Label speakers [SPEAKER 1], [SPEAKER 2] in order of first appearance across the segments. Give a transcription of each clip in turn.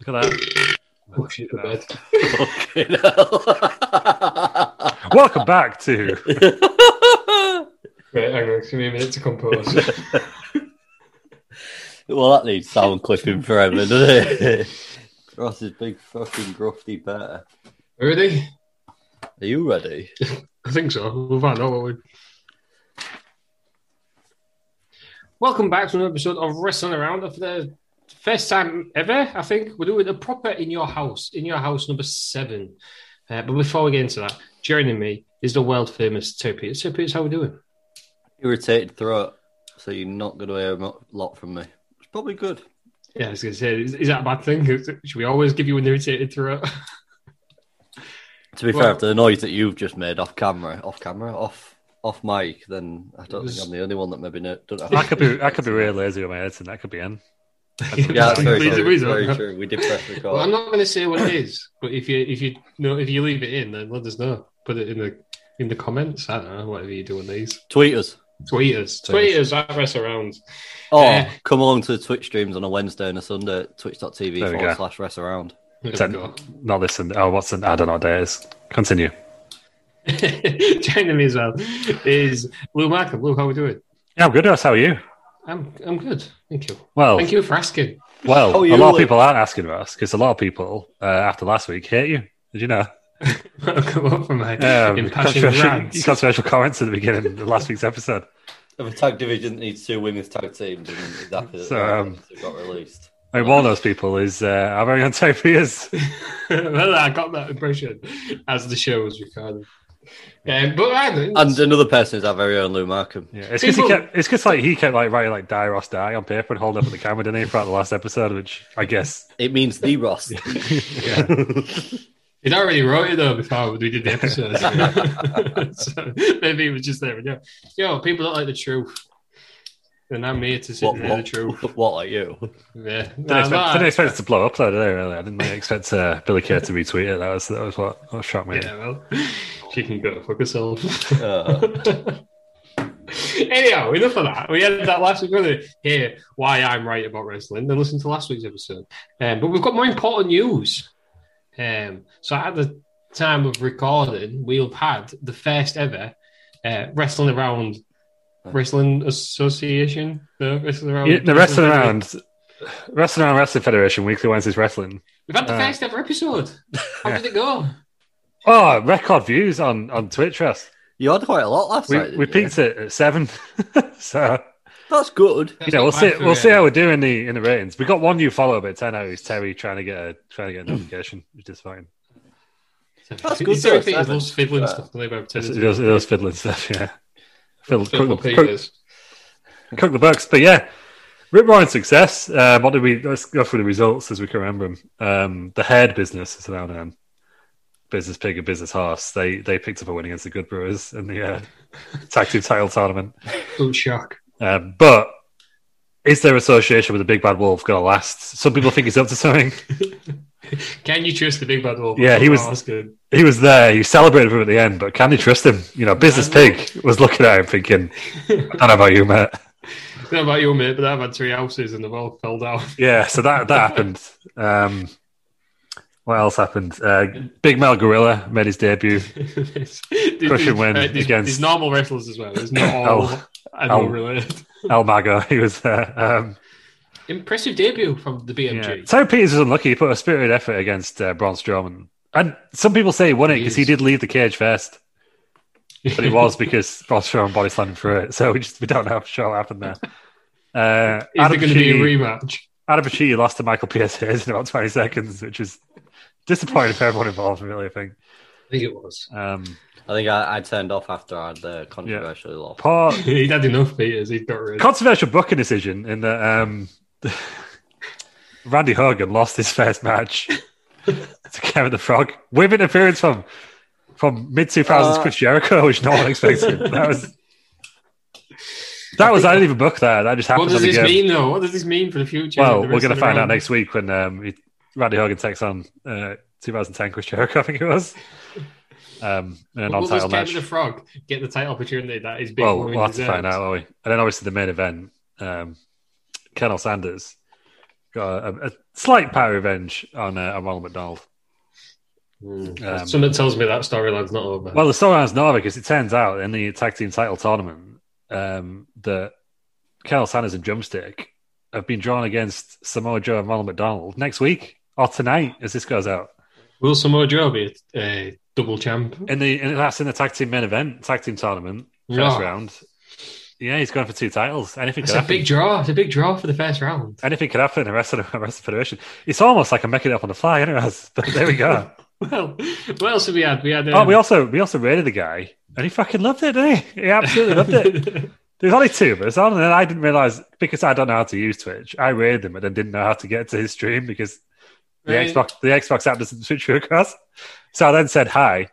[SPEAKER 1] Look at that.
[SPEAKER 2] Oh, she's prepared.
[SPEAKER 1] Welcome back to.
[SPEAKER 2] Wait, hang on, give me a minute to compose.
[SPEAKER 3] Well, that needs sound clipping forever, doesn't it? Ross's big fucking grufty bear.
[SPEAKER 2] Ready?
[SPEAKER 3] Are you ready?
[SPEAKER 2] I think so. We'll find out what we. Welcome back to another episode of Wrestling Around. For the first time ever, I think we're doing a proper in your house, in your house number seven. Uh, but before we get into that, joining me is the world famous Sir Peter. Sir Peter, how we doing?
[SPEAKER 3] Irritated throat, so you're not going to hear a mo- lot from me. It's probably good.
[SPEAKER 2] Yeah, I was going to say, is, is that a bad thing? Should we always give you an irritated throat?
[SPEAKER 3] To be
[SPEAKER 2] Well-
[SPEAKER 3] fair, after the noise that you've just made off camera, off camera, off off mic, then I don't think I'm the only one that maybe no, don't have.
[SPEAKER 1] I could be I could be real lazy with my editing. That could be in.
[SPEAKER 3] Yeah, that's very,
[SPEAKER 2] We-
[SPEAKER 3] true.
[SPEAKER 2] we don't
[SPEAKER 3] very
[SPEAKER 2] know.
[SPEAKER 3] true. We did press record.
[SPEAKER 2] Well, I'm not going to say what it is, but if you if you know if you leave it in, then let us know. Put it in the in the comments. I don't know whatever you do on these.
[SPEAKER 3] Tweet us.
[SPEAKER 2] Tweet us, tweet us, I press around.
[SPEAKER 3] Or
[SPEAKER 2] Eh.
[SPEAKER 3] Oh, come along to the Twitch streams on a Wednesday and a Sunday at twitch.tv
[SPEAKER 1] There we
[SPEAKER 3] forward
[SPEAKER 1] go.
[SPEAKER 3] slash rest around.
[SPEAKER 2] There we
[SPEAKER 1] Ten,
[SPEAKER 2] go.
[SPEAKER 1] not this and oh, what's an I don't know what day it is. Continue.
[SPEAKER 2] Joining me as well is Lou Markham. Lou, how are we doing?
[SPEAKER 1] Yeah, I'm good. Ross. How are you?
[SPEAKER 2] I'm I'm good. Thank you.
[SPEAKER 1] Well,
[SPEAKER 2] Thank you for asking.
[SPEAKER 1] well,
[SPEAKER 3] How are
[SPEAKER 1] a
[SPEAKER 3] you,
[SPEAKER 1] lot of
[SPEAKER 3] Luke?
[SPEAKER 1] people aren't asking us because a lot of people uh, after last week hate you. Did you know?
[SPEAKER 2] Come up for my
[SPEAKER 1] Um,
[SPEAKER 2] impassioned
[SPEAKER 1] controversial,
[SPEAKER 2] rants.
[SPEAKER 1] controversial comments at the beginning of last week's episode.
[SPEAKER 3] The tag division needs two women's tag teams, and it's happy that
[SPEAKER 1] So,
[SPEAKER 3] that
[SPEAKER 1] um,
[SPEAKER 3] got released.
[SPEAKER 1] I mean, one of those people is uh, our very own Terry Pierce.
[SPEAKER 2] well, I got that impression as the show was recorded. Um, but I think
[SPEAKER 3] And another person is our very own Lou Markham.
[SPEAKER 1] Yeah, it's because he
[SPEAKER 2] People-
[SPEAKER 1] kept. It's because like he kept like writing like "Die Ross Die" on paper and holding up at the camera, didn't he, throughout the last episode? Which I guess.
[SPEAKER 3] It means the Ross.
[SPEAKER 2] He'd already wrote it though before we did the episode. so maybe it was just there. Yeah. Yo, people don't like the truth. And I'm here to sit
[SPEAKER 3] what,
[SPEAKER 2] and hear the truth.
[SPEAKER 3] what, what are you?
[SPEAKER 2] Yeah.
[SPEAKER 1] Didn't,
[SPEAKER 2] Nah,
[SPEAKER 1] expect,
[SPEAKER 2] nah.
[SPEAKER 1] didn't expect it to blow up though, did I? Really, I didn't like, expect uh, Billy Kerr to retweet it. That was that was what, what shocked me.
[SPEAKER 2] yeah, well, she can go fuck herself.
[SPEAKER 3] Uh,
[SPEAKER 2] Anyhow, enough of that. We had that last week, really. Here, why I'm right about wrestling. Then listen to last week's episode. Um, but we've got more important news. Um, so at the time of recording, we've had the first ever uh, wrestling around wrestling association. No, wrestling around.
[SPEAKER 1] Yeah, the wrestling around, wrestling around wrestling federation weekly Wednesdays wrestling.
[SPEAKER 2] We've had the
[SPEAKER 1] uh,
[SPEAKER 2] first ever episode. How did it go?
[SPEAKER 1] Oh, record views on on Twitch. Russ.
[SPEAKER 3] you had quite a lot last
[SPEAKER 1] We
[SPEAKER 3] night.
[SPEAKER 1] we
[SPEAKER 3] didn't you?
[SPEAKER 1] peaked it at seven, so
[SPEAKER 3] That's good.
[SPEAKER 1] you know we'll see we'll see how we're doing in the in the ratings. We got one new follower, but ten who's Terry trying to get a trying to get a notification, which is fine.
[SPEAKER 3] That's good,
[SPEAKER 2] He's doing
[SPEAKER 3] though,
[SPEAKER 2] things,
[SPEAKER 3] Simon.
[SPEAKER 2] loves fiddling
[SPEAKER 3] Uh,
[SPEAKER 2] stuff. don't they, about
[SPEAKER 1] It
[SPEAKER 2] tennis?
[SPEAKER 1] was, it was fiddling stuff, yeah. Fiddle,
[SPEAKER 2] Fiddle
[SPEAKER 1] cook, the, cook,
[SPEAKER 2] penis.
[SPEAKER 1] cook the books, but yeah, rip roaring success. Um, what did we? Let's go through the results as we can remember them. Um, the head business is now known. Business pig and business horse. They they picked up a win against the Good Brewers in the uh, tag team title tournament.
[SPEAKER 2] Don't shock.
[SPEAKER 1] Um, but is their association with the big bad wolf going to last? Some people think he's up to something.
[SPEAKER 2] Can you trust the big bad wolf?
[SPEAKER 1] Yeah, he was-
[SPEAKER 2] Oh, that's good.
[SPEAKER 1] He was there. He celebrated with him at the end, but can they trust him? You know, business pig was looking at him thinking, "I don't know about you, mate."
[SPEAKER 2] I don't know about you, mate, but I've had three houses and they've all fell down.
[SPEAKER 1] Yeah, so that that happened. Um, what else happened? Uh, Big Mel Gorilla made his debut.
[SPEAKER 2] Crushing
[SPEAKER 1] win
[SPEAKER 2] there's,
[SPEAKER 1] against-
[SPEAKER 2] There's uh, normal wrestlers as well. It's not all
[SPEAKER 1] Oh.
[SPEAKER 2] animal
[SPEAKER 1] Oh.
[SPEAKER 2] related.
[SPEAKER 1] El Mago, he was there. Um,
[SPEAKER 2] Impressive debut from the
[SPEAKER 1] Yeah.
[SPEAKER 2] BMG.
[SPEAKER 1] Terry Peters was unlucky. He put a spirited effort against uh, Braun Strowman. And some people say he won it
[SPEAKER 2] He
[SPEAKER 1] because he
[SPEAKER 2] is.
[SPEAKER 1] did leave the cage first. But it was because Braun Strowman body slammed him through it. So we just we don't know for sure what happened there. Uh,
[SPEAKER 2] Is there
[SPEAKER 1] Adam
[SPEAKER 2] going to be a
[SPEAKER 1] Peaty-
[SPEAKER 2] rematch?
[SPEAKER 1] Adam Pachi lost to Michael Pierce Hayes in about 20 seconds, which is disappointing for everyone involved, really, I think.
[SPEAKER 2] I think it was.
[SPEAKER 1] Um,
[SPEAKER 3] I think I, I turned off after I'd uh, controversially lost.
[SPEAKER 1] poor
[SPEAKER 2] He'd had enough, Peters. He'd got rid.
[SPEAKER 1] controversial booking decision in that um, Randy Hogan lost his first match to Kevin the Frog. Women appearance from from mid
[SPEAKER 2] Uh.
[SPEAKER 1] 2000s Chris Jericho, which no one expected. That was. That was I didn't even book that. That just happened.
[SPEAKER 2] What
[SPEAKER 1] on
[SPEAKER 2] does
[SPEAKER 1] the
[SPEAKER 2] this
[SPEAKER 1] game.
[SPEAKER 2] mean, though? What does this mean for the future?
[SPEAKER 1] Well,
[SPEAKER 2] The
[SPEAKER 1] we're going to
[SPEAKER 2] wrestling
[SPEAKER 1] find out
[SPEAKER 2] around?
[SPEAKER 1] next week when um, he, Randy Hogan takes on uh, 2010 Chris Jericho, I think it was, um, in a
[SPEAKER 2] Will does
[SPEAKER 1] non-title match.
[SPEAKER 2] Kevin the Frog get the title opportunity that is big?
[SPEAKER 1] Well,
[SPEAKER 2] woman
[SPEAKER 1] we'll have to
[SPEAKER 2] deserves?
[SPEAKER 1] find out, won't we? And then obviously the main event, um, Colonel Sanders got a, a slight power revenge on, uh, on Ronald McDonald.
[SPEAKER 2] Mm.
[SPEAKER 1] Um,
[SPEAKER 2] Someone tells me that storyline's not over.
[SPEAKER 1] Well, the storyline's not because it turns out in the tag team title tournament um, that Colonel Sanders and Drumstick have been drawn against Samoa Joe and Ronald McDonald next week or tonight as this goes out.
[SPEAKER 2] Will Samoa Joe be a uh, double champ?
[SPEAKER 1] In the in, that's in the tag team main event, tag team tournament, first
[SPEAKER 2] Yeah.
[SPEAKER 1] round. Yeah, he's going for two titles. Anything
[SPEAKER 2] It's
[SPEAKER 1] could
[SPEAKER 2] a
[SPEAKER 1] happen.
[SPEAKER 2] big draw. It's a big draw for the first round.
[SPEAKER 1] Anything could happen in the rest of the rest of the federation. It's almost like I'm making it up on the fly, anyways. But there we go.
[SPEAKER 2] Well, what else have we had? We had. Um,
[SPEAKER 1] oh, we also we also rated the guy, and he fucking loved it, didn't he? He absolutely loved it. There's only two of us on, and I didn't realize because I don't know how to use Twitch. I rated them, and then didn't know how to get to his stream because the
[SPEAKER 2] Right.
[SPEAKER 1] Xbox the Xbox app doesn't switch you across. So I then said hi,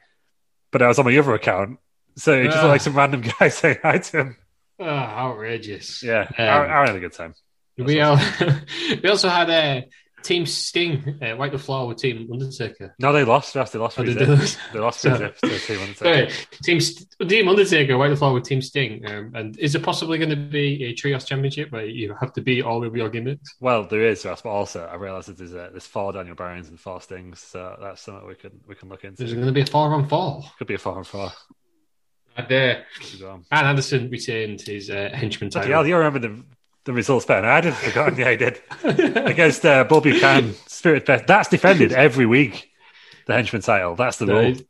[SPEAKER 1] but I was on my other account, so it just
[SPEAKER 2] Ah.
[SPEAKER 1] looked like some random guy saying hi to him.
[SPEAKER 2] Oh, outrageous.
[SPEAKER 1] Yeah,
[SPEAKER 2] Um,
[SPEAKER 1] Aaron, Aaron had a good time.
[SPEAKER 2] We, all, we also had uh, Team Sting uh, wipe the floor with Team Undertaker.
[SPEAKER 1] No, they lost. They lost. They lost.
[SPEAKER 2] Oh,
[SPEAKER 1] three
[SPEAKER 2] they
[SPEAKER 1] zip.
[SPEAKER 2] did.
[SPEAKER 1] They lost.
[SPEAKER 2] Sorry.
[SPEAKER 1] three zip to the team on the
[SPEAKER 2] Sorry,
[SPEAKER 1] second.
[SPEAKER 2] Team St- Team Undertaker wiped the floor with Team Sting. Um, and is there possibly going to be a Trios Championship where you have to beat all of your gimmicks?
[SPEAKER 1] Well, there is Ross, but also I realised that there's uh, there's four Daniel Bryans and four Stings, so that's something we can we can look into.
[SPEAKER 2] There's going to be a four on four.
[SPEAKER 1] Could be a four and four.
[SPEAKER 2] And uh,
[SPEAKER 1] Could go on.
[SPEAKER 2] Arn Anderson retained his uh, henchman
[SPEAKER 1] Bloody hell,
[SPEAKER 2] title.
[SPEAKER 1] you remember the the results better? than I did. Forgotten. yeah, I did against uh, Bobby Can Spirit Best. That's defended every week. The henchman title. That's the
[SPEAKER 2] No,
[SPEAKER 1] rule.
[SPEAKER 2] it-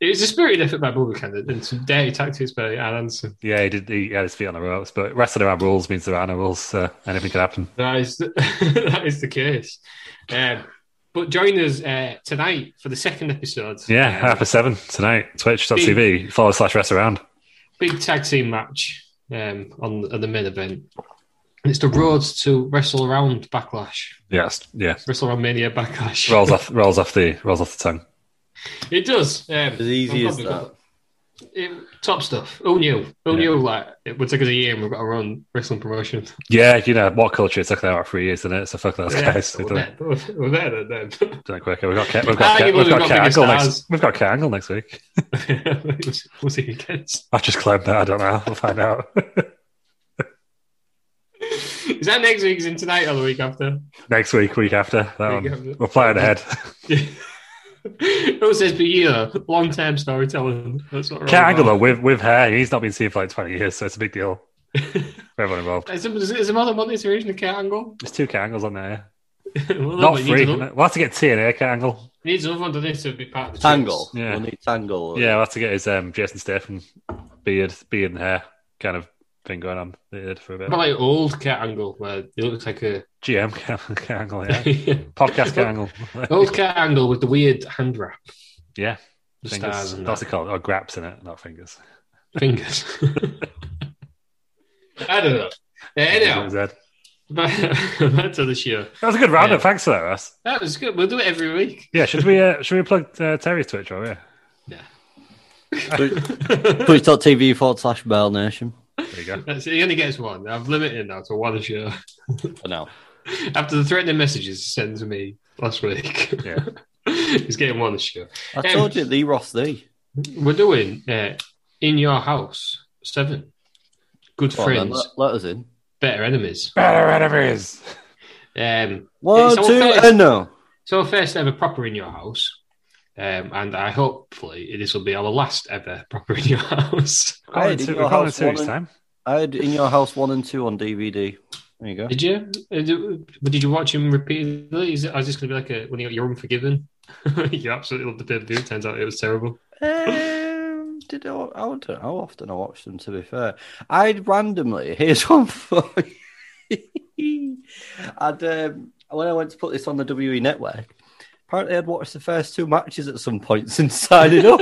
[SPEAKER 2] It was a spirited effort by Bulldog and some dirty tactics by Arn Anderson.
[SPEAKER 1] Yeah, he did. He had his feet on the ropes, but wrestling around rules means there are no rules. So anything could happen.
[SPEAKER 2] That is the, that is the case. Um, but join us uh, tonight for the second episode.
[SPEAKER 1] Yeah,
[SPEAKER 2] Um,
[SPEAKER 1] half a seven tonight. Twitch.tv forward slash wrestle around.
[SPEAKER 2] big tag team match um, on, the- on the main event. And it's the road to Wrestle Around Backlash,
[SPEAKER 1] Yes, yeah.
[SPEAKER 2] Wrestle Around Mania Backlash.
[SPEAKER 1] rolls off rolls off the rolls off the tongue.
[SPEAKER 2] It does. Um,
[SPEAKER 3] As easy
[SPEAKER 2] I'm
[SPEAKER 3] as
[SPEAKER 2] probably-
[SPEAKER 3] that.
[SPEAKER 2] It- top stuff. Who knew? Who
[SPEAKER 1] Yeah.
[SPEAKER 2] knew? Like it would take us a year, and we've got our own wrestling promotion.
[SPEAKER 1] Yeah, you know what culture it took them about three years, isn't it? So fuck those
[SPEAKER 2] Yeah,
[SPEAKER 1] guys. We've
[SPEAKER 2] we're
[SPEAKER 1] done
[SPEAKER 2] there,
[SPEAKER 1] it,
[SPEAKER 2] we're- we're there then.
[SPEAKER 1] done it quicker. We've got Ke- we've
[SPEAKER 2] Ah,
[SPEAKER 1] got Ke-
[SPEAKER 2] you've
[SPEAKER 1] we've
[SPEAKER 2] only
[SPEAKER 1] got
[SPEAKER 2] got
[SPEAKER 1] Ke
[SPEAKER 2] bigger
[SPEAKER 1] Angle
[SPEAKER 2] stars.
[SPEAKER 1] next. We've got Ke Angle next week.
[SPEAKER 2] we'll see against.
[SPEAKER 1] I just claimed that. I don't know. We'll find out
[SPEAKER 2] Is that next week's in tonight or the week after?
[SPEAKER 1] next week, week after. That
[SPEAKER 2] Week
[SPEAKER 1] one.
[SPEAKER 2] after.
[SPEAKER 1] We're playing ahead.
[SPEAKER 2] Who says per year? Long term storytelling. That's what we're
[SPEAKER 1] Ke
[SPEAKER 2] all
[SPEAKER 1] Angle though,
[SPEAKER 2] about.
[SPEAKER 1] with with hair, he's not been seen for like twenty years, so it's a big deal for everyone involved.
[SPEAKER 2] Is there, is there more than one iteration of Cat Angle?
[SPEAKER 1] There's two Ke Angles on there.
[SPEAKER 2] well,
[SPEAKER 1] Not
[SPEAKER 2] but
[SPEAKER 1] free.
[SPEAKER 2] Needs another,
[SPEAKER 1] We'll have to get TNA Ke Angle.
[SPEAKER 2] needs another one, doesn't it, to be part of the
[SPEAKER 3] Tangle.
[SPEAKER 1] Yeah.
[SPEAKER 3] We'll need Tangle.
[SPEAKER 1] Yeah, we'll have to get his um, Jason Statham beard, beard and hair kind of thing going on that he did for a bit.
[SPEAKER 2] But like old Cat Angle, where it looks like a
[SPEAKER 1] GM Ke- Ke Angle, yeah. Podcast Ke
[SPEAKER 2] Oh.
[SPEAKER 1] Angle.
[SPEAKER 2] old Cat Angle with the weird hand wrap,
[SPEAKER 1] Yeah.
[SPEAKER 2] the stars
[SPEAKER 1] Fingers.
[SPEAKER 2] and
[SPEAKER 1] That's
[SPEAKER 2] that.
[SPEAKER 1] it called. Oh, graps in it, not fingers.
[SPEAKER 2] fingers. I don't know. Uh, anyhow,
[SPEAKER 1] That
[SPEAKER 2] back back to the show.
[SPEAKER 1] was a good roundup.
[SPEAKER 2] Yeah.
[SPEAKER 1] Thanks for that, Russ.
[SPEAKER 2] That was good. We'll do it every week.
[SPEAKER 1] Yeah, should we uh, should we plug uh, Terry's Twitch or yeah?
[SPEAKER 3] Twitch.tv forward slash Bell Nation.
[SPEAKER 1] There you go.
[SPEAKER 2] That's it. He only gets one. I've limited now to one show.
[SPEAKER 3] For now.
[SPEAKER 2] After the threatening messages he sent to me last week,
[SPEAKER 1] Yeah.
[SPEAKER 2] he's getting one show.
[SPEAKER 3] I
[SPEAKER 2] Um,
[SPEAKER 3] told you, the Ross D.
[SPEAKER 2] We're doing uh, In Your House 7. Good
[SPEAKER 3] Come on, then,
[SPEAKER 2] friends,
[SPEAKER 3] let, let us in.
[SPEAKER 2] better enemies.
[SPEAKER 1] Better enemies.
[SPEAKER 2] Um,
[SPEAKER 3] One,
[SPEAKER 2] It's all
[SPEAKER 3] two,
[SPEAKER 2] fair.
[SPEAKER 3] and no.
[SPEAKER 2] so, first ever proper In Your House. Um, and I hopefully this will be our last ever proper In Your House.
[SPEAKER 1] We're calling
[SPEAKER 3] did
[SPEAKER 1] two,
[SPEAKER 3] your
[SPEAKER 1] we're calling
[SPEAKER 3] house
[SPEAKER 1] two each
[SPEAKER 3] one-
[SPEAKER 1] time.
[SPEAKER 3] I had In Your House 1 and 2 on DVD. There you go.
[SPEAKER 2] Did you? Uh, do- But did you watch him repeatedly? Is it, I was just going to be like a, when you got your unforgiven. you absolutely loved the pay per view. Turns out it was terrible.
[SPEAKER 3] Um, did I, I don't know how often I watched them. To be fair, I'd randomly here's one for you. I'd um, when I went to put this on the WE network. Apparently, I'd watched the first two matches at some point since signing up.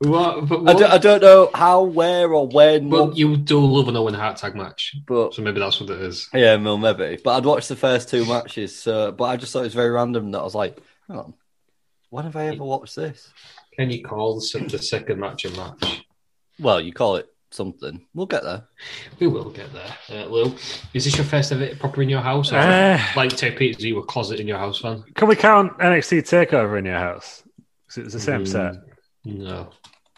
[SPEAKER 2] what? But
[SPEAKER 3] I,
[SPEAKER 2] what
[SPEAKER 3] don't, I don't know how, where, or when.
[SPEAKER 2] well,
[SPEAKER 3] what-
[SPEAKER 2] you do love an Owen Hart tag match,
[SPEAKER 3] but
[SPEAKER 2] so maybe that's what it is.
[SPEAKER 3] yeah, well, maybe. But I'd watched the first two matches. So, but I just thought it was very random that I was like, hang on, when have I ever watched this?
[SPEAKER 2] Can you call the se- the second match a match?
[SPEAKER 3] Well, you call it something. We'll get there.
[SPEAKER 2] We will get there. Uh, Lou, is this your first ever proper in your house? Or
[SPEAKER 1] Uh.
[SPEAKER 2] like Terry Peters, you were closet in your house fan?
[SPEAKER 1] Can we count NXT Takeover in your house? 'Cause it was the same
[SPEAKER 2] Mm.
[SPEAKER 1] set,
[SPEAKER 2] No,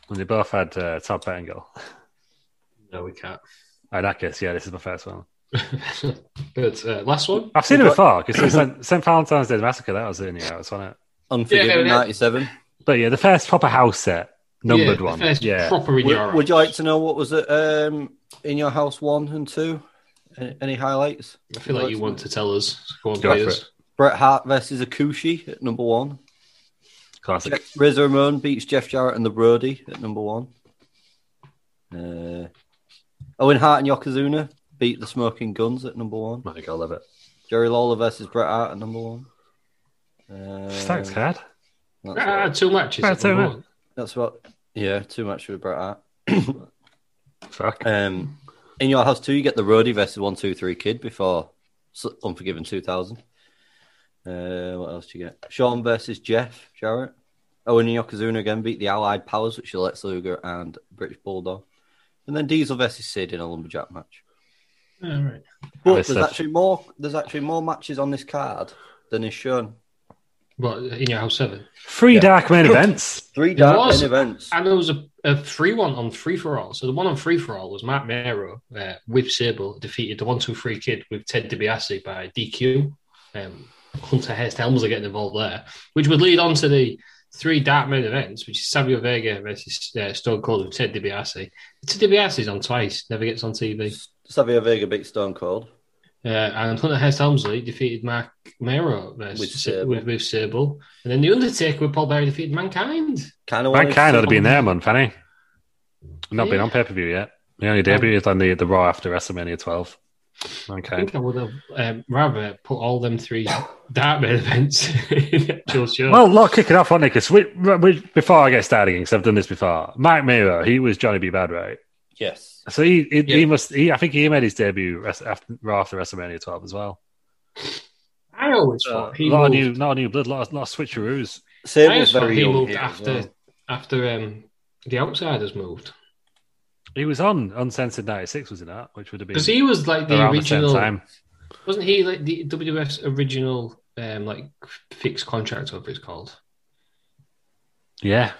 [SPEAKER 1] and they both had uh, Todd Pettingill. Oh,
[SPEAKER 2] no, we can't.
[SPEAKER 1] Anakis, yeah, this is my first one.
[SPEAKER 2] but uh, last one.
[SPEAKER 1] I've seen it before because it's like St. Valentine's Day Massacre. That was in your house, wasn't it?
[SPEAKER 2] Yeah,
[SPEAKER 3] Unforgiven
[SPEAKER 2] yeah.
[SPEAKER 3] '97.
[SPEAKER 1] But yeah, the first proper house set, numbered
[SPEAKER 2] Yeah,
[SPEAKER 1] one.
[SPEAKER 2] first
[SPEAKER 1] Yeah,
[SPEAKER 2] proper in
[SPEAKER 3] Would,
[SPEAKER 2] your
[SPEAKER 3] would you
[SPEAKER 2] house.
[SPEAKER 3] like to know what was at, um, in your house one and two? Any, any highlights?
[SPEAKER 2] I feel like you want to tell us. Go on,
[SPEAKER 1] Go for
[SPEAKER 2] Peters.
[SPEAKER 3] Bret Hart versus Akushi at number one.
[SPEAKER 1] classic.
[SPEAKER 3] Razor Ramon beats Jeff Jarrett and the Brody at number one. Uh, Owen Hart and Yokozuna beat the Smoking Guns at number one.
[SPEAKER 1] My God, I love it.
[SPEAKER 3] Jerry Lawler versus Bret Hart at number one. Uh,
[SPEAKER 1] Stacked card.
[SPEAKER 3] that's
[SPEAKER 2] Ah,
[SPEAKER 3] what-
[SPEAKER 2] two matches.
[SPEAKER 1] Ah, two
[SPEAKER 2] Come on.
[SPEAKER 3] That's what. Yeah, too much with Bret Hart.
[SPEAKER 1] Fuck.
[SPEAKER 3] Um, in your house too, you get the Roddy versus One Two Three Kid before S- Unforgiven Two Thousand. Uh, what else do you get? Sean versus Jeff Jarrett. Owen and Yokozuna again beat the Allied Powers, which are Lex Luger and British Bulldog. And then Diesel versus Sid in a lumberjack match.
[SPEAKER 2] All right.
[SPEAKER 3] But
[SPEAKER 1] Nice
[SPEAKER 3] there's
[SPEAKER 1] stuff.
[SPEAKER 3] actually more. There's actually more matches on this card than is shown.
[SPEAKER 2] What in your house seven?
[SPEAKER 1] Three
[SPEAKER 3] yeah.
[SPEAKER 1] dark main events.
[SPEAKER 3] Three
[SPEAKER 2] It
[SPEAKER 3] dark
[SPEAKER 2] was.
[SPEAKER 3] main events.
[SPEAKER 2] And there was a, a free one on free for all. So the one on free for all was Matt Mero uh, with Sable defeated the one two three kid with Ted DiBiase by DQ. Um, Hunter Hurst Helms are getting involved there, which would lead on to the three dark main events, which is Savio Vega versus uh, Stone Cold with Ted DiBiase. Ted DiBiase's on twice, never gets on TV.
[SPEAKER 3] Savio Vega beat Stone Cold.
[SPEAKER 2] Uh, and Hunter Hurst Helmsley defeated Mark Mero versus,
[SPEAKER 3] With
[SPEAKER 2] with,
[SPEAKER 3] Sable.
[SPEAKER 2] Sable. With, with Sable. And then The Undertaker with Paul Bearer defeated Mankind.
[SPEAKER 3] Kind of.
[SPEAKER 1] Mankind ought to be in there, man, Fanny. Not been
[SPEAKER 2] Yeah.
[SPEAKER 1] on pay per view yet. He only debuted on the, the Raw after WrestleMania 12.
[SPEAKER 2] I
[SPEAKER 1] Okay.
[SPEAKER 2] think I would have um, rather put all them three dark main events in the actual show.
[SPEAKER 1] Well, look, kick it off on it because we, we, before I get started, because I've done this before, Mike Miro, he was Johnny B. Bad, right?
[SPEAKER 3] Yes.
[SPEAKER 1] So he he, he
[SPEAKER 2] Yeah.
[SPEAKER 1] must. He, I think he made his debut res- after, right after WrestleMania 12 as well.
[SPEAKER 2] I always
[SPEAKER 1] So,
[SPEAKER 2] thought
[SPEAKER 1] uh, a
[SPEAKER 2] Uh, he
[SPEAKER 1] lot of
[SPEAKER 2] moved,
[SPEAKER 1] new, lot of new blood, lot of, lot of switcheroos.
[SPEAKER 2] I
[SPEAKER 3] Sable's
[SPEAKER 2] always thought
[SPEAKER 3] very
[SPEAKER 2] he
[SPEAKER 3] young
[SPEAKER 2] moved
[SPEAKER 3] here as
[SPEAKER 2] after
[SPEAKER 3] well.
[SPEAKER 2] after um, the Outsiders moved
[SPEAKER 1] He was on Uncensored '96, was he not? Which would have been
[SPEAKER 2] because he was like the
[SPEAKER 1] around the
[SPEAKER 2] original.
[SPEAKER 1] same time.
[SPEAKER 2] wasn't he like the WWF's original um, like fixed contract? Whatever it's called.
[SPEAKER 1] Yeah,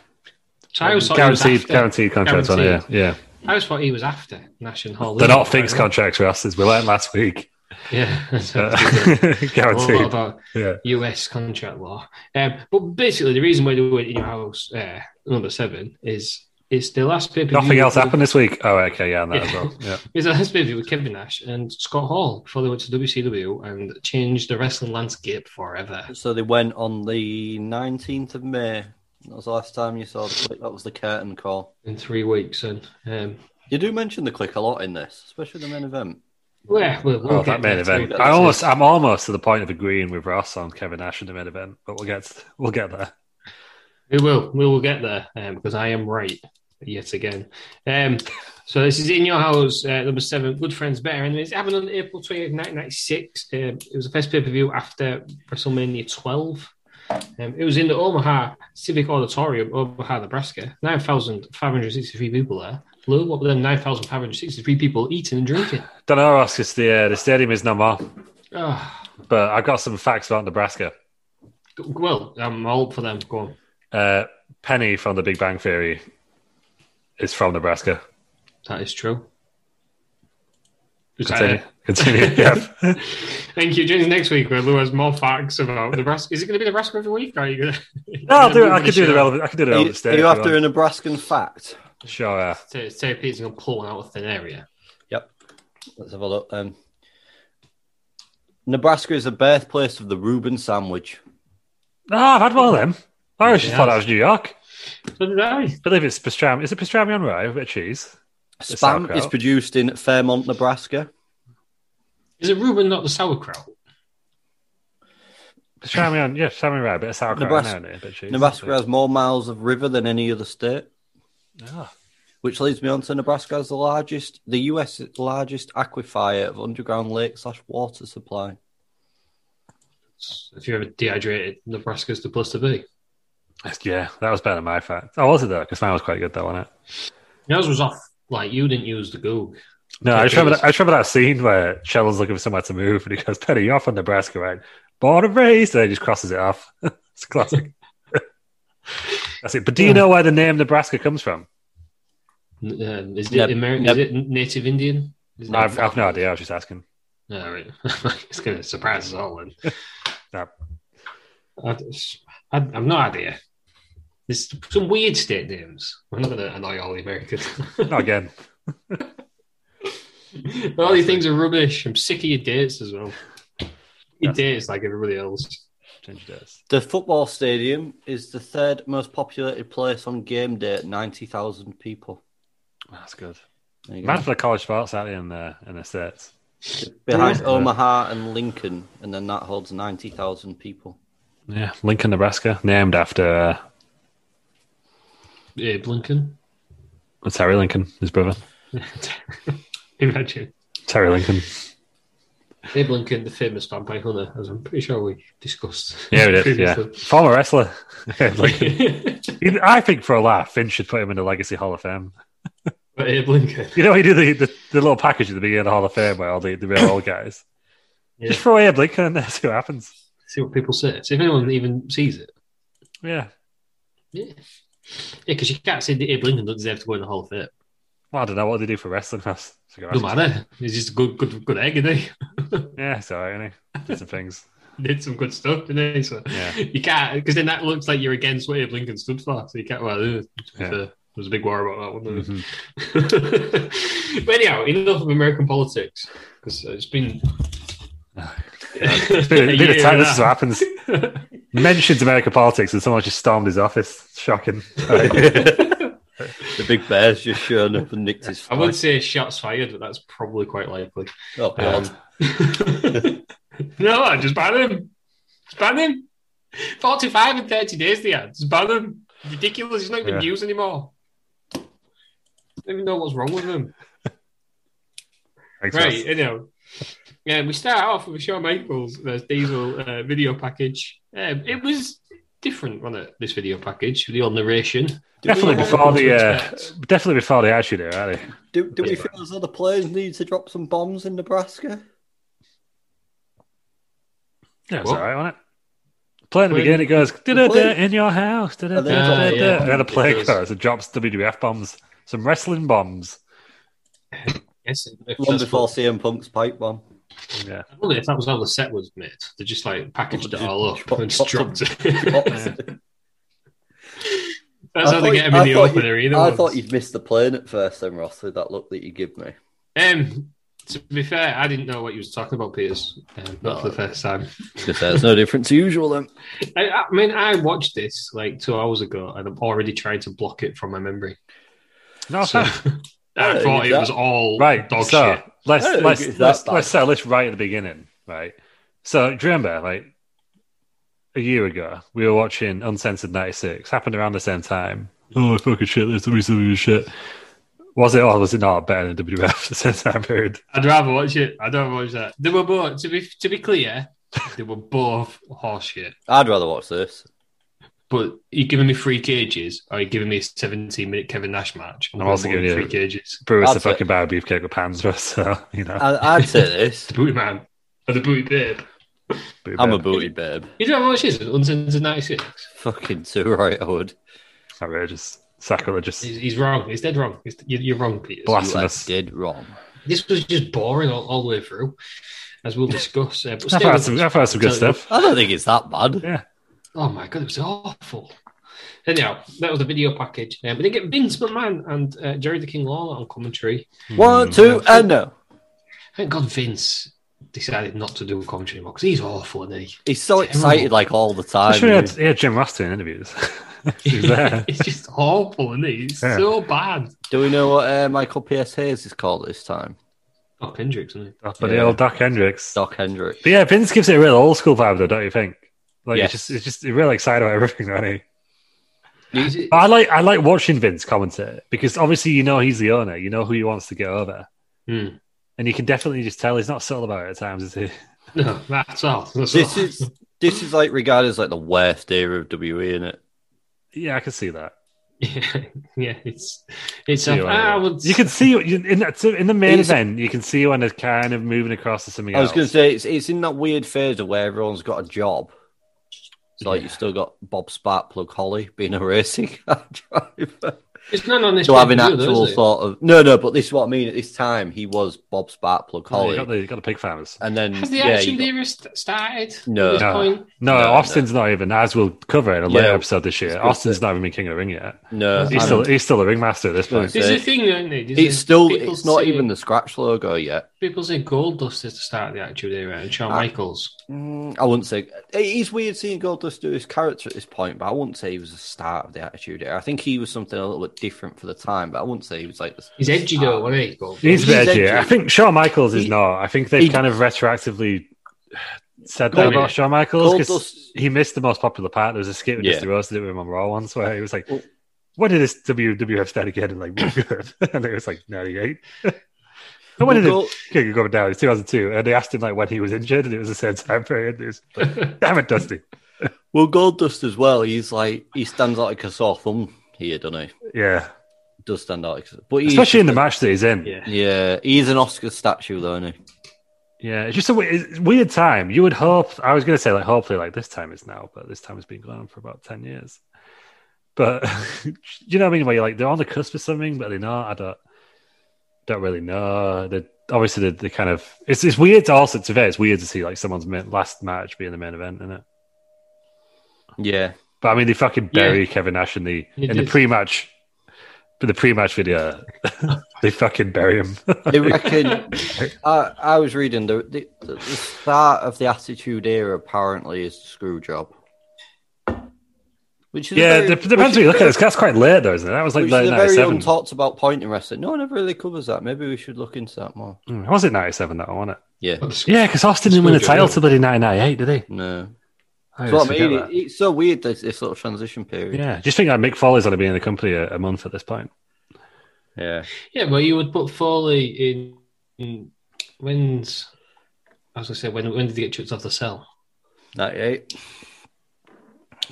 [SPEAKER 2] So I always thought he was
[SPEAKER 1] guaranteed,
[SPEAKER 2] after,
[SPEAKER 1] guaranteed contracts on here.
[SPEAKER 2] Guaranteed.
[SPEAKER 1] Yeah,
[SPEAKER 2] I always thought he was after National.
[SPEAKER 1] they're not fixed contracts for us, as we learned last week.
[SPEAKER 2] Yeah, so
[SPEAKER 1] Uh,
[SPEAKER 2] I don't know a lot
[SPEAKER 1] guaranteed.
[SPEAKER 2] about
[SPEAKER 1] Yeah,
[SPEAKER 2] US contract law. Um, but basically, the reason why they were in your house uh, number seven is is the last pay per view.
[SPEAKER 1] nothing else happened this week. Oh, okay, yeah, and that
[SPEAKER 2] Yeah.
[SPEAKER 1] as well. Yeah,
[SPEAKER 2] It's the last pay per view with Kevin Nash and Scott Hall before they went to WCW and changed the wrestling landscape forever.
[SPEAKER 3] So they went on the 19th of May. That was the last time you saw the click. That was the curtain call.
[SPEAKER 2] In three weeks, and um,
[SPEAKER 3] You do mention the click a lot in this, especially the main event.
[SPEAKER 2] well, we'll, we'll
[SPEAKER 1] oh, that
[SPEAKER 2] get
[SPEAKER 1] main
[SPEAKER 2] there
[SPEAKER 1] event.
[SPEAKER 2] too.
[SPEAKER 1] I almost, I'm almost to the point of agreeing with Ross on Kevin Nash in the main event, but we'll get, we'll get there.
[SPEAKER 2] We will. We will get there um, because I am right yet again. Um, so this is in your house, uh, number seven. Good friends, better enemies. It happened on April 28th, 1996. Um, it was the first pay per view after WrestleMania 12. Um, it was in the Omaha Civic Auditorium, Omaha, Nebraska. 9,563 people there. Lou, what were them 9,563 people eating and drinking?
[SPEAKER 1] Don't know, Ross, because the uh, the stadium is no more.
[SPEAKER 2] Oh,
[SPEAKER 1] But I've got some facts about Nebraska.
[SPEAKER 2] well, I'm all for them. Go on.
[SPEAKER 1] Uh, Penny from The Big Bang Theory is from Nebraska.
[SPEAKER 2] That is true. Is that
[SPEAKER 1] Continue.
[SPEAKER 2] it?
[SPEAKER 1] Continue. yeah.
[SPEAKER 2] Thank you. Join us next week where Lou has more facts about Nebraska. Is it going to be Nebraska every week? Or are you going to?
[SPEAKER 1] No, I'll do it. I could do the relevant. I could do the
[SPEAKER 3] Are you,
[SPEAKER 1] relevant
[SPEAKER 3] are
[SPEAKER 1] state.
[SPEAKER 3] you
[SPEAKER 1] if
[SPEAKER 3] after a
[SPEAKER 1] want.
[SPEAKER 3] Nebraskan fact?
[SPEAKER 1] Sure. Uh,
[SPEAKER 2] Terry Peter's going to pull one out of thin area.
[SPEAKER 3] Yep. Let's have a look. Um, Nebraska is the birthplace of the Reuben sandwich.
[SPEAKER 1] Ah, I've had one of them. I always just thought that was New York.
[SPEAKER 2] So did I.
[SPEAKER 1] I believe it's pastrami. Is it pastrami on rye with a bit of cheese? The
[SPEAKER 3] Spam
[SPEAKER 1] sauerkraut.
[SPEAKER 3] is produced in Fairmont, Nebraska.
[SPEAKER 2] Is it Reuben, not the sauerkraut?
[SPEAKER 1] Pastrami on, yeah, pastrami on rye, a bit of sauerkraut,
[SPEAKER 3] Nebraska-
[SPEAKER 1] Nebraska, a bit of cheese.
[SPEAKER 3] Nebraska has more miles of river than any other state,
[SPEAKER 1] Ah,
[SPEAKER 3] which leads me on to Nebraska has the largest, the US largest aquifer of underground lake slash water supply.
[SPEAKER 2] If you're ever dehydrated, Nebraska's the place to be.
[SPEAKER 1] that's- yeah, that was better than my fact. Oh, was it though? Because mine was quite good though, wasn't it?
[SPEAKER 2] Yours was off. Like you didn't use the Goog.
[SPEAKER 1] No, I
[SPEAKER 2] Yeah,
[SPEAKER 1] just
[SPEAKER 2] it
[SPEAKER 1] remember
[SPEAKER 2] is.
[SPEAKER 1] that, I just remember that scene where Shell's looking for somewhere to move, and he goes, "Penny, you're from Nebraska, right? Born and raised." And he just crosses it off. it's classic. That's it. But do you know where the name Nebraska comes from?
[SPEAKER 2] N- Um, is,
[SPEAKER 3] Yep.
[SPEAKER 2] it Ameri-
[SPEAKER 3] Yep.
[SPEAKER 2] is it Native Indian? Is it-
[SPEAKER 1] I've, I've no idea. I was just asking.
[SPEAKER 2] No, right. it's going to surprise us all then.
[SPEAKER 1] No.
[SPEAKER 2] I, just- I, I've no idea. There's some weird state names. I'm not going to annoy all the Americans.
[SPEAKER 1] Not again.
[SPEAKER 2] all these things are rubbish. I'm sick of your dates as well. Your
[SPEAKER 1] That's-
[SPEAKER 2] dates like everybody else.
[SPEAKER 1] Change this.
[SPEAKER 3] The football stadium is the third most populated place on game day at 90,000 people.
[SPEAKER 1] That's good.
[SPEAKER 3] There you go.
[SPEAKER 1] Mad for the college sports out in the in the states.
[SPEAKER 3] Behind
[SPEAKER 1] Yeah.
[SPEAKER 3] Omaha and Lincoln, and then that holds 90,000 people.
[SPEAKER 1] Yeah, Lincoln, Nebraska, named after uh,
[SPEAKER 2] Abe Lincoln.
[SPEAKER 1] uh, Terry Lincoln, his brother.
[SPEAKER 2] Imagine.
[SPEAKER 1] Terry Lincoln.
[SPEAKER 2] Abe Lincoln, the famous vampire hunter, as I'm pretty sure we discussed.
[SPEAKER 1] Yeah, it is. Yeah,
[SPEAKER 2] previously.
[SPEAKER 1] former wrestler. Lincoln. He- I think for a laugh, Finn should put him in the Legacy Hall of Fame.
[SPEAKER 2] but Abe Lincoln.
[SPEAKER 1] You know, he did the, the, the little package at the beginning of the Hall of Fame where all the, the real old guys.
[SPEAKER 2] Yeah.
[SPEAKER 1] Just throw Abe Lincoln in there, see what happens.
[SPEAKER 2] See what people say. See if anyone even sees it.
[SPEAKER 1] Yeah.
[SPEAKER 2] Yeah. Yeah, because you can't say that Abe Lincoln doesn't deserve to go in the Hall of Fame.
[SPEAKER 1] Well, I don't know. What do they do for wrestling? That's, that's a good
[SPEAKER 2] No
[SPEAKER 1] ask.
[SPEAKER 2] matter. He's just a good, good, good egg, isn't he?
[SPEAKER 1] Yeah, it's all right, isn't he? Did some things.
[SPEAKER 2] Did some good stuff, didn't he? So
[SPEAKER 1] Yeah.
[SPEAKER 2] you can't, because then that looks like you're against what Abe Lincoln stood for. So you can't, well, uh,
[SPEAKER 1] Yeah.
[SPEAKER 2] there was a big war about that, wasn't there?
[SPEAKER 1] Mm-hmm.
[SPEAKER 2] but anyhow, enough of American politics, because it's been.
[SPEAKER 1] It's been a- been a
[SPEAKER 2] year
[SPEAKER 1] time-
[SPEAKER 2] and
[SPEAKER 1] this is what happens. Mentions American politics and someone just stormed his office. Shocking. All right.
[SPEAKER 3] The big bear's just shown up and nicked his
[SPEAKER 2] I would say shots fired, but that's probably quite likely.
[SPEAKER 3] Oh, God.
[SPEAKER 2] Um, no, just ban him. Just ban him. 45 and 30 days they had. Just ban him. Ridiculous. He's not even
[SPEAKER 1] Yeah.
[SPEAKER 2] used anymore. Don't even know what's wrong with him.
[SPEAKER 1] Thanks,
[SPEAKER 2] Right,
[SPEAKER 1] Ross.
[SPEAKER 2] anyhow. Yeah, we start off with Shawn Michaels, the Diesel uh, video package. Um, it was different, wasn't it, this video package, with the old narration.
[SPEAKER 1] Definitely
[SPEAKER 2] know
[SPEAKER 1] before
[SPEAKER 2] what to
[SPEAKER 1] the uh,
[SPEAKER 2] expect?
[SPEAKER 1] definitely before the attitude era, aren't they?
[SPEAKER 3] Do, do we feel as though the players need to drop some bombs in Nebraska?
[SPEAKER 1] Yeah, it's
[SPEAKER 2] What?
[SPEAKER 1] all right, wasn't it? Playing the
[SPEAKER 2] When-
[SPEAKER 1] beginning, it goes
[SPEAKER 3] Play-
[SPEAKER 1] "Da-da-da, in your house, da-da-da,
[SPEAKER 3] And then-
[SPEAKER 1] da-da-da."
[SPEAKER 2] Yeah, yeah.
[SPEAKER 1] and then a play
[SPEAKER 2] It does.
[SPEAKER 1] goes and drops WWF bombs, some wrestling bombs.
[SPEAKER 2] Yes, if
[SPEAKER 3] One
[SPEAKER 2] that's
[SPEAKER 3] before
[SPEAKER 2] what-
[SPEAKER 3] CM Punk's pipe bomb.
[SPEAKER 1] Yeah,
[SPEAKER 2] I wonder if that was how the set was made. They just like packaged it all up and just dropped it.
[SPEAKER 3] I
[SPEAKER 2] That's how they
[SPEAKER 3] thought-
[SPEAKER 2] get him in the
[SPEAKER 3] thought you-
[SPEAKER 2] open arena.
[SPEAKER 3] I
[SPEAKER 2] ones.
[SPEAKER 3] thought you'd missed the plane at first, then, Ross, with that look that you give me.
[SPEAKER 2] Um, to be fair, I didn't know what you was talking about, Peters. Um, not for the first time.
[SPEAKER 3] There's no difference to usual, then.
[SPEAKER 2] I, I mean, I watched this like two hours ago, and I'm already trying to block it from my memory.
[SPEAKER 1] no,
[SPEAKER 2] So,
[SPEAKER 1] so-
[SPEAKER 2] I
[SPEAKER 3] Oh,
[SPEAKER 2] thought it
[SPEAKER 3] that-
[SPEAKER 2] was all
[SPEAKER 1] right.
[SPEAKER 2] dog
[SPEAKER 1] so
[SPEAKER 2] shit.
[SPEAKER 1] let's
[SPEAKER 3] I don't
[SPEAKER 1] let's
[SPEAKER 3] think it's
[SPEAKER 1] let's,
[SPEAKER 3] that
[SPEAKER 1] let's
[SPEAKER 3] bad.
[SPEAKER 1] sell this right at the beginning, right? So do you remember, like a year ago, we were watching Uncensored '96. Happened around the same time. Oh my fucking shit! There's WWE shit. Was it or was it not better than WWF at the same time period?
[SPEAKER 2] I'd rather watch it. I'd rather watch that. They were both, to be to be clear, they were both horseshit.
[SPEAKER 3] I'd rather watch this.
[SPEAKER 2] But you're giving me three cages, or you're giving me a 17 minute Kevin Nash match.
[SPEAKER 1] I'm also
[SPEAKER 2] going
[SPEAKER 1] giving you-
[SPEAKER 2] three cages.
[SPEAKER 1] Brewers the
[SPEAKER 3] That's it.
[SPEAKER 1] fucking bag of beefcake with pans for us, so you know.
[SPEAKER 3] I, I'd say this.
[SPEAKER 2] The booty man. Or the booty babe.
[SPEAKER 1] boo
[SPEAKER 3] I'm a
[SPEAKER 1] boo.
[SPEAKER 3] booty babe.
[SPEAKER 2] You don't know what she is? Uncensored 96.
[SPEAKER 3] Fucking too right, I would.
[SPEAKER 1] outrageous, sacrilegious,
[SPEAKER 2] He's, he's wrong. He's dead wrong. He's, you- you're wrong, Peters.
[SPEAKER 1] blasphemous.
[SPEAKER 3] Did wrong.
[SPEAKER 2] This was just boring all, all the way through, as we'll discuss. Uh, but
[SPEAKER 1] I've
[SPEAKER 2] still-
[SPEAKER 1] had some, I've had some good
[SPEAKER 2] Tell you-
[SPEAKER 1] stuff.
[SPEAKER 3] I don't think it's that bad.
[SPEAKER 1] Yeah,
[SPEAKER 2] Oh my god, it was awful. Anyhow, that was the video package. Um, we uh, did get Vince McMahon and uh, Jerry the King Lawler on commentary.
[SPEAKER 3] One, two, and no.
[SPEAKER 2] Thank God Vince decided not to do a commentary anymore because he's awful, isn't he?
[SPEAKER 3] He's so excited like all the
[SPEAKER 1] I
[SPEAKER 3] time.
[SPEAKER 1] should have
[SPEAKER 3] and
[SPEAKER 1] had, he had Jim Ross doing interviews. He's there.
[SPEAKER 2] it's just awful, isn't he? It's
[SPEAKER 1] Yeah.
[SPEAKER 2] so bad.
[SPEAKER 3] Do we know what uh, Michael P.S. Hayes is called this time?
[SPEAKER 2] Doc Hendricks, isn't it?
[SPEAKER 1] But the
[SPEAKER 3] Yeah.
[SPEAKER 1] old Doc Hendricks.
[SPEAKER 3] Doc Hendrick.
[SPEAKER 1] But yeah, Vince gives it a real old school vibe, though, don't you think? Like
[SPEAKER 3] Yes.
[SPEAKER 1] it's just it's just he's really excited about everything, don't he?
[SPEAKER 2] He's, he's
[SPEAKER 1] But I like I like watching Vince commentate because obviously you know he's the owner, you know who he wants to get over,
[SPEAKER 2] Hmm.
[SPEAKER 1] and you can definitely just tell he's not subtle about it at times, is he?
[SPEAKER 2] No, that's all. That's
[SPEAKER 3] This
[SPEAKER 2] all.
[SPEAKER 3] is this is like regarded as like the worst era of WWE, isn't it?
[SPEAKER 1] Yeah, I can see that.
[SPEAKER 2] yeah, yeah, it's it's.
[SPEAKER 1] See
[SPEAKER 2] A,
[SPEAKER 1] you
[SPEAKER 2] I
[SPEAKER 1] on the-
[SPEAKER 2] would,
[SPEAKER 1] you can see you- in that in the main
[SPEAKER 3] It's-
[SPEAKER 1] event, you can see when they're kind of moving across to something
[SPEAKER 3] I was
[SPEAKER 1] else.
[SPEAKER 3] going to say it's it's in that weird phase of where everyone's got a job. It's like you've still got Bob Spark, Plug Holly being a racing car driver.
[SPEAKER 2] it's none on this.
[SPEAKER 3] So having
[SPEAKER 2] pay-per-view, though,
[SPEAKER 3] actual
[SPEAKER 2] is it?
[SPEAKER 3] sort of no, no. But this is what I mean. At this time, he was Bob Spark, Plug
[SPEAKER 1] Oh, you
[SPEAKER 3] Holly,
[SPEAKER 1] got the you got the pig farmers.
[SPEAKER 3] and then
[SPEAKER 2] Has the
[SPEAKER 3] yeah,
[SPEAKER 2] action
[SPEAKER 3] you got-
[SPEAKER 2] era st- started?
[SPEAKER 3] No.
[SPEAKER 2] at this
[SPEAKER 1] No.
[SPEAKER 2] point?
[SPEAKER 1] No,
[SPEAKER 3] No,
[SPEAKER 1] Austin's not even as we'll cover in a later
[SPEAKER 3] Yeah,
[SPEAKER 1] episode this year.
[SPEAKER 3] it's good Uh,
[SPEAKER 1] Austin's
[SPEAKER 3] that-
[SPEAKER 1] not even been king of the ring yet.
[SPEAKER 3] no.
[SPEAKER 1] He's
[SPEAKER 3] and
[SPEAKER 1] still he's still a ringmaster at this point.
[SPEAKER 3] Yeah.
[SPEAKER 2] There's a thing, isn't there? There's
[SPEAKER 3] it's
[SPEAKER 2] a-
[SPEAKER 3] still
[SPEAKER 2] people
[SPEAKER 3] it's not
[SPEAKER 2] say-
[SPEAKER 3] even the scratch logo yet.
[SPEAKER 2] people say Gold Dust is the start of the actual era and Shawn
[SPEAKER 3] Ah.
[SPEAKER 2] Michaels.
[SPEAKER 3] Mm, I wouldn't say it's weird seeing Goldust do his character at this point, but I wouldn't say he was the start of the Attitude Era. I think he was something a little bit different for the time, but I wouldn't say he was like the
[SPEAKER 2] He's edgy though, wasn't he? Gold
[SPEAKER 1] He's a
[SPEAKER 2] Dust?
[SPEAKER 1] bit
[SPEAKER 3] He's
[SPEAKER 1] edgy.
[SPEAKER 3] edgy.
[SPEAKER 1] I think Shawn Michaels is
[SPEAKER 3] He-
[SPEAKER 1] not. I think they've
[SPEAKER 3] he-
[SPEAKER 1] kind of retroactively said
[SPEAKER 3] Gold-
[SPEAKER 1] that about Shawn Michaels
[SPEAKER 3] Gold
[SPEAKER 1] because
[SPEAKER 3] Dust-
[SPEAKER 1] he missed the most popular part. There was a skit with
[SPEAKER 3] Yeah. Oh.
[SPEAKER 1] Dusty Rose that did with him on Raw once where he was like,
[SPEAKER 3] Well-
[SPEAKER 1] when did this WWF start again? And like, and it was like 98. And when did
[SPEAKER 3] Well,
[SPEAKER 1] it okay, go down? It's 2002. And they asked him like when he was injured and it was the same time period. It was like, damn it, Dusty.
[SPEAKER 3] Well, Goldust as well. He's like he stands out like a sore thumb here, doesn't he?
[SPEAKER 1] Yeah.
[SPEAKER 3] Does stand out, like a- but he's,
[SPEAKER 1] Especially in the match that he's in.
[SPEAKER 2] Yeah.
[SPEAKER 3] yeah, he's an Oscar statue though, isn't he?
[SPEAKER 1] Yeah, it's just a we- it's a weird time. You would hope. I was going to say like hopefully like this time is now, but this time has been going on for about ten years. But you know what I mean? Where you're like they're on the cusp of something, but they're not. I don't don't really know. They obviously they they kind of it's it's weird to also to today. It's weird to see like someone's main, last match being the main event, isn't it?
[SPEAKER 3] Yeah,
[SPEAKER 1] But I mean, they fucking bury Kevin Nash in the
[SPEAKER 2] They
[SPEAKER 1] in the
[SPEAKER 2] did.
[SPEAKER 1] pre-match, in the pre-match video. they fucking bury him.
[SPEAKER 3] they reckon. I, I was reading the, the the start of the Attitude Era apparently is Screwjob, which is a
[SPEAKER 1] yeah,
[SPEAKER 3] very-
[SPEAKER 1] dep- depends
[SPEAKER 3] which
[SPEAKER 1] who you look at.
[SPEAKER 3] is
[SPEAKER 1] It's that's quite late though, isn't it? That was like
[SPEAKER 3] Which is
[SPEAKER 1] late
[SPEAKER 3] a very
[SPEAKER 1] '97.
[SPEAKER 3] untalked about point in wrestling. No one ever really covers that. Maybe we should look into that more.
[SPEAKER 1] Mm, Was it '97 that one? Wasn't it?
[SPEAKER 3] Yeah,
[SPEAKER 1] Yeah, because Austin didn't win a
[SPEAKER 2] Screwjob,
[SPEAKER 1] title
[SPEAKER 2] yeah.
[SPEAKER 1] till bloody 1998, did he?
[SPEAKER 3] no.
[SPEAKER 1] I
[SPEAKER 3] That's what I
[SPEAKER 1] always forget
[SPEAKER 3] mean. It- it's so weird this, this little transition period.
[SPEAKER 1] Yeah, just think like Mick Foley's only been in the company a, a month at this point.
[SPEAKER 3] yeah.
[SPEAKER 2] Yeah, well, you would put Foley in, in when's. I was gonna say when when did he get chucked off the cell?
[SPEAKER 3] 98.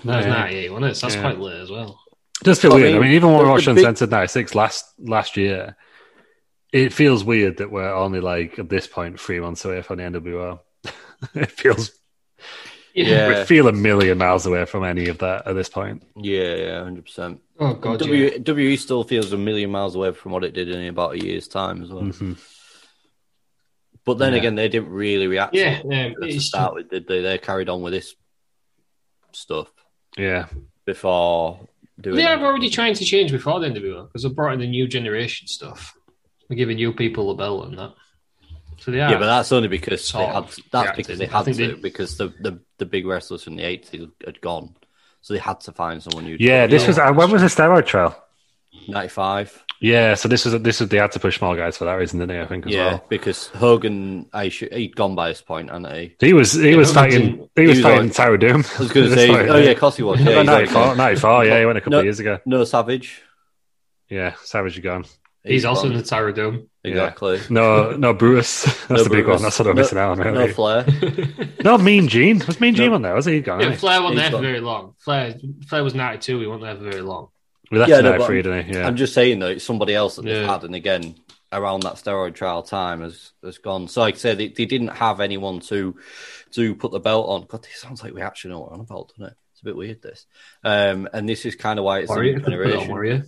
[SPEAKER 2] That was
[SPEAKER 1] Yeah.
[SPEAKER 2] ninety eight, wasn't it? So that's
[SPEAKER 1] Yeah.
[SPEAKER 2] quite late as well.
[SPEAKER 1] It does feel
[SPEAKER 3] Well, I
[SPEAKER 1] weird. I
[SPEAKER 3] mean,
[SPEAKER 1] mean, even when we
[SPEAKER 3] the-
[SPEAKER 1] watched
[SPEAKER 3] the big-
[SPEAKER 1] Uncensored 96 last last year, it feels weird that we're only like at this point three months away from the NWO. it feels
[SPEAKER 3] Yeah.
[SPEAKER 1] we feel a million miles away from any of that at this point.
[SPEAKER 3] Yeah, yeah, hundred percent.
[SPEAKER 2] Oh god. yeah.
[SPEAKER 3] W WE still feels a million miles away from what it did in about a year's time as well.
[SPEAKER 1] Mhm.
[SPEAKER 3] But then
[SPEAKER 1] Yeah.
[SPEAKER 3] again, they didn't really react.
[SPEAKER 2] Yeah,
[SPEAKER 3] to,
[SPEAKER 2] um,
[SPEAKER 3] it to
[SPEAKER 2] it's-
[SPEAKER 3] start with, did they? They carried on with this stuff
[SPEAKER 1] Yeah,
[SPEAKER 3] before doing.
[SPEAKER 2] They are already trying to change before the NWO because they brought in the new generation stuff. They're giving new people a belt and that. So they are.
[SPEAKER 3] Yeah, but that's only because they
[SPEAKER 2] Sort
[SPEAKER 3] had.
[SPEAKER 2] of
[SPEAKER 3] That's
[SPEAKER 2] reacted.
[SPEAKER 3] because they
[SPEAKER 2] I
[SPEAKER 3] had to.
[SPEAKER 2] think they-
[SPEAKER 3] Because the, the the big wrestlers from the eighties had gone, so they had to find someone new. to-
[SPEAKER 1] yeah. This
[SPEAKER 2] Yeah.
[SPEAKER 1] was uh, when was the steroid trial?
[SPEAKER 3] ninety-five.
[SPEAKER 1] Yeah, so this was this was they had to push small guys for that reason, didn't they? I think as
[SPEAKER 3] Yeah,
[SPEAKER 1] well.
[SPEAKER 3] because Hogan, I should, he'd gone by this point, hadn't he?
[SPEAKER 1] He was he
[SPEAKER 2] Yeah,
[SPEAKER 1] was
[SPEAKER 2] no,
[SPEAKER 1] fighting
[SPEAKER 2] Vincent-
[SPEAKER 1] he was
[SPEAKER 3] he was
[SPEAKER 1] fighting
[SPEAKER 3] like-
[SPEAKER 1] Tyro Doom.
[SPEAKER 3] I was going to say, oh yeah, of course he was. Yeah,
[SPEAKER 1] yeah,
[SPEAKER 3] he's like,
[SPEAKER 1] 94, 94, yeah, he went a couple
[SPEAKER 3] No-
[SPEAKER 1] of years ago.
[SPEAKER 3] no Savage.
[SPEAKER 1] Yeah, Savage you're gone.
[SPEAKER 2] he's also in
[SPEAKER 3] gone.
[SPEAKER 2] the Tyro Dome.
[SPEAKER 3] exactly.
[SPEAKER 1] No, no Brutus. That's
[SPEAKER 3] No
[SPEAKER 1] the big
[SPEAKER 3] Brutus.
[SPEAKER 1] one. That's what I'm
[SPEAKER 3] No-
[SPEAKER 1] missing out on.
[SPEAKER 3] No
[SPEAKER 1] Really. No,
[SPEAKER 3] Flair.
[SPEAKER 1] Mean Gene was Mean Gene
[SPEAKER 3] No.
[SPEAKER 1] on there? Was he gone?
[SPEAKER 2] Yeah,
[SPEAKER 1] Yeah,
[SPEAKER 2] Flair wasn't there
[SPEAKER 3] He's
[SPEAKER 2] for
[SPEAKER 3] got-
[SPEAKER 2] very long. Flair Flair was ninety two. He wasn't there for very long.
[SPEAKER 1] we left
[SPEAKER 3] Yeah,
[SPEAKER 1] yeah,
[SPEAKER 3] no,
[SPEAKER 1] no,
[SPEAKER 3] but
[SPEAKER 1] free,
[SPEAKER 3] I'm-
[SPEAKER 1] didn't he? Yeah.
[SPEAKER 3] I'm just saying though, it's somebody else that they've
[SPEAKER 2] Yeah.
[SPEAKER 3] had, and again around that steroid trial time has has gone. So like I said, they, they didn't have anyone to to put the belt on. God, this sounds like we actually know what we're on about, doesn't it? It's a bit weird this. Um, and this is kind of why it's the
[SPEAKER 2] Warrior,
[SPEAKER 3] new
[SPEAKER 2] could put it on
[SPEAKER 3] generation.
[SPEAKER 2] Warrior.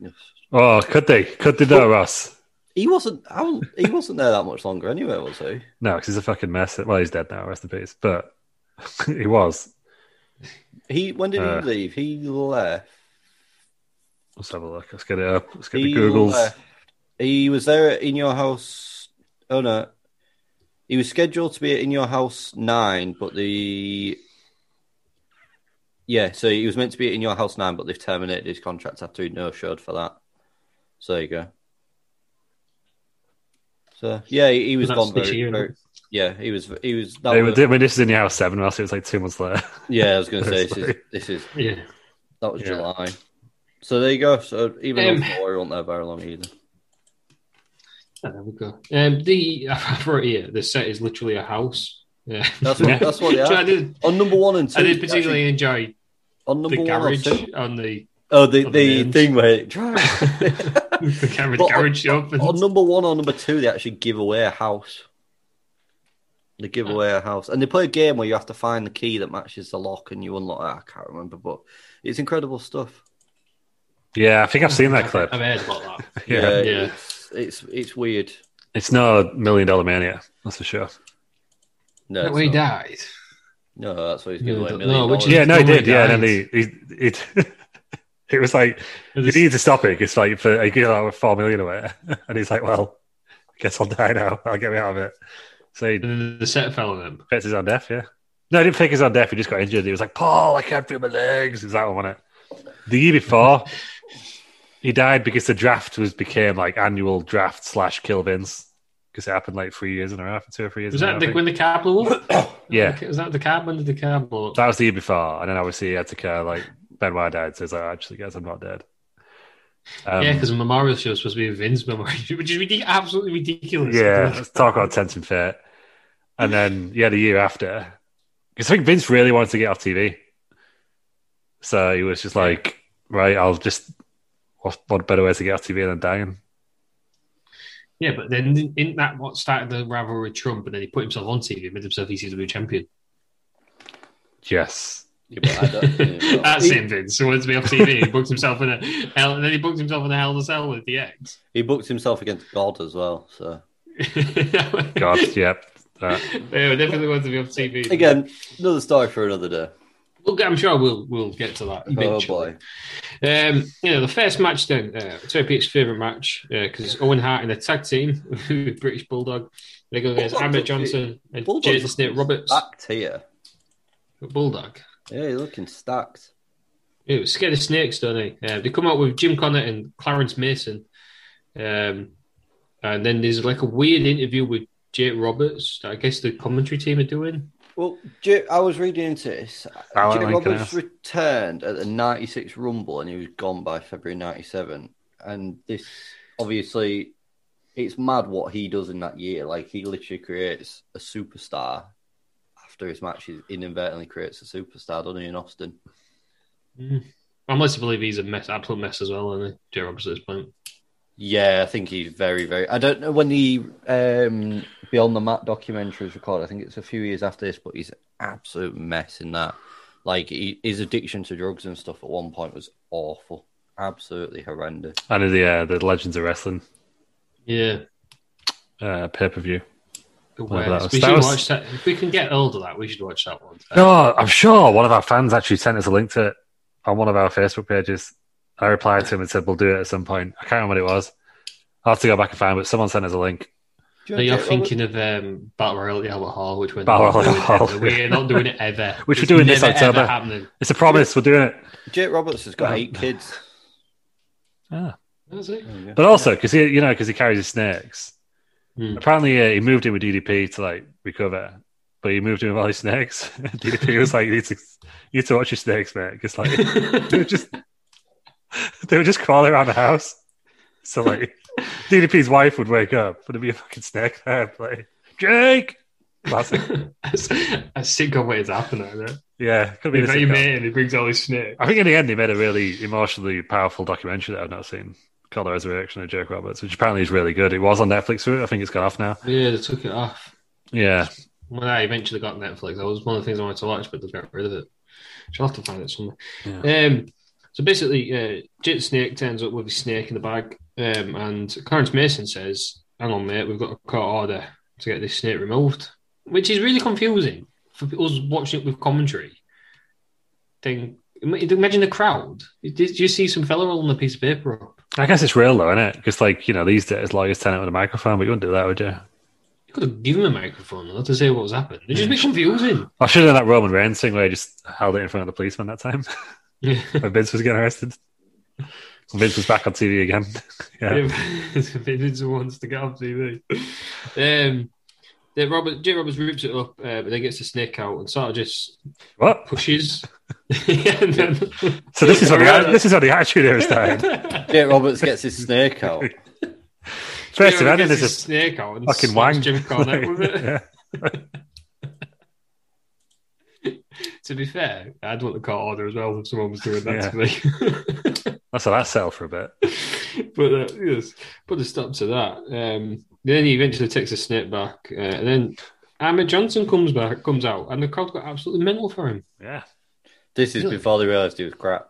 [SPEAKER 3] Yes.
[SPEAKER 1] Oh, could they? Could they though, Ross?
[SPEAKER 3] He wasn't. I wouldn't- he wasn't there that much longer anyway, was he?
[SPEAKER 1] No, because he's a fucking mess. Well, he's dead now. Rest in peace. But he was.
[SPEAKER 3] He when did
[SPEAKER 1] Uh,
[SPEAKER 3] he leave? He left.
[SPEAKER 1] Let's have a look. Let's get it up. Let's get
[SPEAKER 3] He uh,
[SPEAKER 1] the Googles.
[SPEAKER 3] left. He was there in your house Oh no, he was scheduled to be in your house nine, but the yeah, so he was meant to be in your house nine, but they've terminated his contract after he no showed for that. So there you go. So yeah, he, he was
[SPEAKER 2] That's
[SPEAKER 3] gone very,
[SPEAKER 2] fishy, isn't it?
[SPEAKER 3] very- yeah, he was he was that
[SPEAKER 1] They were,
[SPEAKER 3] was-
[SPEAKER 1] I mean, this is in your house seven. Last it was like two months later.
[SPEAKER 3] yeah. I was going to say
[SPEAKER 1] That's
[SPEAKER 3] this is,
[SPEAKER 1] right.
[SPEAKER 3] this is
[SPEAKER 2] Yeah.
[SPEAKER 3] that was
[SPEAKER 1] Yeah.
[SPEAKER 3] July. So there you go. So even
[SPEAKER 2] Um,
[SPEAKER 3] though Florida won't there very long either.
[SPEAKER 2] Ah, There we go. Um, the I've wrote here. The set is literally a house. Yeah.
[SPEAKER 3] That's what that's what they
[SPEAKER 2] So I
[SPEAKER 3] are.
[SPEAKER 2] did.
[SPEAKER 3] On number one and two,
[SPEAKER 2] I did
[SPEAKER 3] actually,
[SPEAKER 2] particularly enjoy
[SPEAKER 3] on
[SPEAKER 2] the
[SPEAKER 3] number one or
[SPEAKER 2] garage
[SPEAKER 3] two.
[SPEAKER 2] on the
[SPEAKER 3] Oh, the,
[SPEAKER 2] on
[SPEAKER 3] the
[SPEAKER 2] the end.
[SPEAKER 3] thing where it drives.
[SPEAKER 2] the garage,
[SPEAKER 3] But on-
[SPEAKER 2] garage opens.
[SPEAKER 3] on number one or number two, they actually give away a house. They give away a house, and they play a game where you have to find the key that matches the lock, and you unlock. I can't remember, but it's incredible stuff.
[SPEAKER 1] Yeah, I think I've seen that clip.
[SPEAKER 2] I've heard about that.
[SPEAKER 1] Yeah.
[SPEAKER 2] Yeah.
[SPEAKER 3] It's, it's it's weird.
[SPEAKER 1] It's no million dollar mania, that's for sure.
[SPEAKER 3] No,
[SPEAKER 2] That
[SPEAKER 3] it's
[SPEAKER 2] way he
[SPEAKER 3] not.
[SPEAKER 2] died.
[SPEAKER 3] no, that's why he's giving
[SPEAKER 2] No,
[SPEAKER 3] away a
[SPEAKER 2] no,
[SPEAKER 3] million.
[SPEAKER 2] which
[SPEAKER 3] dollars.
[SPEAKER 2] is-
[SPEAKER 1] Yeah, no,
[SPEAKER 2] Oh
[SPEAKER 1] it
[SPEAKER 2] my
[SPEAKER 1] did. Yeah, and
[SPEAKER 2] God.
[SPEAKER 1] then he, he, it, it was like, you
[SPEAKER 2] This-
[SPEAKER 1] need to stop it. 'cause It's like, for, you get out of four million away. And he's like, well, I guess I'll die now. I'll get me out of it. So he
[SPEAKER 2] And then the set fell on him.
[SPEAKER 1] fakes his own death, yeah. No, he didn't fake his own death. He just got injured. He was like, Paul, I can't feel my legs. It was that one, wasn't it? The year before, he died because the draft was became like annual draft slash kill bins. Because it happened like three years in a row, two or three years
[SPEAKER 2] Was
[SPEAKER 1] in a
[SPEAKER 2] that
[SPEAKER 1] row, I
[SPEAKER 2] the,
[SPEAKER 1] think.
[SPEAKER 2] when the car blew up?
[SPEAKER 1] Yeah.
[SPEAKER 2] Was that the car? When did the car blow up?
[SPEAKER 1] That was the year before, and then obviously he had to care. Like Benoit died, so he's like, "Actually, guys, I'm not dead." Um,
[SPEAKER 2] yeah, because the memorial show is supposed to be a Vince memorial, which is ridic- absolutely ridiculous.
[SPEAKER 1] yeah, let's talk about tense and fit. And then yeah, the year after, because I think Vince really wanted to get off TV, so he was just like, "Right, I'll just what, what better way to get off TV than dying?"
[SPEAKER 2] Yeah, but then didn't- isn't that what started the rivalry with Trump? And then he put himself on TV, made himself ECW champion.
[SPEAKER 1] Yes,
[SPEAKER 3] Yeah, but I don't- yeah, well,
[SPEAKER 2] That's
[SPEAKER 3] he,
[SPEAKER 2] him, Vince. So once to be off TV, he booked himself in a hell, and then he booked himself in a hell in a cell with the X.
[SPEAKER 3] he booked himself against God as well. So
[SPEAKER 1] God, yep. Uh,
[SPEAKER 2] they were definitely going to be off TV
[SPEAKER 3] again, another story for another day.
[SPEAKER 2] We'll, get- I'm sure we'll we'll get to that.
[SPEAKER 3] Oh
[SPEAKER 2] Eventually.
[SPEAKER 3] boy,
[SPEAKER 2] Um, you know, the first match then, uh, Terry Pete's favourite match, because Owen Hart in a tag team with British Bulldog. They go against
[SPEAKER 3] Bulldog-
[SPEAKER 2] Ahmed Johnson and
[SPEAKER 3] Bulldog's
[SPEAKER 2] Jason Snake Roberts.
[SPEAKER 3] stacked here.
[SPEAKER 2] Bulldog.
[SPEAKER 3] Yeah, he's looking stacked.
[SPEAKER 2] He was scared of snakes, don't they? Uh, they come out with Jim Connor and Clarence Mason. Um, and then there's like a weird interview with Jake Roberts, that I guess the commentary team are doing.
[SPEAKER 3] Well, J- I was reading into this.
[SPEAKER 1] Alan
[SPEAKER 3] Jake
[SPEAKER 1] Lincoln
[SPEAKER 3] Roberts
[SPEAKER 1] asked.
[SPEAKER 3] returned at the 96 Rumble and he was gone by February 97. And this, obviously, it's mad what he does in that year. Like, he literally creates a superstar after his matches, inadvertently creates a superstar, doesn't he, in Austin?
[SPEAKER 2] I'm led to Mm. believe he's a mess, absolute mess as well, isn't he? Jake Roberts at this point.
[SPEAKER 3] Yeah, I think he's very, very. I don't know when the um, Beyond the Mat documentary was recorded. I think it's a few years after this, but he's an absolute mess in that. Like he, his addiction to drugs and stuff at one point was awful, absolutely horrendous.
[SPEAKER 1] and the uh, the Legends of Wrestling
[SPEAKER 2] Yeah.
[SPEAKER 1] uh, pay per view.
[SPEAKER 2] Awareness.
[SPEAKER 1] was-
[SPEAKER 2] We
[SPEAKER 1] that
[SPEAKER 2] should
[SPEAKER 1] was-
[SPEAKER 2] watch that. If we can get hold of that, we should watch that one.
[SPEAKER 1] No, I'm sure one of our fans actually sent us a link to it on one of our Facebook pages. I replied to him and said we'll do it at some point. I can't remember what it was. I'll have to go back and find, but someone sent us a link.
[SPEAKER 3] Do
[SPEAKER 2] Now you're
[SPEAKER 3] Jake
[SPEAKER 2] thinking of um, Battle Royale at the Albert Hall, which we're
[SPEAKER 1] Battle
[SPEAKER 2] not doing
[SPEAKER 1] Royale at
[SPEAKER 2] ever.
[SPEAKER 1] Hall.
[SPEAKER 2] We're not doing it ever.
[SPEAKER 1] Which we're
[SPEAKER 2] It's
[SPEAKER 1] doing this
[SPEAKER 2] never,
[SPEAKER 1] October.
[SPEAKER 2] ever happening.
[SPEAKER 1] It's a promise. We're doing it.
[SPEAKER 3] Roberts, Jake Roberts has got
[SPEAKER 1] Oh.
[SPEAKER 3] eight kids.
[SPEAKER 2] That's it.
[SPEAKER 1] But also because he, you know, because he carries his snakes.
[SPEAKER 2] Hmm.
[SPEAKER 1] Apparently, uh, he moved in with DDP to like recover, but he moved in with all his snakes. DDP was like, "You need to, you need to watch your snakes, mate," because like they were just they were just crawling around the house. So like DDP's wife would wake up, and there'd be a fucking snake there, like Jake. Classic.
[SPEAKER 2] That's a sitcom way it's happening. Isn't it?
[SPEAKER 1] Yeah, could be.
[SPEAKER 2] You've got your
[SPEAKER 1] I
[SPEAKER 2] mate and he brings all his snakes.
[SPEAKER 1] think in the end they made a really emotionally powerful documentary that I've not seen called The Resurrection of Jake Roberts, which apparently is really good. It was on Netflix for it. I think it's gone off now.
[SPEAKER 2] Yeah, they took it off.
[SPEAKER 1] Yeah.
[SPEAKER 2] When I eventually got Netflix, that was one of the things I wanted to watch, but they got rid of it. She'll have to find it somewhere. Um, so basically, uh, Jit Snake turns up with his snake in the bag, um, and Clarence Mason says, "Hang on, mate, we've got a court order to get this snake removed," which is really confusing for us watching it with commentary. Then im- imagine the crowd. Did you see some fella rolling a piece of paper up?
[SPEAKER 1] I guess it's real though, isn't it? Because like you know, these days lawyers turn up with a microphone, but you wouldn't do that, would you?
[SPEAKER 2] Could have given him a microphone though, to say what was happened. It just be confusing.
[SPEAKER 1] I should have done that Roman Reigns thing where he just held it in front of the policeman that time
[SPEAKER 2] Yeah.
[SPEAKER 1] when Vince was getting arrested. When Vince was back on TV again. yeah.
[SPEAKER 2] if it's the ones to get on TV. Um, then Robert, Jay Roberts rips it up, uh, but then gets the snake out and sort of just
[SPEAKER 1] What?
[SPEAKER 2] pushes. and then,
[SPEAKER 1] So this is how
[SPEAKER 2] Alright.
[SPEAKER 1] the, this is how the attitude era started.
[SPEAKER 3] Jake Roberts gets his snake out.
[SPEAKER 1] First of
[SPEAKER 2] Jay
[SPEAKER 1] all,
[SPEAKER 2] Roberts
[SPEAKER 1] this
[SPEAKER 2] gets his
[SPEAKER 1] is
[SPEAKER 2] snake out and
[SPEAKER 1] fucking
[SPEAKER 2] slaps
[SPEAKER 1] wank.
[SPEAKER 2] Jim Cornette with it.
[SPEAKER 1] Yeah.
[SPEAKER 2] To be fair, I'd want the court order as well if someone was doing that
[SPEAKER 1] Yeah.
[SPEAKER 2] to me.
[SPEAKER 1] That's how that settled for a bit.
[SPEAKER 2] but uh, yes, put a stop to that. Um, then he eventually takes a snip back, uh, and then Ahmed Johnson comes back, comes out, and the crowd got absolutely mental for him.
[SPEAKER 1] Yeah.
[SPEAKER 3] This is before they realised he was crap.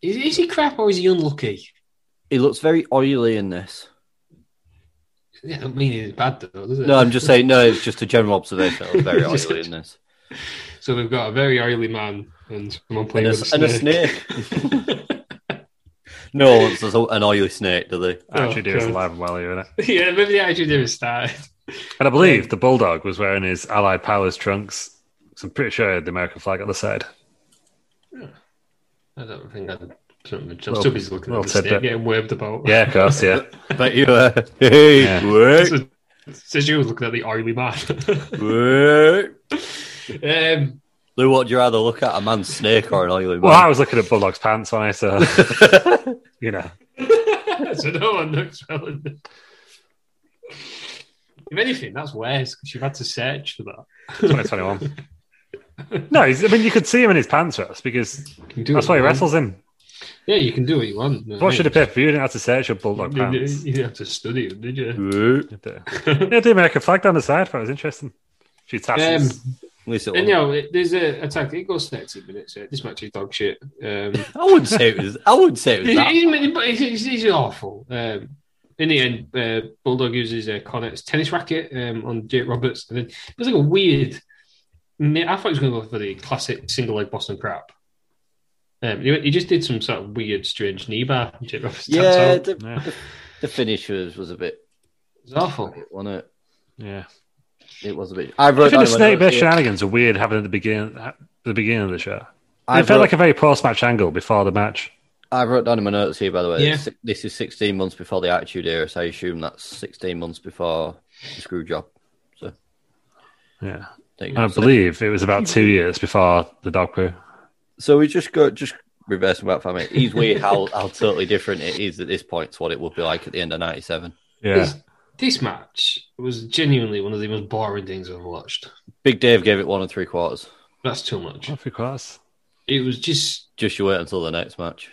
[SPEAKER 2] Is, is he crap or is he unlucky?
[SPEAKER 3] He looks very oily in this.
[SPEAKER 2] Yeah, I don't mean he's bad though, does it?
[SPEAKER 3] No, I'm just saying. No, it's just a general observation. He looks very oily in this.
[SPEAKER 2] So we've got a very oily man and someone
[SPEAKER 3] And
[SPEAKER 2] playing
[SPEAKER 3] a,
[SPEAKER 2] with
[SPEAKER 3] and a snake. no one wants a- an oily snake, do they?
[SPEAKER 1] Attitude era is
[SPEAKER 2] Oh, God.
[SPEAKER 1] alive and well here, isn't it?
[SPEAKER 2] yeah, maybe the attitude there is started.
[SPEAKER 1] And I believe the Bulldog was wearing his Allied Powers trunks. So I'm pretty sure he had the American flag on the side.
[SPEAKER 2] I don't think that.
[SPEAKER 1] Well,
[SPEAKER 2] Just too busy looking
[SPEAKER 1] well
[SPEAKER 2] at the
[SPEAKER 1] said
[SPEAKER 2] snake
[SPEAKER 1] that.
[SPEAKER 2] getting waved about.
[SPEAKER 1] Yeah, of course, yeah.
[SPEAKER 3] But you were. Hey,
[SPEAKER 1] Yeah.
[SPEAKER 3] wait,
[SPEAKER 2] So, so she was looking at the oily man.
[SPEAKER 3] wait.
[SPEAKER 2] um,
[SPEAKER 3] Lou, what do you rather look at? A man's snake or an oily man?
[SPEAKER 1] Well, I was looking at Bulldog's pants when I saw, you know.
[SPEAKER 2] so no one looks relevant. If anything, that's worse because you've had to search for that.
[SPEAKER 1] 2021. no, he's, I mean you could see him in his pants wraps because
[SPEAKER 2] You can do
[SPEAKER 1] that's
[SPEAKER 2] what
[SPEAKER 1] why he
[SPEAKER 2] you want.
[SPEAKER 1] wrestles in.
[SPEAKER 2] Yeah, you can do what you want.
[SPEAKER 1] What should have paid for you? Didn't have to search for Bulldog
[SPEAKER 2] You, you,
[SPEAKER 1] pants.
[SPEAKER 2] you didn't have to study it, did you?
[SPEAKER 3] Wait.
[SPEAKER 1] Yeah, the American flag down the side for it was interesting. She
[SPEAKER 2] Um,
[SPEAKER 1] tassels.
[SPEAKER 3] At least it
[SPEAKER 2] and
[SPEAKER 3] wasn't-
[SPEAKER 2] you know, it- there's a attack. It goes 30 minutes. uh, This match is dog shit. Um,
[SPEAKER 3] I wouldn't say it was. I wouldn't say it was
[SPEAKER 2] he's,
[SPEAKER 3] that.
[SPEAKER 2] he's, but he's, he's, he's awful. Um, in the end, uh, Bulldog uses uh, Connett's tennis racket um, on Jake Roberts, and then it was like a weird. I thought he was going to go for the classic single leg Boston crap. Um, he, went- he just did some sort of weird, strange knee bar. Jake Roberts tapped
[SPEAKER 3] Yeah,
[SPEAKER 2] out.
[SPEAKER 3] the,
[SPEAKER 1] Yeah.
[SPEAKER 3] the, the finish was, was a bit.
[SPEAKER 2] it was awful.
[SPEAKER 3] Wasn't it?
[SPEAKER 1] Yeah.
[SPEAKER 3] It was a bit. I
[SPEAKER 1] I think the
[SPEAKER 3] wrote down when I
[SPEAKER 1] snake bait
[SPEAKER 3] wrote it.
[SPEAKER 1] shenanigans are weird having at the beginning at the beginning of the show.
[SPEAKER 3] I
[SPEAKER 1] it felt
[SPEAKER 3] wrote-
[SPEAKER 1] like a very post match angle before the match.
[SPEAKER 3] I wrote down in my notes here, by the way.
[SPEAKER 2] Yeah.
[SPEAKER 3] si- This is 16 months before the Attitude Era, so I assume that's 16 months before the screw job. So
[SPEAKER 1] Yeah.
[SPEAKER 3] there you
[SPEAKER 1] And I
[SPEAKER 3] go.
[SPEAKER 1] believe it was about two years before the dog poo.
[SPEAKER 3] So we just go, just reverse back from it. He's weird how, how totally different it is at this point to what it would be like at the end of 97.
[SPEAKER 1] Yeah.
[SPEAKER 2] This, this match was genuinely one of the most boring things I've watched.
[SPEAKER 3] Big Dave gave it one and three quarters.
[SPEAKER 2] That's too much.
[SPEAKER 1] Off your class.
[SPEAKER 2] It was just
[SPEAKER 3] Just you wait until the next match.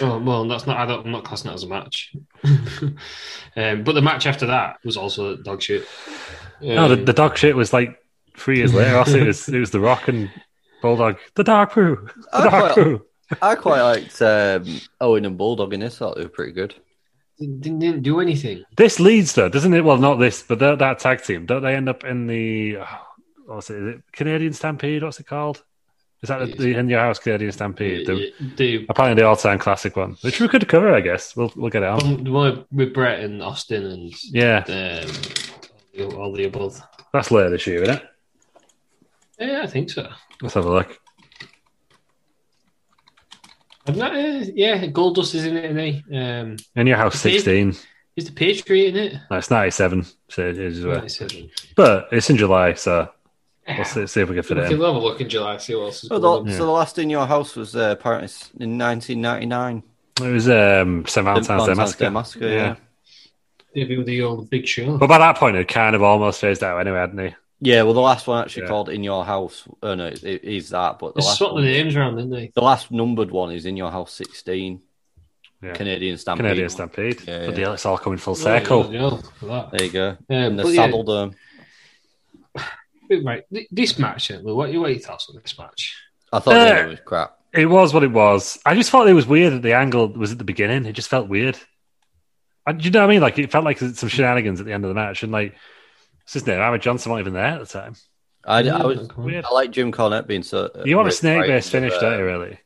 [SPEAKER 2] oh well, that's not. I don't, I'm not classing that as a match. um, but the match after that was also dog shit.
[SPEAKER 1] No, the,
[SPEAKER 2] Um,
[SPEAKER 1] the dog shit was like three years later. Also, it was it was The Rock and Bulldog. The dog poo. The
[SPEAKER 3] I
[SPEAKER 1] dog
[SPEAKER 3] quite-
[SPEAKER 1] poo.
[SPEAKER 3] I quite liked um, Owen and Bulldog in this. I thought they were pretty good.
[SPEAKER 2] they didn't, didn't do anything.
[SPEAKER 1] This leads though, doesn't it? Well, not this, but that, that tag team. Don't they end up in the oh, what's it, is it Canadian Stampede? What's it called? Is that the, the in your house Canadian Stampede? The,
[SPEAKER 2] They-
[SPEAKER 1] apparently the all-time classic one, which we could cover, I guess. We'll we'll get it on.
[SPEAKER 2] um, the one with Brett and Austin and
[SPEAKER 1] Yeah,
[SPEAKER 2] um, all the- all the above.
[SPEAKER 1] that's later this year, isn't it?
[SPEAKER 2] Yeah, I think so.
[SPEAKER 1] Let's have a look.
[SPEAKER 2] I'm not, uh, yeah, Goldust is in it, isn't he? Um,
[SPEAKER 1] In your house,
[SPEAKER 2] Pig?
[SPEAKER 1] sixteen.
[SPEAKER 2] is the Patriot in it?
[SPEAKER 1] No, it's ninety-seven. So it is, uh,
[SPEAKER 2] Right, so-
[SPEAKER 1] but it's in July, so we'll see, see if we can fit
[SPEAKER 2] We
[SPEAKER 1] it
[SPEAKER 2] can
[SPEAKER 1] in.
[SPEAKER 2] have a look in July, see what else is
[SPEAKER 3] So
[SPEAKER 2] going on.
[SPEAKER 3] the, so the last in your house was uh, apparently in 1999.
[SPEAKER 1] It was um, St. Valentine's Day
[SPEAKER 3] Valentine's Day
[SPEAKER 1] Massacre.
[SPEAKER 3] Massacre,
[SPEAKER 1] Yeah.
[SPEAKER 3] yeah.
[SPEAKER 2] Maybe with the old big show.
[SPEAKER 1] But by that point, it kind of almost phased out anyway, hadn't he?
[SPEAKER 3] Yeah, well, the last one actually
[SPEAKER 1] Yeah.
[SPEAKER 3] called "In Your House." Oh no, it it is that. But the
[SPEAKER 2] They
[SPEAKER 3] last,
[SPEAKER 2] swapped the
[SPEAKER 3] one-
[SPEAKER 2] names around, didn't they?
[SPEAKER 3] the last numbered one is "In Your House 16."
[SPEAKER 1] Yeah.
[SPEAKER 3] Canadian Stampede.
[SPEAKER 1] Canadian
[SPEAKER 3] one.
[SPEAKER 1] Stampede.
[SPEAKER 3] Yeah,
[SPEAKER 1] but
[SPEAKER 3] yeah.
[SPEAKER 1] it's all coming full circle.
[SPEAKER 2] Yeah, yeah, for that.
[SPEAKER 3] There you go.
[SPEAKER 2] Yeah,
[SPEAKER 3] and the
[SPEAKER 2] but yeah.
[SPEAKER 3] Saddle Dome.
[SPEAKER 2] Right, th- this match, then, Lou, what are your- what are your thoughts on this match?
[SPEAKER 3] I thought the
[SPEAKER 1] Uh,
[SPEAKER 3] other was crap.
[SPEAKER 1] It was what it was. I just thought it was weird that the angle was at the beginning. It just felt weird. And do you know what I mean? Like it felt like some shenanigans at the end of the match, and like what's his name, Ahmed Johnson, wasn't even there at the time.
[SPEAKER 3] I, I, was,
[SPEAKER 1] Weird.
[SPEAKER 3] I like Jim Cornette being so. uh,
[SPEAKER 1] You want a
[SPEAKER 3] really
[SPEAKER 1] snake based
[SPEAKER 3] frightened
[SPEAKER 1] finish,
[SPEAKER 3] of, uh,
[SPEAKER 1] don't you? Really?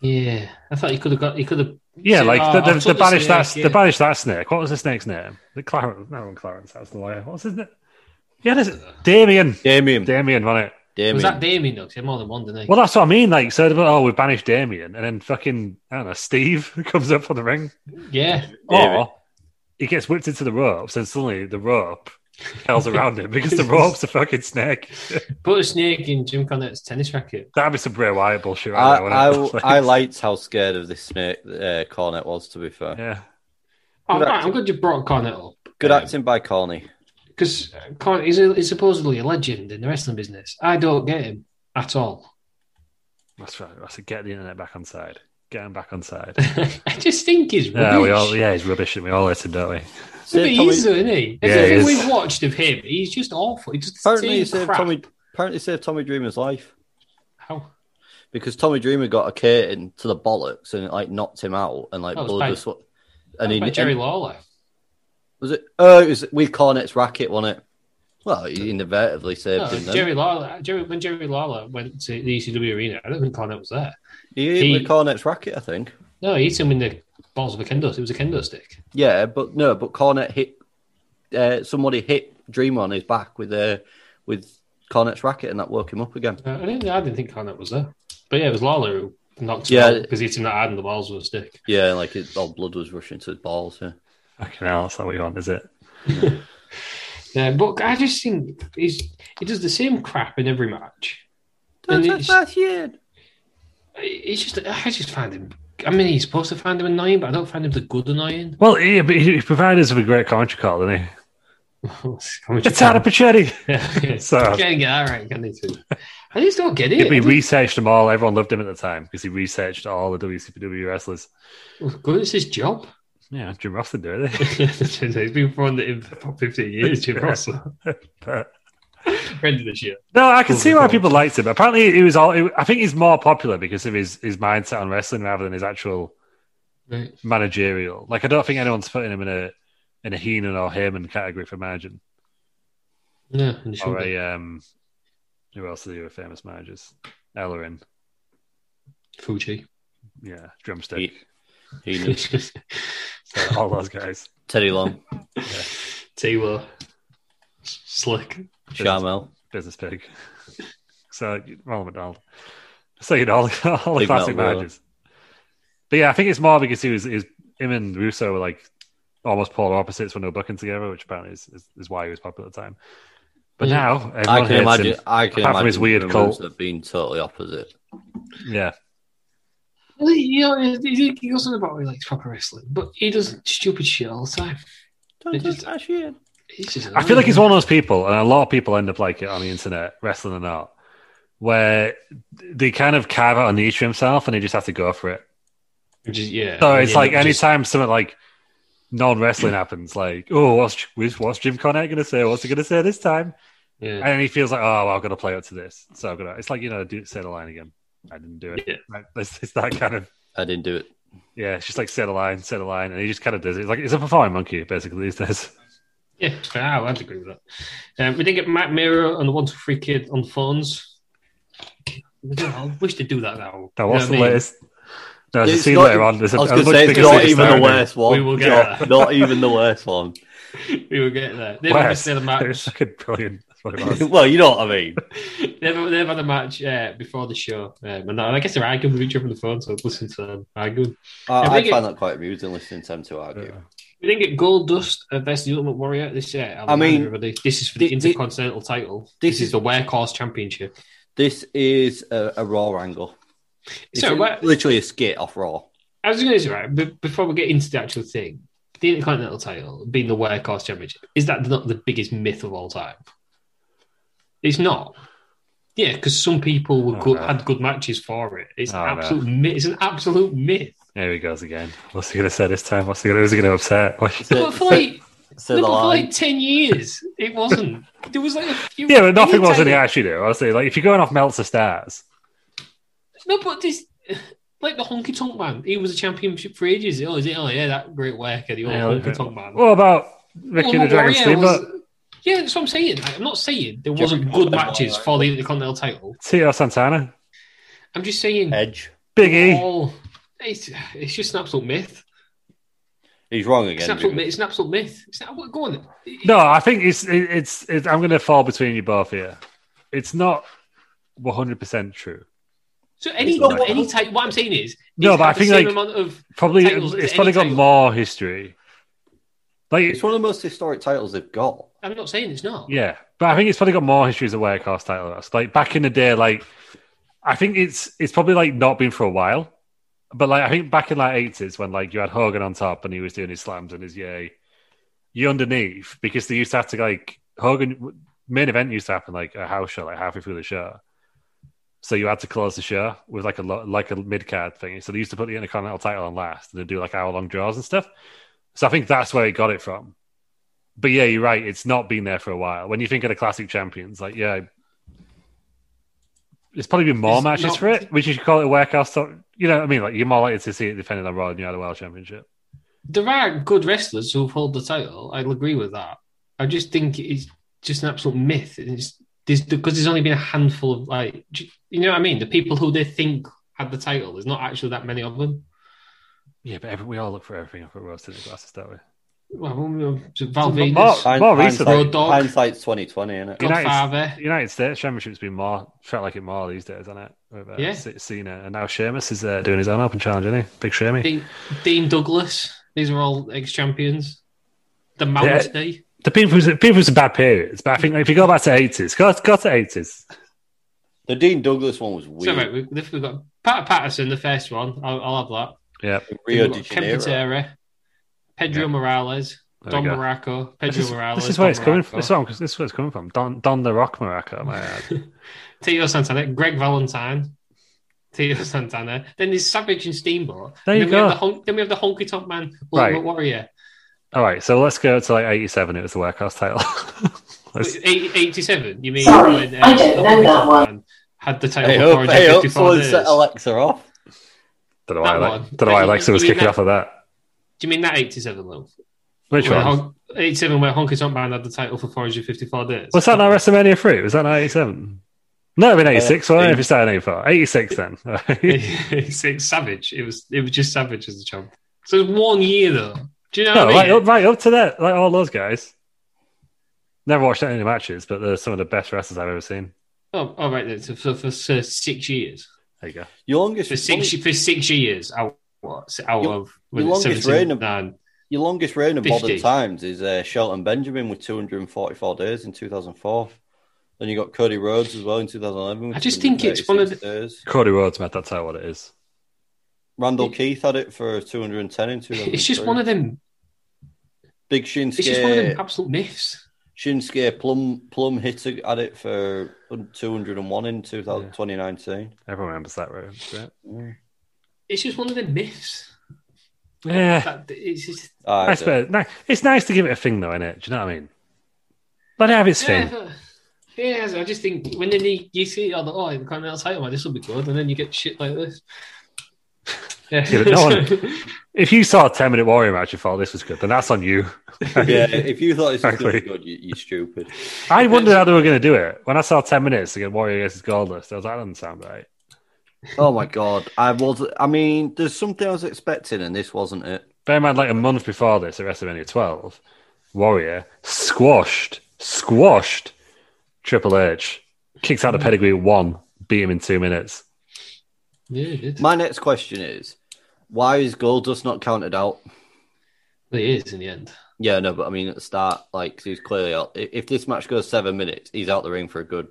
[SPEAKER 2] Yeah, I thought he could have got. He could have
[SPEAKER 1] Yeah, like
[SPEAKER 2] Oh,
[SPEAKER 1] they,
[SPEAKER 2] I've
[SPEAKER 1] they, they
[SPEAKER 2] took the
[SPEAKER 1] banished that.
[SPEAKER 2] snake,
[SPEAKER 1] They
[SPEAKER 2] yeah.
[SPEAKER 1] banished that snake. What was the snake's name? The Clarence. No, Clarence. That's the lawyer. What was his name? Yeah, this Damien.
[SPEAKER 3] Damien.
[SPEAKER 1] Damien, wasn't it?
[SPEAKER 3] Damien.
[SPEAKER 2] was that Damien though? 'Cause he had more than one, didn't he?
[SPEAKER 1] Well, that's what I mean. Like, so they're like, oh, we banished Damien, and then fucking I don't know. Steve comes up on the ring,
[SPEAKER 2] Yeah.
[SPEAKER 1] or he gets whipped into the ropes, and suddenly the rope curls around him because the rope's a fucking snake.
[SPEAKER 2] Put a snake in Jim Cornette's tennis racket.
[SPEAKER 1] That'd be some Bray Wyatt bullshit.
[SPEAKER 3] I,
[SPEAKER 1] Right
[SPEAKER 3] I,
[SPEAKER 1] there, wouldn't it?
[SPEAKER 3] I liked how scared of this snake uh, Cornet was, to be fair.
[SPEAKER 1] Yeah.
[SPEAKER 2] Oh,
[SPEAKER 3] Good
[SPEAKER 2] right,
[SPEAKER 3] acting.
[SPEAKER 2] I'm glad you brought Cornette up.
[SPEAKER 3] Good acting by Corny.
[SPEAKER 2] because he's, a- he's supposedly a legend in the wrestling business. I don't get him at all.
[SPEAKER 1] That's right. I said, get the internet back on side. Get him back on side.
[SPEAKER 2] I just think he's rubbish.
[SPEAKER 1] yeah, we all. Yeah, he's rubbish, and we all hate him, don't we?
[SPEAKER 2] But he
[SPEAKER 3] Tommy-
[SPEAKER 2] is, though, isn't he?
[SPEAKER 1] Yeah, he
[SPEAKER 2] Everything
[SPEAKER 1] is.
[SPEAKER 2] we've watched of him, he's just awful. He just
[SPEAKER 3] apparently, he
[SPEAKER 2] same
[SPEAKER 3] saved
[SPEAKER 2] crap.
[SPEAKER 3] Tommy, apparently saved Tommy Dreamer's life
[SPEAKER 2] How?
[SPEAKER 3] because Tommy Dreamer got a K into the bollocks and it, like knocked him out and like
[SPEAKER 2] That was
[SPEAKER 3] blood
[SPEAKER 2] bad.
[SPEAKER 3] was what. And he
[SPEAKER 2] By Jerry Lawler.
[SPEAKER 3] was it? Oh, it was with Cornet's racket, wasn't it? Well, he inevitably saved
[SPEAKER 2] No,
[SPEAKER 3] him. Then.
[SPEAKER 2] Oh, Jerry Lawler. uh, Jerry, when Jerry Lawler went to the ECW arena, I don't think Cornette was there.
[SPEAKER 3] he hit him
[SPEAKER 2] he-
[SPEAKER 3] with Cornet's racket, I think.
[SPEAKER 2] No, he hit him in the balls of a kendo. It was a kendo stick.
[SPEAKER 3] Yeah, but no, but Cornet hit. Uh, somebody hit Dreamer on his back with uh, with Cornet's racket, and that woke him up again.
[SPEAKER 2] Uh, I didn't. I didn't think Cornette was there. But yeah, it was Lawler who knocked him
[SPEAKER 3] Yeah.
[SPEAKER 2] out because he hit him that hard in the balls with a stick.
[SPEAKER 3] Yeah, like his all blood was rushing to his balls. Yeah.
[SPEAKER 1] Fucking hell, that's not what you want, is it?
[SPEAKER 2] Yeah, but I just think he's he does the same crap in every match. And it's, it's just I just find him. I mean, he's supposed to find him annoying, but I don't find him the good annoying.
[SPEAKER 1] Well, yeah, but he, he provided us with a great commentary call, didn't he? It's Anna Pachetti.
[SPEAKER 2] Yeah.
[SPEAKER 1] So-
[SPEAKER 2] Can't get that right, can they? Too? I just don't get it.
[SPEAKER 1] We
[SPEAKER 2] I don't-
[SPEAKER 1] researched them all. Everyone loved him at the time because he researched all the WCW wrestlers.
[SPEAKER 2] Good, it's his job.
[SPEAKER 1] Yeah, Jim Ross didn't do it.
[SPEAKER 2] he's been running him for fifteen years, Jim Ross.
[SPEAKER 1] But-
[SPEAKER 2] Friend of the show.
[SPEAKER 1] no, I can see why people liked him. Apparently, he was all. he- I think he's more popular because of his his mindset on wrestling rather than his actual
[SPEAKER 2] Right.
[SPEAKER 1] managerial. Like, I don't think anyone's putting him in a in a Heenan or Heyman category for managing.
[SPEAKER 2] No, and he
[SPEAKER 1] Or
[SPEAKER 2] shouldn't be.
[SPEAKER 1] a um, who else are the other famous managers? Ellering,
[SPEAKER 2] Fuji.
[SPEAKER 1] yeah, Drumstick,
[SPEAKER 3] He, he knew.
[SPEAKER 1] all those guys.
[SPEAKER 3] Teddy Long,
[SPEAKER 2] Taylor. Slick.
[SPEAKER 3] Charmel.
[SPEAKER 1] business pig. so Ronald McDonald. So you know all, the- all the
[SPEAKER 3] Big
[SPEAKER 1] classic
[SPEAKER 3] Metal Wheel.
[SPEAKER 1] matches. But yeah, I think it's more because he was, he was him and Russo were like almost polar opposites when they were booking together, which apparently is, is, is why he was popular at the time. But
[SPEAKER 2] Yeah.
[SPEAKER 1] now everyone
[SPEAKER 3] I can
[SPEAKER 1] hates
[SPEAKER 3] imagine.
[SPEAKER 1] him.
[SPEAKER 3] I can
[SPEAKER 1] Apart
[SPEAKER 3] imagine
[SPEAKER 1] from his weird
[SPEAKER 3] the
[SPEAKER 1] cult.
[SPEAKER 3] moves have been totally opposite.
[SPEAKER 1] Yeah,
[SPEAKER 2] You know, he- he he goes on about he likes proper wrestling, but he does stupid shit all the time. It just- He's just
[SPEAKER 1] I feel like he's one of those people, and a lot of people end up like it on the internet, wrestling or not, where they kind of carve out a niche for himself, and he just has to go for it.
[SPEAKER 2] Which is- yeah.
[SPEAKER 1] So it's
[SPEAKER 2] Yeah,
[SPEAKER 1] like
[SPEAKER 2] just-
[SPEAKER 1] anytime something like non wrestling happens, like, oh, what's, what's Jim Cornette going to say? What's he going to say this time?
[SPEAKER 2] Yeah.
[SPEAKER 1] And he feels like, oh, well, I've got to play up to this. So I've got to, it's like, you know, do, say the line again. I didn't do it.
[SPEAKER 2] Yeah.
[SPEAKER 1] Right? It's, it's that kind of,
[SPEAKER 3] I didn't do it.
[SPEAKER 1] yeah, it's just like, say the line, say the line. And he just kind of does it. It's like, it's a performing monkey, basically, these days.
[SPEAKER 2] Yeah, ah, I'd agree with that. Um, we did get Matt Mirror and the one to three kid on phones. I wish they'd do that now.
[SPEAKER 1] Now, what's
[SPEAKER 2] You know what I
[SPEAKER 1] the
[SPEAKER 2] mean?
[SPEAKER 1] latest? No, as I
[SPEAKER 3] It's
[SPEAKER 1] see
[SPEAKER 3] not-
[SPEAKER 1] later on, there's a,
[SPEAKER 3] I was
[SPEAKER 1] a
[SPEAKER 3] going to
[SPEAKER 1] much
[SPEAKER 3] say it's
[SPEAKER 1] bigger
[SPEAKER 3] not
[SPEAKER 1] six
[SPEAKER 3] even the
[SPEAKER 1] there.
[SPEAKER 3] worst one.
[SPEAKER 2] We will get
[SPEAKER 3] not,
[SPEAKER 2] that.
[SPEAKER 3] not even the worst one.
[SPEAKER 2] We will get there. They've
[SPEAKER 1] Worst.
[SPEAKER 2] had a
[SPEAKER 1] It's
[SPEAKER 2] match.
[SPEAKER 1] fucking brilliant. That's what it was.
[SPEAKER 3] well, you know what I mean.
[SPEAKER 2] They've, they've had a match uh, before the show, um, and I guess they're arguing with each other on the phone. So listen to them arguing. If
[SPEAKER 3] I,
[SPEAKER 2] they
[SPEAKER 3] I
[SPEAKER 2] get-
[SPEAKER 3] find that quite amusing listening to them to argue.
[SPEAKER 2] We didn't get Gold Dust uh, versus the Ultimate Warrior this year. I'll
[SPEAKER 3] I
[SPEAKER 2] remind
[SPEAKER 3] mean,
[SPEAKER 2] everybody, this is for the
[SPEAKER 3] thi- thi-
[SPEAKER 2] Intercontinental title. This,
[SPEAKER 3] this
[SPEAKER 2] is,
[SPEAKER 3] is-
[SPEAKER 2] the Workhorse Championship.
[SPEAKER 3] This is a, a Raw angle. It's
[SPEAKER 2] So,
[SPEAKER 3] a-
[SPEAKER 2] but-
[SPEAKER 3] literally a skit off Raw.
[SPEAKER 2] I was going to say, right, be- before we get into the actual thing, the Intercontinental title being the Workhorse Championship, is that not the biggest myth of all time? It's not. Yeah, because some people were
[SPEAKER 1] Oh,
[SPEAKER 2] good,
[SPEAKER 1] no.
[SPEAKER 2] had good matches for it. It's
[SPEAKER 1] Oh, no.
[SPEAKER 2] absolute. myth. It's an absolute myth.
[SPEAKER 1] There he goes again. What's he going to say this time? What's he going to, who's he going to upset?
[SPEAKER 2] But for like,
[SPEAKER 3] So
[SPEAKER 2] no,
[SPEAKER 3] the
[SPEAKER 2] but for
[SPEAKER 3] line,
[SPEAKER 2] like ten years, it wasn't. There was like a few.
[SPEAKER 1] Yeah, but nothing was in the
[SPEAKER 2] anytime-
[SPEAKER 1] actually though. Honestly, like if you're going off Meltzer stars,
[SPEAKER 2] No, but this, like the honky tonk man, he was a championship for ages. Oh, is it? Oh, yeah, that great worker, the old
[SPEAKER 1] Yeah,
[SPEAKER 2] honky
[SPEAKER 1] okay.
[SPEAKER 2] tonk man.
[SPEAKER 1] what about Ricky the
[SPEAKER 2] Ultimate
[SPEAKER 1] Dragon
[SPEAKER 2] Warrior was-
[SPEAKER 1] Steamboat?
[SPEAKER 2] Yeah, that's what I'm saying. Like, I'm not saying there wasn't
[SPEAKER 3] Jeffrey
[SPEAKER 2] good
[SPEAKER 3] Butler,
[SPEAKER 2] matches
[SPEAKER 3] right?
[SPEAKER 2] for the Intercontinental title.
[SPEAKER 1] Tito Santana,
[SPEAKER 2] I'm just saying
[SPEAKER 3] Edge.
[SPEAKER 1] Big E,
[SPEAKER 2] all It's, it's just an absolute myth.
[SPEAKER 3] He's wrong again.
[SPEAKER 2] It's an absolute myth. It's an absolute myth. It's not, go on.
[SPEAKER 1] No, I think it's it, it's, it's I'm going to fall between you both here. It's not 100 percent true.
[SPEAKER 2] So any
[SPEAKER 3] not what-
[SPEAKER 2] any type. What I'm saying is,
[SPEAKER 1] No,
[SPEAKER 2] he's
[SPEAKER 1] but I
[SPEAKER 2] had the
[SPEAKER 1] think,
[SPEAKER 2] same
[SPEAKER 1] like,
[SPEAKER 2] amount of
[SPEAKER 1] Probably
[SPEAKER 2] titles as
[SPEAKER 1] it's
[SPEAKER 2] any
[SPEAKER 1] probably got
[SPEAKER 2] title.
[SPEAKER 1] more history. Like
[SPEAKER 3] It's one of the most historic titles they've got.
[SPEAKER 2] I'm not saying it's not.
[SPEAKER 1] Yeah, but I think it's probably got more history as a warehouse title. That's like back in the day, like I think it's it's probably like not been for a while, but like I think back in like eighties when like you had Hogan on top and he was doing his slams and his yay, you underneath because they used to have to like Hogan main event used to happen like a house show like halfway through the show. So you had to close the show with like a lo- like a mid card thing. So they used to put the Intercontinental title on last and they do like hour long draws and stuff. So I think that's where he got it from but yeah, you're right. It's not been there for a while. When you think of the classic champions, like yeah, it's probably been more
[SPEAKER 2] It's
[SPEAKER 1] matches
[SPEAKER 2] not-
[SPEAKER 1] for it, which you should call it a warehouse. So, you know what I mean? Like you're more likely to see it defended on Raw than you are the World Championship.
[SPEAKER 2] There are good wrestlers who've held the title. I'll agree with that. I just think it's just an absolute myth. It's, there's, because there's only been a handful of like, j- you know what I mean? The people who they think had the title. There's not actually that many of them.
[SPEAKER 1] Yeah, but every, we all look for everything up at roasted glasses, don't we?
[SPEAKER 2] Well,
[SPEAKER 1] But
[SPEAKER 2] Val Venus,
[SPEAKER 1] Mark- More recently.
[SPEAKER 2] Road Dogg.
[SPEAKER 3] hindsight's twenty twenty, isn't it?
[SPEAKER 1] You know, it's-
[SPEAKER 2] Godfather.
[SPEAKER 1] The United States Championship's been more felt like it more these days, hasn't it? With, uh,
[SPEAKER 2] Yeah.
[SPEAKER 1] C- Cena and now Sheamus is uh, doing his own open challenge, isn't he? Big Sheamus.
[SPEAKER 2] Dean, Dean Douglas. These are all ex-champions. The Mountie.
[SPEAKER 1] The people's people's a bad periods, but I think like, if you go back to eighties, go go to eighties.
[SPEAKER 3] The Dean Douglas one was
[SPEAKER 2] So
[SPEAKER 3] weird.
[SPEAKER 2] right, we, if we've got Pat Patterson, the first one. I'll, I'll have that.
[SPEAKER 1] Yeah,
[SPEAKER 3] Rio
[SPEAKER 2] We've
[SPEAKER 3] de
[SPEAKER 2] got
[SPEAKER 3] Janeiro.
[SPEAKER 2] Kempiteri, Pedro
[SPEAKER 1] Yeah.
[SPEAKER 2] Morales,
[SPEAKER 1] There
[SPEAKER 2] Don
[SPEAKER 1] we go.
[SPEAKER 2] Morocco, Pedro
[SPEAKER 1] this is,
[SPEAKER 2] Morales.
[SPEAKER 1] this is where
[SPEAKER 2] Don
[SPEAKER 1] it's coming
[SPEAKER 2] Morocco,
[SPEAKER 1] from. This is, what, this is where it's coming from. Don Don the Rock Morocco, my ad.
[SPEAKER 2] Tito Santana, Greg Valentine, Tito Santana. Then there's Savage and Steamboat.
[SPEAKER 1] There
[SPEAKER 2] And
[SPEAKER 1] you
[SPEAKER 2] then We
[SPEAKER 1] go.
[SPEAKER 2] have the hon- then we have the Honky Tonk Man,
[SPEAKER 1] Right.
[SPEAKER 2] Ultimate Warrior.
[SPEAKER 1] All right, so let's go to like 87. It was the warehouse title. Let's-
[SPEAKER 2] Wait, eight- 87, you mean?
[SPEAKER 4] Sorry,
[SPEAKER 2] when,
[SPEAKER 4] I don't
[SPEAKER 2] the
[SPEAKER 4] know
[SPEAKER 2] Honky
[SPEAKER 4] that
[SPEAKER 2] Tonk
[SPEAKER 4] one.
[SPEAKER 2] Man Had the title
[SPEAKER 3] Hey,
[SPEAKER 2] for
[SPEAKER 3] up, hey, up,
[SPEAKER 2] 154
[SPEAKER 3] someone
[SPEAKER 2] days.
[SPEAKER 3] set Alexa off.
[SPEAKER 1] don't know why,
[SPEAKER 2] that
[SPEAKER 1] Ale-
[SPEAKER 2] one.
[SPEAKER 1] don't know why
[SPEAKER 2] But you-
[SPEAKER 1] Alexa
[SPEAKER 2] you
[SPEAKER 1] was
[SPEAKER 2] mean
[SPEAKER 1] kicking
[SPEAKER 2] that-
[SPEAKER 1] off of that.
[SPEAKER 2] Do you mean that 87, Lou?
[SPEAKER 1] Which
[SPEAKER 2] Where
[SPEAKER 1] one?
[SPEAKER 2] Hon- 87, where Honky Tonk Man had the title for 454 days.
[SPEAKER 1] Was that not WrestleMania 3? Was that not 87? No, it'd been 86. Well, I don't know if you started 84. 86 then. All right.
[SPEAKER 2] Six Savage. It was it was just Savage as a champ. So it was one year though. Do you know
[SPEAKER 1] no,
[SPEAKER 2] what
[SPEAKER 1] Oh,
[SPEAKER 2] I
[SPEAKER 1] right
[SPEAKER 2] mean?
[SPEAKER 1] up, right up to that. Like all those guys. Never watched any matches, but they're some of the best wrestlers I've ever seen.
[SPEAKER 2] Oh, all right then. So for, for, for six years,
[SPEAKER 1] There you go.
[SPEAKER 3] Your longest,
[SPEAKER 2] for six for six years, out what out
[SPEAKER 3] Your-
[SPEAKER 2] of
[SPEAKER 3] your longest reign of-
[SPEAKER 2] nine.
[SPEAKER 3] your longest reign of
[SPEAKER 2] 50.
[SPEAKER 3] modern times is uh, Shelton Benjamin with 244 days in 2004. Then you got Cody Rhodes as well in 2011. with
[SPEAKER 2] I just think it's one of the-
[SPEAKER 3] 236 days.
[SPEAKER 1] Cody Rhodes made that title what it is.
[SPEAKER 3] Randall Keith had it for 210 in 2003.
[SPEAKER 2] It's just one of them.
[SPEAKER 3] big Shinsuke.
[SPEAKER 2] It's just one of them absolute myths.
[SPEAKER 3] Shinsuke Plum Plum Hitter had it for 201 in 2000, 2019.
[SPEAKER 1] Everyone remembers that room. Right?
[SPEAKER 2] It's just one of them myths.
[SPEAKER 1] Yeah.
[SPEAKER 2] That, it's just,
[SPEAKER 3] I
[SPEAKER 1] I
[SPEAKER 3] don't-
[SPEAKER 1] suppose ni- it's nice to give it a thing, though, innit? Do you know what I mean? Let it have its thing.
[SPEAKER 2] yeah, yeah, I just think when then you, you see oh, the, oh the Continental title, man, this will be good, and then you get shit like this. Yeah.
[SPEAKER 1] Yeah, but no one- If you saw a ten-minute warrior match and thought this was good, then that's on you.
[SPEAKER 3] yeah, if you thought this was going to be
[SPEAKER 1] Frankly.
[SPEAKER 3] good, you, you're stupid.
[SPEAKER 1] I wondered how they were going to do it. When I saw ten minutes to get Warrior versus Goldust, I was like, that doesn't sound right.
[SPEAKER 3] Oh my god, I was. I mean, there's something I was expecting, and this wasn't it.
[SPEAKER 1] Bear in mind, like a month before this, at WrestleMania 12, Warrior squashed, squashed Triple H, kicks
[SPEAKER 3] Mm.
[SPEAKER 1] out the pedigree at one, beat him in two minutes.
[SPEAKER 2] yeah, it is.
[SPEAKER 3] My next question is, why is Goldust not counted out?
[SPEAKER 2] It is in the end.
[SPEAKER 3] Yeah, no, but I mean at the start, like 'cause he's clearly out. i- If this match goes seven minutes, he's out the ring for a good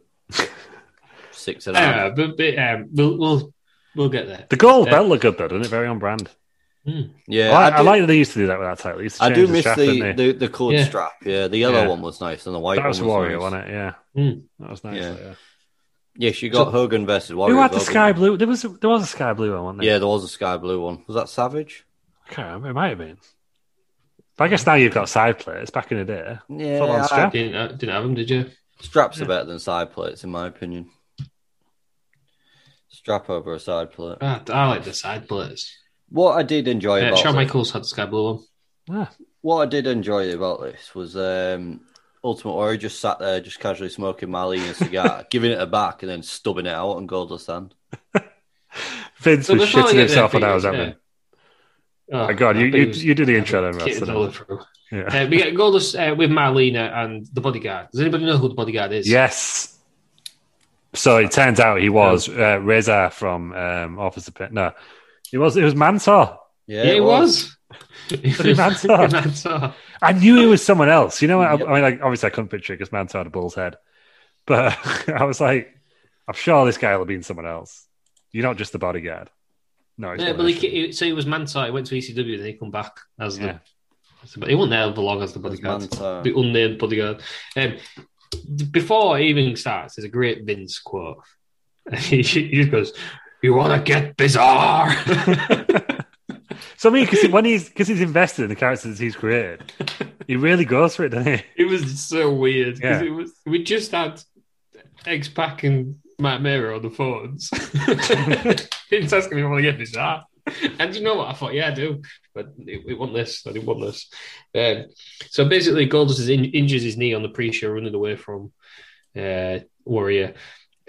[SPEAKER 3] six and a half.
[SPEAKER 2] Uh, but, but um, we'll, we'll we'll get there.
[SPEAKER 1] The gold
[SPEAKER 2] Yeah.
[SPEAKER 1] belt looked good though, didn't it? Very on brand.
[SPEAKER 3] Yeah,
[SPEAKER 1] I,
[SPEAKER 3] do,
[SPEAKER 1] I like that they used to do that with that title. They used to
[SPEAKER 3] I
[SPEAKER 1] change
[SPEAKER 3] do
[SPEAKER 1] the
[SPEAKER 3] miss
[SPEAKER 1] strap,
[SPEAKER 3] the,
[SPEAKER 1] didn't they?
[SPEAKER 3] the the coloured
[SPEAKER 2] Yeah.
[SPEAKER 3] strap. Yeah, the yellow
[SPEAKER 1] Yeah.
[SPEAKER 3] one was nice, and the white
[SPEAKER 1] that was
[SPEAKER 3] one was
[SPEAKER 1] Warrior,
[SPEAKER 3] nice.
[SPEAKER 1] wasn't it? Yeah,
[SPEAKER 2] Mm.
[SPEAKER 1] that was nice.
[SPEAKER 3] Yeah.
[SPEAKER 1] though, yeah.
[SPEAKER 3] Yes, you got Hogan versus Warrior.
[SPEAKER 1] Who had the
[SPEAKER 3] as well,
[SPEAKER 1] sky
[SPEAKER 3] didn't
[SPEAKER 1] blue? There was there was a sky blue one, wasn't
[SPEAKER 3] you?
[SPEAKER 1] there?
[SPEAKER 3] Yeah, there was a sky blue one. Was that Savage?
[SPEAKER 1] I can't remember. It might have been. But I guess now you've got side plates back in the day.
[SPEAKER 3] Yeah,
[SPEAKER 1] Full on
[SPEAKER 3] I-
[SPEAKER 1] strap.
[SPEAKER 2] Didn't uh, didn't have them, did you?
[SPEAKER 3] Straps are better than side plates, in my opinion. Strap over a side plate.
[SPEAKER 2] Ah, I like the side plates.
[SPEAKER 3] What I did enjoy
[SPEAKER 2] Yeah,
[SPEAKER 3] about
[SPEAKER 2] Shawn
[SPEAKER 3] it-
[SPEAKER 2] Michaels had the sky blue one.
[SPEAKER 1] Ah,
[SPEAKER 3] what I did enjoy about this was um, Ultimate Warrior just sat there, just casually smoking Marley and a cigar, giving it a back, and then stubbing it out on Goldust hand.
[SPEAKER 1] Vince was
[SPEAKER 2] before we
[SPEAKER 1] shitting
[SPEAKER 2] get
[SPEAKER 1] himself
[SPEAKER 2] there,
[SPEAKER 1] when I was
[SPEAKER 2] Pete,
[SPEAKER 1] having.
[SPEAKER 2] yeah. Oh,
[SPEAKER 1] My God, you,
[SPEAKER 2] I think
[SPEAKER 1] you,
[SPEAKER 2] it was-
[SPEAKER 1] you do the intro then,
[SPEAKER 2] Kit
[SPEAKER 1] Russ.
[SPEAKER 2] was
[SPEAKER 1] didn't
[SPEAKER 2] all
[SPEAKER 1] it?
[SPEAKER 2] through.
[SPEAKER 1] Yeah.
[SPEAKER 2] Uh, we get goalless uh, with Marlena and the bodyguard. Does anybody know who the bodyguard is?
[SPEAKER 1] Yes. So it turns out he was uh, Reza from um, Officer Pit. No, it was it was Mantor.
[SPEAKER 3] Yeah,
[SPEAKER 2] Yeah, it was. It
[SPEAKER 1] Bloody Mantor.
[SPEAKER 2] Mantor.
[SPEAKER 1] I knew it was someone else. You know, what? I, I mean, like, obviously I couldn't picture because Mantor had a bull's head, but I was like, I'm sure this guy will have been someone else. You're not just the bodyguard. No, it's
[SPEAKER 2] Yeah,
[SPEAKER 1] not
[SPEAKER 2] but he,
[SPEAKER 1] actually.
[SPEAKER 2] he, so he was Mantor. He went to ECW and he come back as the.
[SPEAKER 1] Yeah.
[SPEAKER 2] But he wasn't there for long as the bodyguard.
[SPEAKER 3] Mantor.
[SPEAKER 2] The unnamed bodyguard. Um, d- before it even starts, there's a great Vince quote. he just goes, "You want to get bizarre."
[SPEAKER 1] So I mean, because when he's because he's invested in the characters he's created, he really goes for it, doesn't he?
[SPEAKER 2] it was so weird because
[SPEAKER 1] Yeah.
[SPEAKER 2] it was we just had X Pac and Matt Mera on the phones. He's asking me if I want to get bizarre. And you know what? I thought, yeah, I do. But it, it wasn't this. I didn't want this. Um, so basically, Goldust is in, injures his knee on the pre show running away from uh, Warrior.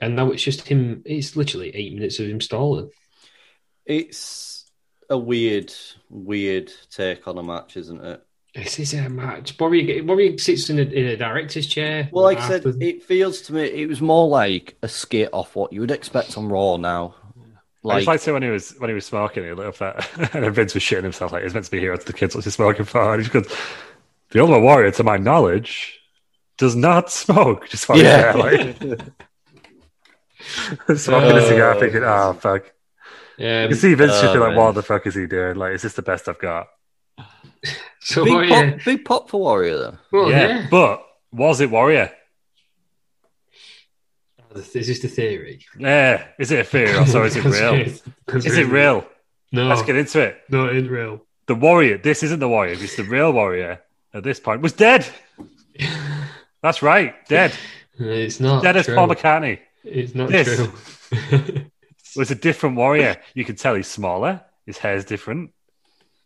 [SPEAKER 2] And now it's just him. It's literally eight minutes of him stalling.
[SPEAKER 3] It's a weird, weird take on a match, isn't it?
[SPEAKER 2] This is a match. Warrior, Warrior sits in a, in a director's chair.
[SPEAKER 3] Well, like I said,
[SPEAKER 2] After-
[SPEAKER 3] it feels to me it was more like a skit off what you would expect on Raw now.
[SPEAKER 1] Like,
[SPEAKER 3] Like,
[SPEAKER 1] it's like so when he was when he was smoking, he lit up that, and then Vince was shitting himself. Like he's meant to be hero to the kids. What's he smoking for? And he just goes, "The Ultimate Warrior, to my knowledge, does not smoke." Just like, yeah,
[SPEAKER 3] Yeah.
[SPEAKER 1] like, smoking a cigar, thinking, "Oh fuck." You
[SPEAKER 2] um,
[SPEAKER 1] can see Vince just be
[SPEAKER 3] oh,
[SPEAKER 1] like,
[SPEAKER 3] man.
[SPEAKER 1] "What the fuck is he doing? Like, is this the best I've got?"
[SPEAKER 2] so
[SPEAKER 1] Oh,
[SPEAKER 3] big,
[SPEAKER 2] Warrior,
[SPEAKER 3] pop, big pop for Warrior though.
[SPEAKER 2] well, yeah.
[SPEAKER 1] but was it Warrior?
[SPEAKER 2] Is this the theory?
[SPEAKER 1] Yeah, is it a theory or so is it real? Is it real?
[SPEAKER 2] No,
[SPEAKER 3] Oh.
[SPEAKER 1] Let's get into it.
[SPEAKER 2] no, it's real.
[SPEAKER 1] The warrior. This isn't the warrior. It's the real warrior. At this point, was dead. That's right, dead.
[SPEAKER 2] It's
[SPEAKER 3] Oh,
[SPEAKER 2] not
[SPEAKER 1] Dead as
[SPEAKER 2] true.
[SPEAKER 1] Paul McCartney.
[SPEAKER 2] It's not
[SPEAKER 1] This.
[SPEAKER 2] true.
[SPEAKER 1] was a different warrior. You could tell he's smaller. His hair's different.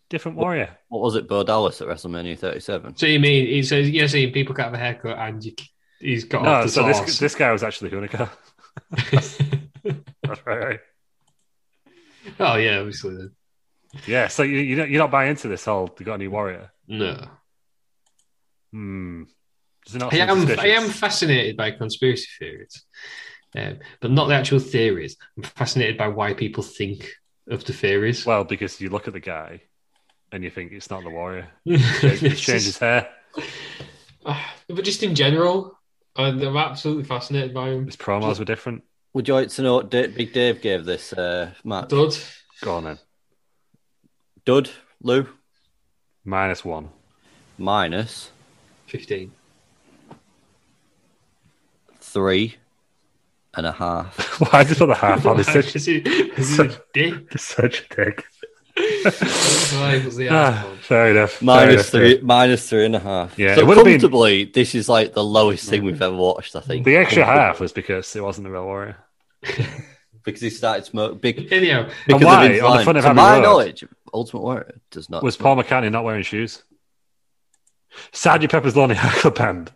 [SPEAKER 1] Different warrior.
[SPEAKER 3] What was it, Bo Dallas at WrestleMania 37?
[SPEAKER 2] so you mean he says you're saying people can't have a haircut and you, he's got
[SPEAKER 1] No,
[SPEAKER 2] off the
[SPEAKER 1] so this
[SPEAKER 2] sauce.
[SPEAKER 1] this guy was actually Hunico. That's right, right.
[SPEAKER 2] oh yeah, obviously then.
[SPEAKER 1] Yeah. So you you don't, you're not buying into this whole they got a new warrior.
[SPEAKER 2] No,
[SPEAKER 1] Hmm. Does it not
[SPEAKER 2] I
[SPEAKER 1] seem
[SPEAKER 2] am I
[SPEAKER 1] suspicious?
[SPEAKER 2] am fascinated by conspiracy theories, um, but not the actual theories. I'm fascinated by why people think of the theories.
[SPEAKER 1] Well, because you look at the guy and you think it's not the warrior. He's
[SPEAKER 2] It's
[SPEAKER 1] changed
[SPEAKER 2] just-
[SPEAKER 1] his hair.
[SPEAKER 2] Ah, but just in general, I'm, I'm absolutely fascinated by him.
[SPEAKER 1] His promos were different.
[SPEAKER 3] Would you like to know what Da- Big Dave gave this uh, match?
[SPEAKER 2] Dud,
[SPEAKER 1] Go on then.
[SPEAKER 3] Dud, Lou,
[SPEAKER 1] Minus one.
[SPEAKER 3] minus
[SPEAKER 2] 15.
[SPEAKER 3] three and a half.
[SPEAKER 1] Why did you put the half on? It's such,
[SPEAKER 2] Is he, is he a dick?
[SPEAKER 1] it's such a dick.
[SPEAKER 2] Five was the
[SPEAKER 1] Ah,
[SPEAKER 2] asshole.
[SPEAKER 1] fair enough. Fair
[SPEAKER 3] Minus
[SPEAKER 1] enough, fair
[SPEAKER 3] three, minus three and a half.
[SPEAKER 1] Yeah, it
[SPEAKER 3] so
[SPEAKER 1] would've been-
[SPEAKER 3] comfortably, this is like the lowest thing we've ever watched. I think
[SPEAKER 1] The extra half was because it wasn't the real warrior.
[SPEAKER 3] because he started smoking big.
[SPEAKER 2] Anyhow,
[SPEAKER 3] Because
[SPEAKER 1] why?
[SPEAKER 3] Of his
[SPEAKER 1] On the
[SPEAKER 3] line.
[SPEAKER 1] front of
[SPEAKER 3] to
[SPEAKER 1] Abbey
[SPEAKER 3] my
[SPEAKER 1] Road.
[SPEAKER 3] knowledge, Ultimate Warrior does not.
[SPEAKER 1] Was Paul McCartney not wearing shoes? Sgt. Pepper's Lonely Hearts Club Band.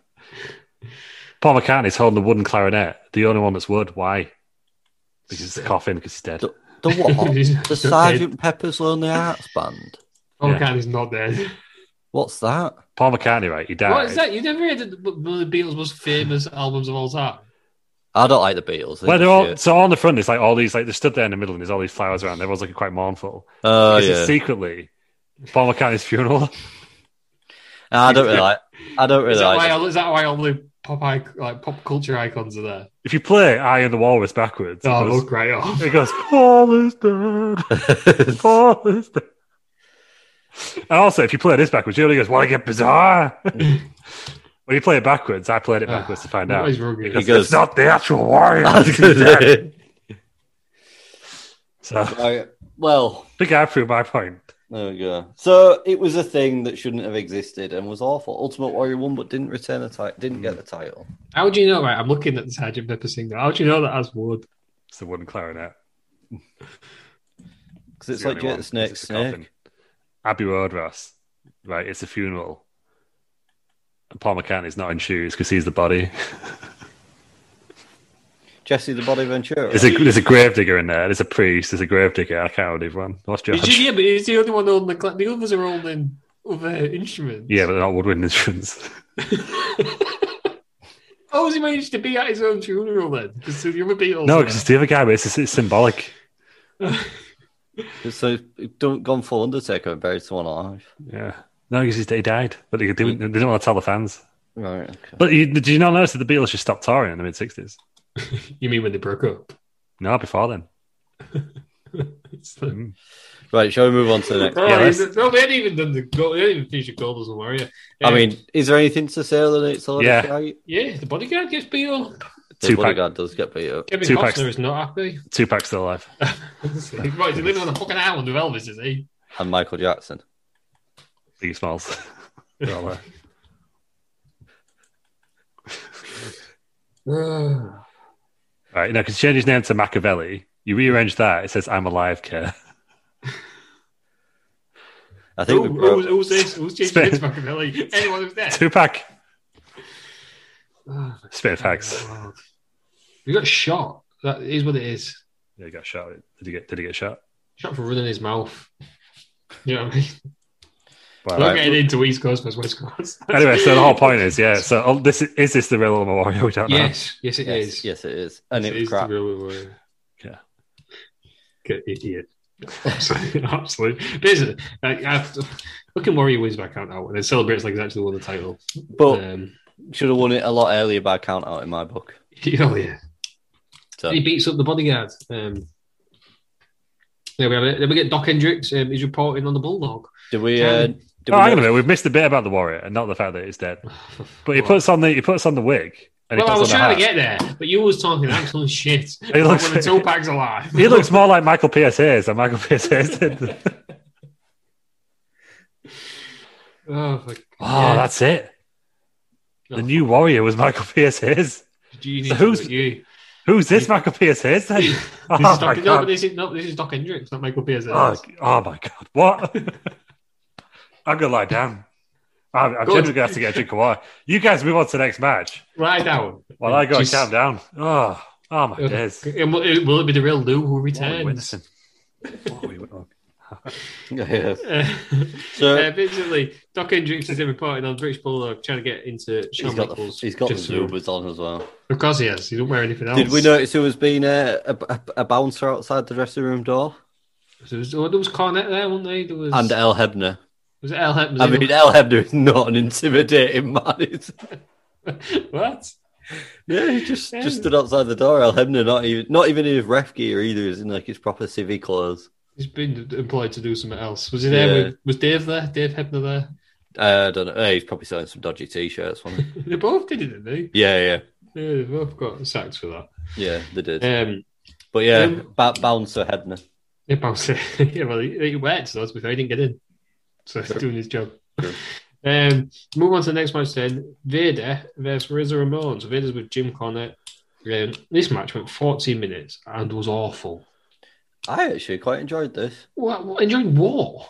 [SPEAKER 1] Paul McCartney's holding the wooden clarinet, the only one that's wood. Why? Because it's a coffin, because he's dead.
[SPEAKER 3] The, the what? the
[SPEAKER 2] He's
[SPEAKER 3] Sergeant Pepper's Lonely Hearts Band.
[SPEAKER 2] Paul
[SPEAKER 1] Yeah.
[SPEAKER 2] McCartney's not dead.
[SPEAKER 3] What's that?
[SPEAKER 1] Paul McCartney, right? He died.
[SPEAKER 2] What is that? You never heard of the- one of the Beatles' most famous albums of all time?
[SPEAKER 3] I don't like the Beatles.
[SPEAKER 1] Well, they're all,
[SPEAKER 3] shit.
[SPEAKER 1] so on the front, it's like all these, like, they're stood there in the middle and there's all these flowers around. Everyone's looking quite mournful.
[SPEAKER 3] Oh
[SPEAKER 1] Because it's
[SPEAKER 3] yeah.
[SPEAKER 1] secretly Paul McCartney's funeral.
[SPEAKER 3] I don't really like. I don't really
[SPEAKER 2] Is that,
[SPEAKER 3] like.
[SPEAKER 2] why
[SPEAKER 3] them.
[SPEAKER 2] all, is that why all the pop, ic- like, pop culture icons are there?
[SPEAKER 1] if you play Eye and the Walrus backwards, it,
[SPEAKER 2] Oh,
[SPEAKER 1] goes,
[SPEAKER 2] look right off.
[SPEAKER 1] it goes, Paul is dead. Paul is the- And also, if you play this backwards, Julie goes, "Want to get bizarre?" when you play it backwards, I played it backwards to find out.
[SPEAKER 2] What is wrong with
[SPEAKER 1] Because
[SPEAKER 2] you?
[SPEAKER 3] He goes-
[SPEAKER 1] it's not the actual warrior.
[SPEAKER 3] I was gonna say.
[SPEAKER 1] so, I
[SPEAKER 3] Right, Well,
[SPEAKER 1] think I proved my point.
[SPEAKER 3] there we go. So it was a thing that shouldn't have existed and was awful. Ultimate Warrior won, but didn't return the title. Didn't get the title.
[SPEAKER 2] How do you know? Right, I'm looking at the Sergeant Pepper single. How do you know that as wood?
[SPEAKER 1] It's the wooden clarinet.
[SPEAKER 3] Because it's
[SPEAKER 1] the
[SPEAKER 3] like
[SPEAKER 1] only
[SPEAKER 3] Jake
[SPEAKER 1] one,
[SPEAKER 3] the
[SPEAKER 1] 'cause
[SPEAKER 3] Snake
[SPEAKER 1] it's a
[SPEAKER 3] Snake.
[SPEAKER 1] coffin. Abbey Road, Ross. Right, it's a funeral. And Paul McCartney's not in shoes because he's the body.
[SPEAKER 3] Jesse the Body Ventura.
[SPEAKER 1] There's a there's a gravedigger in there. There's a priest. There's a gravedigger. I can't remember one. That's
[SPEAKER 2] He's,
[SPEAKER 1] George.
[SPEAKER 2] yeah, but he's the only one holding the clap. The others are holding other instruments.
[SPEAKER 1] Yeah, but they're not woodwind instruments.
[SPEAKER 2] How Oh, has he managed to be at his own funeral then? Because the other Beatles.
[SPEAKER 1] No,
[SPEAKER 2] are
[SPEAKER 1] because it's the other guy. But it's, it's symbolic.
[SPEAKER 3] So don't gone full Undertaker and buried someone alive.
[SPEAKER 1] Yeah. No, because he died, but they didn't, they didn't want to tell the fans.
[SPEAKER 3] Right. Okay.
[SPEAKER 1] But you, did you not notice that the Beatles just stopped touring in the mid '60s?
[SPEAKER 2] there. you mean when they broke up?
[SPEAKER 1] No, before then.
[SPEAKER 2] It's like,
[SPEAKER 3] Right. Shall we move on to the next?
[SPEAKER 2] oh,
[SPEAKER 1] Yeah,
[SPEAKER 2] is
[SPEAKER 1] that's-
[SPEAKER 2] it- no, they hadn't even done the goal. They hadn't even finished the goals, don't worry. Um,
[SPEAKER 3] I mean, is there anything to say other than it's a lot
[SPEAKER 1] Yeah.
[SPEAKER 3] of shite?
[SPEAKER 2] yeah, the bodyguard gets beat up.
[SPEAKER 3] The
[SPEAKER 1] Tupac.
[SPEAKER 3] bodyguard does get beat up.
[SPEAKER 2] Kevin
[SPEAKER 1] Two
[SPEAKER 2] Costner
[SPEAKER 1] packs.
[SPEAKER 2] is not happy.
[SPEAKER 1] Tupac's still alive.
[SPEAKER 2] right, he's living on a fucking island with Elvis, is he?
[SPEAKER 3] And Michael Jackson.
[SPEAKER 1] Biggie Smalls. They're all there. Right, no, because change his name to Machiavelli. You rearrange that, it says I'm alive care.
[SPEAKER 3] I think
[SPEAKER 2] Who,
[SPEAKER 3] we broke.
[SPEAKER 2] who's, who's this? Who's James
[SPEAKER 1] Spin.
[SPEAKER 2] Vince Machiavelli? Anyone who's there?
[SPEAKER 1] Tupac. Spit of facts.
[SPEAKER 2] He got shot. That is what it is.
[SPEAKER 1] Yeah, he got shot. Did he get did he get shot?
[SPEAKER 2] Shot for running his mouth. You know what I mean?
[SPEAKER 1] Wow.
[SPEAKER 2] Not getting into East Coast versus West Coast.
[SPEAKER 1] Anyway, so the whole point is, yeah, so oh, this is, is this the real Ultima Warrior? We don't know.
[SPEAKER 2] Yes, yes, it
[SPEAKER 3] yes,
[SPEAKER 2] is.
[SPEAKER 3] yes, it is. And
[SPEAKER 2] Yes,
[SPEAKER 3] it was
[SPEAKER 2] is the
[SPEAKER 3] crap.
[SPEAKER 2] real word.
[SPEAKER 1] Yeah.
[SPEAKER 2] Good idiot. Absolutely. Basically, I, I, fucking Warrior wins by count out and then celebrates like he's actually won the title.
[SPEAKER 3] But
[SPEAKER 2] um,
[SPEAKER 3] should have won it a lot earlier by count out in my book.
[SPEAKER 2] oh, yeah.
[SPEAKER 3] So
[SPEAKER 2] He beats up the bodyguard. Um, there we have it. Then we get Doc Hendricks. Um, he's reporting on the Bulldog.
[SPEAKER 3] do we? Uh, do we
[SPEAKER 1] Oh, hang on a
[SPEAKER 3] know-
[SPEAKER 1] minute. We've missed a bit about the warrior, and not the fact that he's dead. But he puts on the he puts on the wig, and
[SPEAKER 2] well,
[SPEAKER 1] he
[SPEAKER 2] I was
[SPEAKER 1] puts on the
[SPEAKER 2] trying
[SPEAKER 1] hat.
[SPEAKER 2] to get there, but you was talking absolute shit. He
[SPEAKER 1] looks-
[SPEAKER 2] when the toe pack's alive.
[SPEAKER 1] He looks more like Michael PSA's than Michael PSA's did. oh,
[SPEAKER 2] Oh, for
[SPEAKER 1] Ah, that's it. The new warrior was Michael PSA's.
[SPEAKER 2] genius.
[SPEAKER 1] So who's-
[SPEAKER 2] but you?
[SPEAKER 1] Who's this Michael PSA's then? Oh
[SPEAKER 2] This is
[SPEAKER 1] my
[SPEAKER 2] Doc, no, but
[SPEAKER 1] god!
[SPEAKER 2] this is no, this is Doc Hendricks, not Michael Pierce.
[SPEAKER 1] Oh, oh my god! What? I'm gonna lie down. I'm, I'm
[SPEAKER 2] Good.
[SPEAKER 1] generally gonna have to get a drink of water. You guys move on to the next match
[SPEAKER 2] Lie down.
[SPEAKER 1] while I go
[SPEAKER 2] Just-
[SPEAKER 1] and calm down. Oh, oh my days!
[SPEAKER 2] And will it will it be the real Lou who
[SPEAKER 1] What are we
[SPEAKER 2] returns?
[SPEAKER 1] witnessing? What are we witnessing?
[SPEAKER 3] Yeah.
[SPEAKER 2] Uh,
[SPEAKER 3] So
[SPEAKER 2] Uh, basically, Doc Hendricks is reporting on British Bulldog trying to get into
[SPEAKER 3] he's
[SPEAKER 2] Shawn
[SPEAKER 3] got the,
[SPEAKER 2] Michaels.
[SPEAKER 3] he's got the
[SPEAKER 2] just so-
[SPEAKER 3] Zubas on as well.
[SPEAKER 2] Of course he has. He don't wear anything else.
[SPEAKER 3] Did we notice there was been a, a, a- a bouncer outside the dressing room door?
[SPEAKER 2] There was, oh, there was Cornette there, wasn't there? There was,
[SPEAKER 3] And El Hebner.
[SPEAKER 2] was it El Hep-
[SPEAKER 3] I mean, El Hebner is not an intimidating man. is he?
[SPEAKER 2] what?
[SPEAKER 3] yeah, he just,
[SPEAKER 2] Yeah.
[SPEAKER 3] just stood outside the door. El Hebner, not even not even in his ref gear either. He's in like his proper civvy clothes.
[SPEAKER 2] He's been employed to do something else. Was he there?
[SPEAKER 3] Yeah.
[SPEAKER 2] With, was Dave there? Dave Hebner there?
[SPEAKER 3] Uh, I don't know. Hey, he's probably selling some dodgy t-shirts. Wasn't he?
[SPEAKER 2] They both did it, didn't they?
[SPEAKER 3] yeah, yeah,
[SPEAKER 2] Yeah, they both got sacked for that.
[SPEAKER 3] yeah. They did.
[SPEAKER 2] Um,
[SPEAKER 3] But yeah,
[SPEAKER 2] Um,
[SPEAKER 3] ba- bouncer Hebner.
[SPEAKER 2] yeah, bounce it. yeah, well, he, he went, so that's before he didn't get in. So he's
[SPEAKER 3] Sure.
[SPEAKER 2] doing his job.
[SPEAKER 3] Sure.
[SPEAKER 2] Um, move on to the next match then. Vader versus Razor Ramon. So Vader's with Jim Cornette. Um, this match went 40 minutes and was awful.
[SPEAKER 3] I actually quite enjoyed this.
[SPEAKER 2] What, what enjoying war?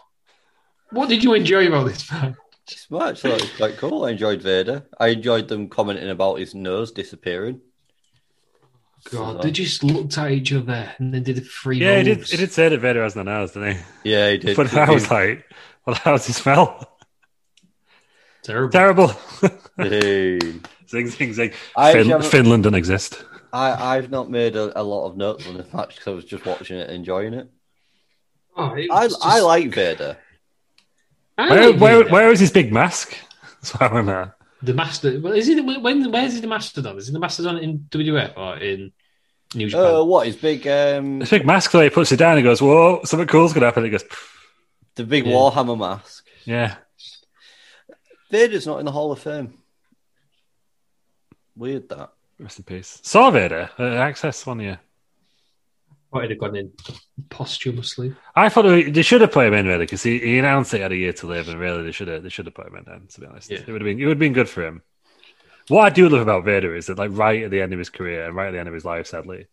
[SPEAKER 2] What did you enjoy about this match?
[SPEAKER 3] This match I thought it was quite cool. I enjoyed Vader. I enjoyed them commenting about his nose disappearing.
[SPEAKER 2] God, they just looked at each other and then did three
[SPEAKER 1] Yeah, he did.
[SPEAKER 2] moves.
[SPEAKER 1] He did say that Vader has no nose, didn't he?
[SPEAKER 3] Yeah, he did.
[SPEAKER 1] But I was like, well, how's he smell?
[SPEAKER 2] Terrible.
[SPEAKER 1] Terrible.
[SPEAKER 3] Hey.
[SPEAKER 1] zing, zing, zing.
[SPEAKER 3] I
[SPEAKER 1] Fin-
[SPEAKER 3] haven't-
[SPEAKER 1] Finland doesn't exist.
[SPEAKER 3] I, I've not made a, a lot of notes on this match because I was just watching it, and enjoying it.
[SPEAKER 2] Oh, it
[SPEAKER 3] I,
[SPEAKER 2] was just-
[SPEAKER 3] I like Vader.
[SPEAKER 2] I
[SPEAKER 1] Where,
[SPEAKER 2] like
[SPEAKER 1] where,
[SPEAKER 2] Vader.
[SPEAKER 1] where is his big mask? That's what I remember.
[SPEAKER 2] The master. Well, is he the, when? Where's he the mastodon? Is he the mastodon in WF or in New Japan?
[SPEAKER 3] Oh, what his big um
[SPEAKER 1] His big mask, though, he puts it down and goes, whoa, something cool's going to happen. He goes, "Pff,
[SPEAKER 3] the big
[SPEAKER 2] Yeah.
[SPEAKER 3] Warhammer mask?
[SPEAKER 1] yeah.
[SPEAKER 3] Vader's not in the Hall of Fame. Weird that.
[SPEAKER 1] Rest in peace. Saw Vader at Access one year.
[SPEAKER 2] Might have gone in posthumously.
[SPEAKER 1] I thought they they should have put him in really because he, he announced that he had a year to live, and really they should have they should have put him in then. To be honest,
[SPEAKER 2] Yeah.
[SPEAKER 1] it would have been it would have been good for him. What I do love about Vader is that like right at the end of his career and right at the end of his life, sadly,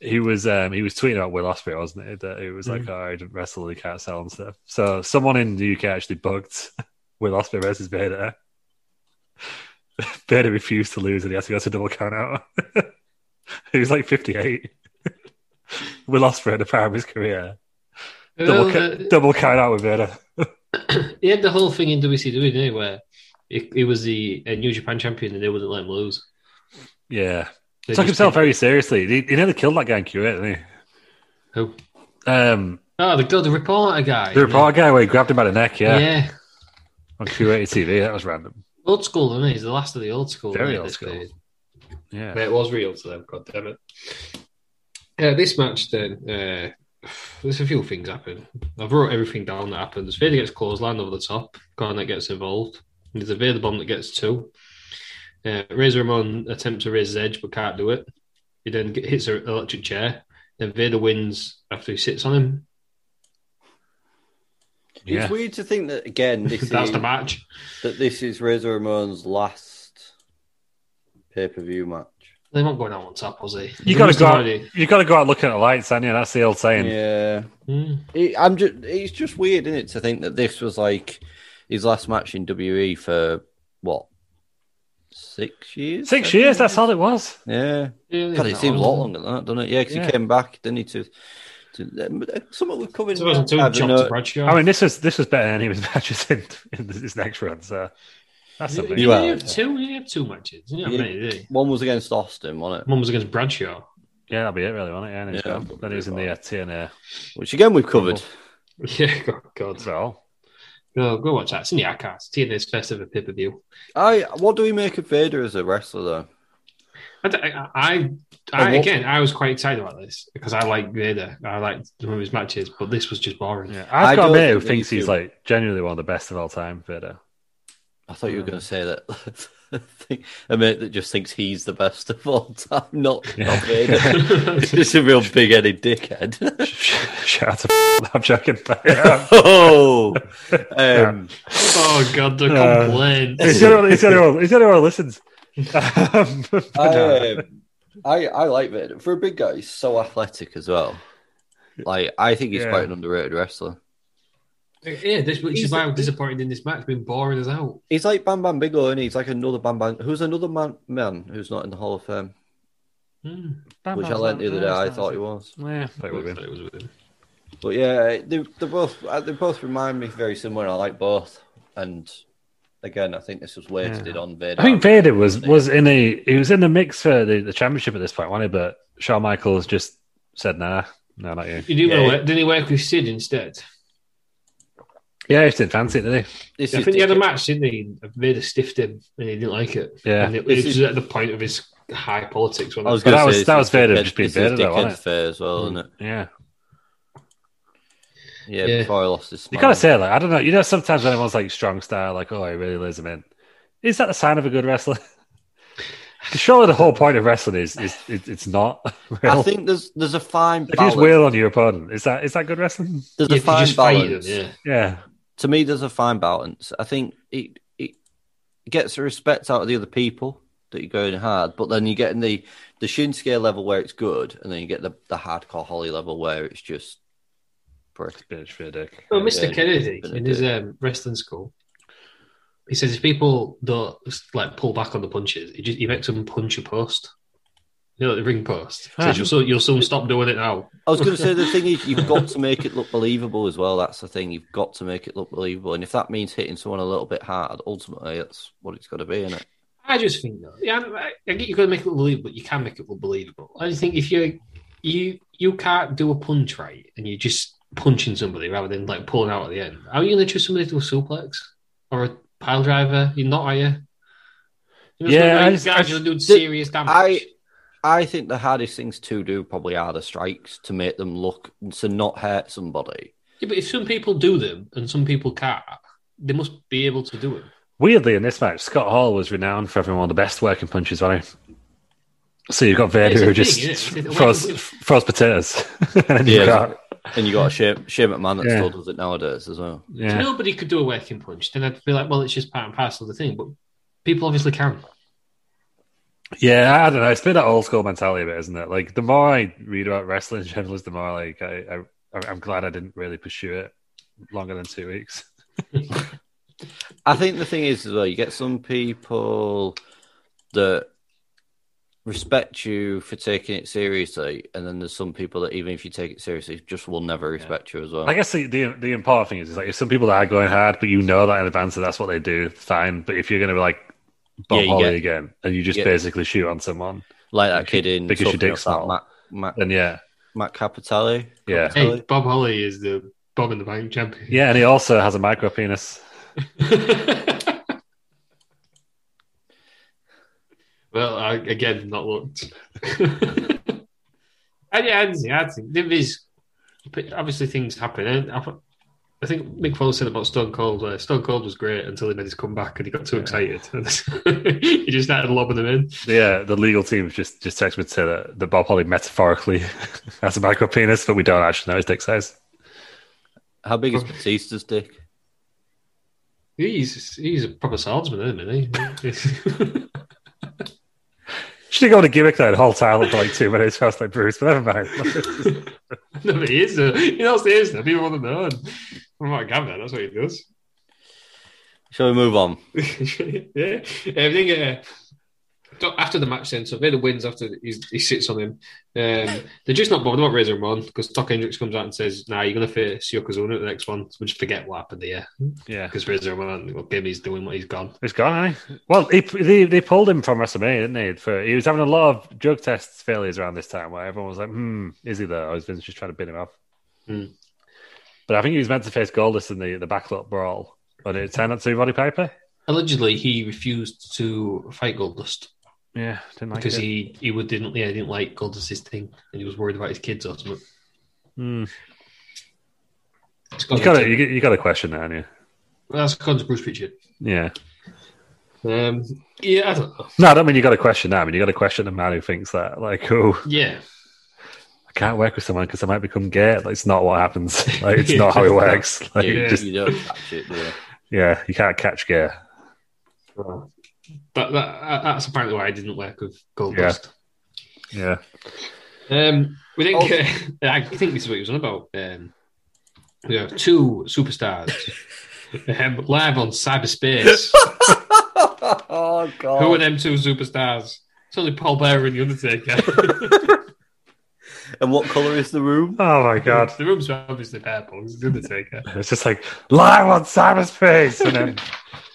[SPEAKER 1] he was um he was tweeting about Will Osprey, wasn't it? That it was like, oh, I didn't wrestle, he can't sell and stuff. So someone in the UK actually booked Will Osprey versus Vader. Vader refused to lose, and he had to go to double count out. who's like 58. Will Ospreay at the prime of his career. Double,
[SPEAKER 2] Well,
[SPEAKER 1] ca-
[SPEAKER 2] uh,
[SPEAKER 1] double count out with Vader.
[SPEAKER 2] he had the whole thing in WCW, didn't he? Where he, he was the uh, New Japan champion and they wouldn't let him lose.
[SPEAKER 1] Yeah.
[SPEAKER 2] They
[SPEAKER 1] Took
[SPEAKER 2] just
[SPEAKER 1] himself eh?
[SPEAKER 2] did-
[SPEAKER 1] very seriously. He, he nearly killed that guy in Kuwait, didn't
[SPEAKER 2] Who?
[SPEAKER 1] he? Um,
[SPEAKER 2] Oh, the, oh, the reporter guy.
[SPEAKER 1] the reporter guy where he grabbed him by the neck,
[SPEAKER 2] Yeah.
[SPEAKER 1] yeah, on Kuwaiti TV. That was random.
[SPEAKER 2] Old school, isn't he? He's the last of the old school.
[SPEAKER 1] Very
[SPEAKER 2] isn't he,
[SPEAKER 1] old
[SPEAKER 2] this
[SPEAKER 1] school.
[SPEAKER 2] period?
[SPEAKER 1] Yeah.
[SPEAKER 2] But it was real to them, god damn it. Uh, this match then, uh, there's a few things happen. I've wrote everything down that happens. Vader gets clotheslined over the top, Garnet gets involved. There's a Vader bomb that gets two. Uh, Razor Ramon attempts to raise his edge but can't do it. He then get- hits an electric chair. Then Vader wins after he sits on him.
[SPEAKER 1] Yeah.
[SPEAKER 3] It's weird to think that again. This
[SPEAKER 2] That's
[SPEAKER 3] is,
[SPEAKER 2] the match.
[SPEAKER 3] that this is Razor Ramon's last pay per view match.
[SPEAKER 2] They weren't going out on top, was they?
[SPEAKER 1] You gotta
[SPEAKER 2] Must
[SPEAKER 1] go.
[SPEAKER 2] have
[SPEAKER 1] Out,
[SPEAKER 2] already-
[SPEAKER 1] you gotta go out looking at the lights, aren't you? That's the old saying.
[SPEAKER 3] Yeah,
[SPEAKER 2] Hmm.
[SPEAKER 3] it, I'm just. It's just weird, isn't it, to think that this was like his last match in WE for what six years?
[SPEAKER 1] Six years. That's all it was.
[SPEAKER 3] Yeah,
[SPEAKER 2] Yeah,
[SPEAKER 3] God,
[SPEAKER 2] yeah,
[SPEAKER 3] it
[SPEAKER 2] that
[SPEAKER 3] seems a lot
[SPEAKER 2] one.
[SPEAKER 3] longer than that, doesn't it? Yeah, because
[SPEAKER 1] Yeah.
[SPEAKER 3] he came back, didn't he? To, to uh, something we've covered. in-
[SPEAKER 2] 2002,
[SPEAKER 3] I
[SPEAKER 2] job
[SPEAKER 3] don't know.
[SPEAKER 2] to Bradshaw.
[SPEAKER 1] I mean, this was this was better than any of his matches in, in his next run. So that's
[SPEAKER 2] You,
[SPEAKER 1] something.
[SPEAKER 3] You
[SPEAKER 2] you
[SPEAKER 3] are.
[SPEAKER 2] have two. You have two matches. You know,
[SPEAKER 3] Yeah.
[SPEAKER 2] many, do you?
[SPEAKER 3] One was against Austin, wasn't it?
[SPEAKER 2] One was against Bradshaw.
[SPEAKER 1] Yeah, that'll be it, really, won't it? Yeah, and he's
[SPEAKER 3] Yeah.
[SPEAKER 1] gone. Then he was in the uh, TNA
[SPEAKER 3] Which again we've covered.
[SPEAKER 2] Yeah, God, God.
[SPEAKER 1] as well.
[SPEAKER 2] Go, go watch that. It's in the archives. TNA's first ever pay per view.
[SPEAKER 3] I. What do we make of Vader as a wrestler, though?
[SPEAKER 2] I, d- I, I,
[SPEAKER 3] And
[SPEAKER 2] I
[SPEAKER 3] what-
[SPEAKER 2] again, I was quite excited about this because I like Vader. I liked some of his matches, but this was just boring.
[SPEAKER 1] Yeah. I've
[SPEAKER 3] I
[SPEAKER 1] got a
[SPEAKER 3] don't
[SPEAKER 1] mate who
[SPEAKER 3] think
[SPEAKER 1] thinks
[SPEAKER 3] we
[SPEAKER 1] he's
[SPEAKER 3] do.
[SPEAKER 1] like genuinely one of the best of all time. Vader.
[SPEAKER 3] I thought you were going to say that. a mate that just thinks he's the best of all time, not, not Vader. it's a real big headed dickhead.
[SPEAKER 1] Shout out to I'm joking. But, yeah.
[SPEAKER 3] oh, um,
[SPEAKER 2] Oh God, the
[SPEAKER 1] Uh,
[SPEAKER 2] complaints.
[SPEAKER 1] He's the only one- he's the only one- he's the only one who listens. Um, but
[SPEAKER 3] I,
[SPEAKER 1] no.
[SPEAKER 3] um, I, I like Vader. For a big guy, he's so athletic as well. Like, I think he's
[SPEAKER 1] Yeah.
[SPEAKER 3] quite an underrated wrestler.
[SPEAKER 2] yeah, this, which is why I'm disappointed in this match. Been boring as hell.
[SPEAKER 3] He's like Bam Bam Bigelow, and he? he's like another Bam Bam. Who's another man, man who's not in the Hall of Fame?
[SPEAKER 2] Hmm.
[SPEAKER 3] Which I learned the other day. I thought he was.
[SPEAKER 1] Yeah, thought it would have been.
[SPEAKER 2] It was weird.
[SPEAKER 3] But yeah, they they both uh, they both remind me very similar. and I like both, and again, I think this was wasted on Vader.
[SPEAKER 1] I think Vader was was in a he was in the mix for the, the championship at this point, wasn't he? But Shawn Michaels just said, "Nah, no, not you."
[SPEAKER 2] He did well
[SPEAKER 3] Yeah.
[SPEAKER 2] work. Did he work with Sid instead?
[SPEAKER 1] Yeah, he just didn't fancy it, did he?
[SPEAKER 3] This
[SPEAKER 2] I
[SPEAKER 3] is
[SPEAKER 2] think he had a
[SPEAKER 3] dickhead.
[SPEAKER 2] match, didn't he? Vader stiffed him and he didn't like it.
[SPEAKER 1] Yeah.
[SPEAKER 2] And it,
[SPEAKER 3] This
[SPEAKER 2] it was
[SPEAKER 3] is-
[SPEAKER 2] at the point of his high politics. When
[SPEAKER 3] I was
[SPEAKER 1] But
[SPEAKER 3] gonna
[SPEAKER 1] that
[SPEAKER 3] say
[SPEAKER 1] was-
[SPEAKER 3] this
[SPEAKER 1] that
[SPEAKER 3] is
[SPEAKER 1] was Vader
[SPEAKER 3] dickhead-
[SPEAKER 1] just being
[SPEAKER 3] this is
[SPEAKER 1] Vader though, wasn't
[SPEAKER 3] dickhead
[SPEAKER 1] it?
[SPEAKER 3] fair as
[SPEAKER 2] Hmm.
[SPEAKER 3] well, isn't it?
[SPEAKER 1] Yeah,
[SPEAKER 3] Yeah,
[SPEAKER 2] Yeah.
[SPEAKER 3] before I lost this.
[SPEAKER 1] you gotta say like I don't know. You know, sometimes when everyone's like strong style, like oh, he really lays him in. Is that the sign of a good wrestler? 'Cause Surely the whole point of wrestling is is it, it's not. Real.
[SPEAKER 3] I think there's there's a fine
[SPEAKER 1] if you just
[SPEAKER 3] balance.
[SPEAKER 1] wail on your opponent, is that is that good wrestling?
[SPEAKER 3] there's
[SPEAKER 2] Yeah,
[SPEAKER 3] a
[SPEAKER 2] if you
[SPEAKER 3] fine
[SPEAKER 2] just fight
[SPEAKER 3] balance.
[SPEAKER 2] him, yeah.
[SPEAKER 1] Yeah,
[SPEAKER 3] To me, there's a fine balance. I think it it gets the respect out of the other people that you're going hard, but then you're getting the the Shinsuke level where it's good, and then you get the the hardcore Holly level where it's just prick.
[SPEAKER 1] bitch, for a dick.
[SPEAKER 2] Well, Mr.
[SPEAKER 3] Yeah,
[SPEAKER 2] Kennedy
[SPEAKER 3] but they
[SPEAKER 2] in his
[SPEAKER 3] do.
[SPEAKER 2] um, wrestling school, he says if people don't like pull back on the punches, he, just, he makes them punch a post. You know, like the ring post. He says, you'll, soon, you'll soon stop doing it now.
[SPEAKER 3] I was going to say the thing is you've got to make it look believable as well. That's the thing you've got to make it look believable, and if that means hitting someone a little bit hard, ultimately that's what it's got to be, isn't it?
[SPEAKER 2] I just think though, yeah, I, I get you're going to make it look believable, but you can make it look believable. I just think if you you you can't do a punch right and you're just punching somebody rather than like pulling out at the end, how are you going to choose somebody to do a suplex or a pile driver? You're not, are you? you know,
[SPEAKER 1] Yeah,
[SPEAKER 2] somebody
[SPEAKER 1] I
[SPEAKER 2] like
[SPEAKER 1] just-
[SPEAKER 2] guys
[SPEAKER 1] I
[SPEAKER 2] who
[SPEAKER 1] just-
[SPEAKER 2] are doing serious damage.
[SPEAKER 3] I I think the hardest things to do probably are the strikes to make them look to not hurt somebody.
[SPEAKER 2] Yeah, but if some people do them and some people can't, they must be able to do it.
[SPEAKER 1] Weirdly, in this match, Scott Hall was renowned for having one of the best working punches, wasn't he? So you've got Vader
[SPEAKER 2] It's a
[SPEAKER 1] who
[SPEAKER 2] thing,
[SPEAKER 1] just
[SPEAKER 2] isn't it? It's a-
[SPEAKER 1] throws, throws potatoes. and then you've
[SPEAKER 3] Yeah.
[SPEAKER 1] got,
[SPEAKER 3] And you got a shame shame at man that
[SPEAKER 1] Yeah.
[SPEAKER 3] still does it nowadays as well.
[SPEAKER 2] If
[SPEAKER 1] yeah.
[SPEAKER 2] nobody could do a working punch, then I'd be like, well, it's just part and parcel of the thing. But people obviously can.
[SPEAKER 1] yeah, I don't know. It's been that old school mentality a bit, isn't it? Like, the more I read about wrestling in general, is the more like I, I, I'm glad I didn't really pursue it longer than two weeks.
[SPEAKER 3] I think the thing is as well, you get some people that respect you for taking it seriously, and then there's some people that even if you take it seriously, just will never respect you as well.
[SPEAKER 1] I guess the, the the important thing is, is like if some people that are going hard, but you know that in advance that that's what they do, fine. But if you're going to be like Bob
[SPEAKER 3] Yeah, you
[SPEAKER 1] Holly
[SPEAKER 3] get-
[SPEAKER 1] again and you just
[SPEAKER 3] yeah.
[SPEAKER 1] basically shoot on someone,
[SPEAKER 3] like that kid in
[SPEAKER 1] because your
[SPEAKER 3] something
[SPEAKER 1] dick's
[SPEAKER 3] else, that
[SPEAKER 1] small.
[SPEAKER 3] Matt, Matt,
[SPEAKER 1] then yeah,
[SPEAKER 3] Matt Capitale.
[SPEAKER 1] Yeah.
[SPEAKER 3] Capitale?
[SPEAKER 2] Hey, Bob Holly is the Bob in the Bank champion.
[SPEAKER 1] yeah. And he also has a micro penis.
[SPEAKER 2] well, I, again, not looked. and yeah, I think, I think there is but obviously things happen. And I, I think Mick Foley said about Stone Cold. Uh, Stone Cold was great until he made his comeback and he got too excited. he just started lobbing them in.
[SPEAKER 1] Yeah, the legal team just just texted me to say that, that Bob Holly metaphorically has a micro penis, but we don't actually know his dick size.
[SPEAKER 3] How big is Batista's dick?
[SPEAKER 2] He's he's a proper salesman, isn't he?
[SPEAKER 1] Should have gone a gimmick there the whole time for like two minutes. I was like Bruce, but never mind.
[SPEAKER 2] no, but he is. A, he knows he is. though. People want to know. him. From what I gather, that's what he does.
[SPEAKER 3] Shall we move on?
[SPEAKER 2] yeah. I think uh, don't- after the match, then so Vader wins after he's, he sits on him. Um, they're just not bothered about Razor and Ron because Doc Hendricks comes out and says, "Nah, you're gonna face Yokozuna at the next one." So we just forget what happened there
[SPEAKER 1] yeah,
[SPEAKER 2] because Razor and Ron, well, game he's doing what he's gone.
[SPEAKER 1] he's gone. Eh? Well, he, they they pulled him from WrestleMania, didn't they? For he was having a lot of drug test failures around this time, where everyone was like, "Hmm, is he there?" Or is Vince just trying to bin him off?
[SPEAKER 2] Hmm.
[SPEAKER 1] But I think he was meant to face Goldust in the the backlot brawl, but it turned out to be Roddy Piper.
[SPEAKER 2] Allegedly, he refused to fight Goldust
[SPEAKER 1] Yeah, didn't like
[SPEAKER 2] because
[SPEAKER 1] it.
[SPEAKER 2] he he would didn't yeah he didn't like Goldust's thing and he was worried about his kids or something.
[SPEAKER 1] Hmm.
[SPEAKER 2] It's
[SPEAKER 1] You
[SPEAKER 2] gone
[SPEAKER 1] got a,
[SPEAKER 2] into-
[SPEAKER 1] you, got- you got a question there, haven't
[SPEAKER 2] Well, that's gone to Bruce Pritchard.
[SPEAKER 1] you? Yeah.
[SPEAKER 2] Um, yeah, I don't know.
[SPEAKER 1] No, I don't mean you got a question that. I mean you got a question the man who thinks that, like, oh,
[SPEAKER 2] Yeah.
[SPEAKER 1] I can't work with someone because I might become gay. Like, it's not what happens. Like, it's
[SPEAKER 2] Yeah.
[SPEAKER 1] not how it works. Like,
[SPEAKER 3] You,
[SPEAKER 1] yeah. just
[SPEAKER 3] you don't catch it, do you?
[SPEAKER 1] yeah, you can't catch gay.
[SPEAKER 2] That, that that's apparently why I didn't work with Goldust.
[SPEAKER 1] Yeah,
[SPEAKER 2] Um, we didn't. get- I think this is what he was on about. Um, we have two superstars um, live on cyberspace.
[SPEAKER 3] Oh god!
[SPEAKER 2] Who are them two superstars? It's only Paul Bearer and the Undertaker.
[SPEAKER 3] And what color is the room?
[SPEAKER 1] Oh my god,
[SPEAKER 2] the room's obviously purple. It's the Undertaker.
[SPEAKER 1] it's just like live on cyberspace, and then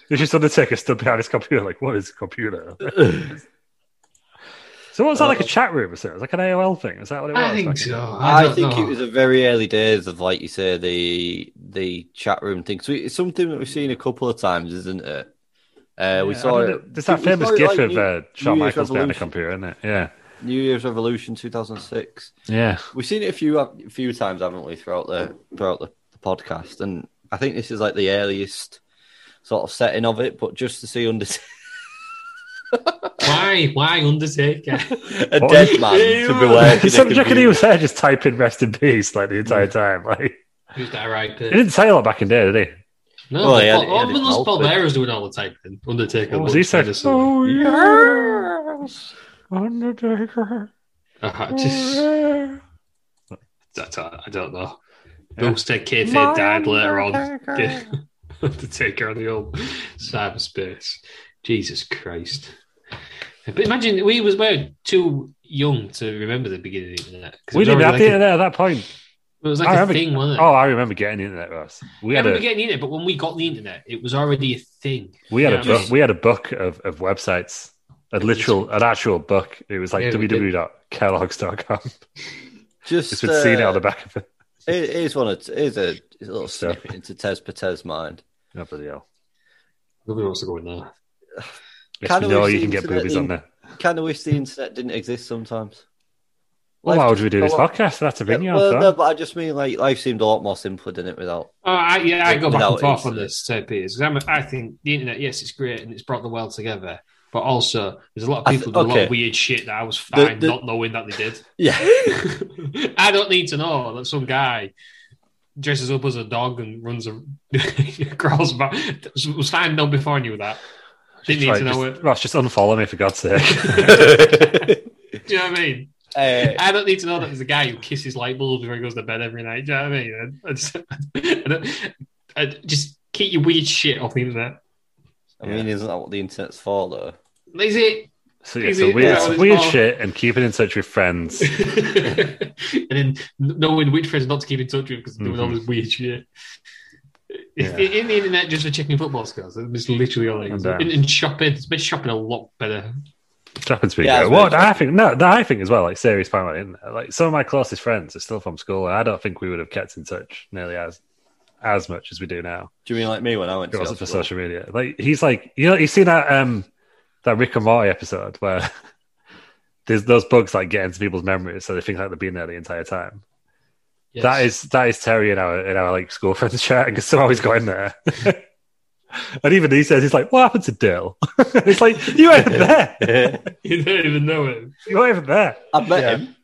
[SPEAKER 1] it's just Undertaker stood behind his computer. Like, what is a computer? so what was that like a chat room or something? It was like an AOL thing? Is that what it was?
[SPEAKER 2] I think
[SPEAKER 1] Like-
[SPEAKER 2] so. I,
[SPEAKER 3] I,
[SPEAKER 2] don't
[SPEAKER 3] think
[SPEAKER 2] know.
[SPEAKER 3] it was a very early days of, like you say, the the chat room thing. So it's something that we've seen a couple of times, isn't it? Uh, we
[SPEAKER 1] Yeah, I
[SPEAKER 3] saw
[SPEAKER 1] remember-
[SPEAKER 3] it.
[SPEAKER 1] There's that
[SPEAKER 3] we saw
[SPEAKER 1] famous
[SPEAKER 3] it,
[SPEAKER 1] gif
[SPEAKER 3] like,
[SPEAKER 1] of
[SPEAKER 3] New-
[SPEAKER 1] uh, Shawn
[SPEAKER 3] New Year's
[SPEAKER 1] Michaels behind a
[SPEAKER 3] Revolution-
[SPEAKER 1] computer, isn't it? Yeah,
[SPEAKER 3] New Year's Revolution 2006.
[SPEAKER 1] yeah.
[SPEAKER 3] We've seen it a few a few times, haven't we, throughout the throughout the, the podcast? And I think this is like the earliest sort of setting of it. But just to see under
[SPEAKER 2] Why? Why Undertaker?
[SPEAKER 3] a
[SPEAKER 1] What?
[SPEAKER 3] dead man to be working
[SPEAKER 1] He
[SPEAKER 3] a
[SPEAKER 1] said, "Do you reckon he
[SPEAKER 3] computer." Hmm.
[SPEAKER 1] was there just typing rest in peace like the entire time. Like
[SPEAKER 2] Who's that right
[SPEAKER 1] he didn't say that back in there, did he?
[SPEAKER 2] No,
[SPEAKER 3] Well, he had-
[SPEAKER 2] Paul,
[SPEAKER 3] he had
[SPEAKER 2] all
[SPEAKER 3] his
[SPEAKER 2] those Paul
[SPEAKER 3] outfit.
[SPEAKER 2] Bearer's doing all the typing. Undertaker.
[SPEAKER 1] What was he
[SPEAKER 2] looks
[SPEAKER 1] saying?
[SPEAKER 2] kind of silly.
[SPEAKER 1] Oh yes, Undertaker. Oh,
[SPEAKER 2] Uh, just-
[SPEAKER 1] yeah."
[SPEAKER 2] I don't, I don't know.
[SPEAKER 1] Yeah.
[SPEAKER 2] Bill said Kayfabe
[SPEAKER 1] My
[SPEAKER 2] died later on.
[SPEAKER 1] Undertaker.
[SPEAKER 2] Undertaker on the old cyberspace. Jesus Christ. But imagine we was we're too young to remember the beginning of the internet. 'Cause it
[SPEAKER 1] We
[SPEAKER 2] was
[SPEAKER 1] didn't have the
[SPEAKER 2] already like
[SPEAKER 1] internet at that point.
[SPEAKER 2] a, It was
[SPEAKER 1] I
[SPEAKER 2] like a
[SPEAKER 1] remember-
[SPEAKER 2] thing, wasn't it?
[SPEAKER 1] Oh, I remember getting the internet. Russ. We
[SPEAKER 2] we
[SPEAKER 1] had
[SPEAKER 2] remember
[SPEAKER 1] a
[SPEAKER 2] getting the internet, but when we got the internet, it was already a thing.
[SPEAKER 1] we had a
[SPEAKER 2] Yeah, I mean-
[SPEAKER 1] book, we had a book of, of websites, a literal an actual book. It was like
[SPEAKER 2] Yeah, we did.
[SPEAKER 1] www.kellogg's.com.
[SPEAKER 3] Just
[SPEAKER 1] Just been seen it
[SPEAKER 3] uh,
[SPEAKER 1] on the back of it.
[SPEAKER 3] It is one. Of, it is a, it's a little
[SPEAKER 1] Stuff.
[SPEAKER 3] snippet into Tez Patez's mind.
[SPEAKER 1] Oh, bloody hell.
[SPEAKER 2] Nobody wants to go in there.
[SPEAKER 1] Yes,
[SPEAKER 3] Kinda
[SPEAKER 1] we know
[SPEAKER 3] we've
[SPEAKER 1] you can
[SPEAKER 3] seen
[SPEAKER 1] get
[SPEAKER 3] internet
[SPEAKER 1] boobies on
[SPEAKER 3] in-
[SPEAKER 1] there.
[SPEAKER 3] Kind of wish the internet didn't exist sometimes.
[SPEAKER 1] Well,
[SPEAKER 3] Life
[SPEAKER 1] why would
[SPEAKER 3] just
[SPEAKER 1] we do this
[SPEAKER 3] a lot-
[SPEAKER 1] podcast? That's a vineyard.
[SPEAKER 3] well,
[SPEAKER 1] though.
[SPEAKER 3] no, but I just mean like life seemed a lot more simpler than it without.
[SPEAKER 2] Oh, I, yeah, I go back and
[SPEAKER 3] Without
[SPEAKER 2] forth on
[SPEAKER 3] internet.
[SPEAKER 2] this, so Peters. I'm, I think the internet, yes, it's great and it's brought the world together, but also there's a lot of
[SPEAKER 3] I th-
[SPEAKER 2] people do a lot
[SPEAKER 3] okay.
[SPEAKER 2] of weird shit that I was
[SPEAKER 3] The-
[SPEAKER 2] fine
[SPEAKER 3] the-
[SPEAKER 2] not knowing that they did.
[SPEAKER 3] Yeah,
[SPEAKER 2] I don't need to know that some guy dresses up as a dog and runs a crawls back. Was fine known before I knew that. Didn't need
[SPEAKER 1] Right,
[SPEAKER 2] to know
[SPEAKER 1] just, Ross, just unfollow me for God's sake.
[SPEAKER 2] it. Do you know what I mean?
[SPEAKER 3] Uh,
[SPEAKER 2] I don't need to know that there's a guy who kisses light bulbs before he goes to bed every night. Do you know what I mean? I just, I don't, I just keep your weird shit off the internet.
[SPEAKER 3] I mean, isn't that what the internet's for, though?
[SPEAKER 2] Is it?
[SPEAKER 1] So yeah,
[SPEAKER 2] Is
[SPEAKER 1] so
[SPEAKER 2] it-
[SPEAKER 1] weird,
[SPEAKER 2] yeah, it's
[SPEAKER 1] weird
[SPEAKER 2] more-
[SPEAKER 1] shit and keeping in touch with friends.
[SPEAKER 2] and then knowing which friends not to keep in touch with because they're doing all this weird shit.
[SPEAKER 1] Mm-hmm. Yeah.
[SPEAKER 2] In, in the internet, just for checking football scores. It's literally all it is.
[SPEAKER 1] And, um,
[SPEAKER 2] And, and shopping. It's made shopping a lot better.
[SPEAKER 1] Happens to be
[SPEAKER 3] Yeah,
[SPEAKER 1] yeah,
[SPEAKER 3] it's
[SPEAKER 1] what
[SPEAKER 3] weird.
[SPEAKER 1] I think. No, that I think as well. Like serious part of it, isn't it? Like some of my closest friends are still from school. And I don't think we would have kept in touch nearly as as much as we do now.
[SPEAKER 3] Do you mean like me when I went
[SPEAKER 1] It
[SPEAKER 3] to
[SPEAKER 1] wasn't for
[SPEAKER 3] hospital?
[SPEAKER 1] social media. Like he's like you know you seen that um that Rick and Morty episode where there's those bugs like get into people's memories, so they think like they've been there the entire time.
[SPEAKER 2] Yes.
[SPEAKER 1] That is that is Terry in our in our like school friends chat because somehow he's got in there. and even he says he's like, "What happened to Dill?" it's like you weren't there.
[SPEAKER 2] You don't even know it.
[SPEAKER 1] You weren't even there.
[SPEAKER 3] I've met
[SPEAKER 1] Yeah.
[SPEAKER 3] him.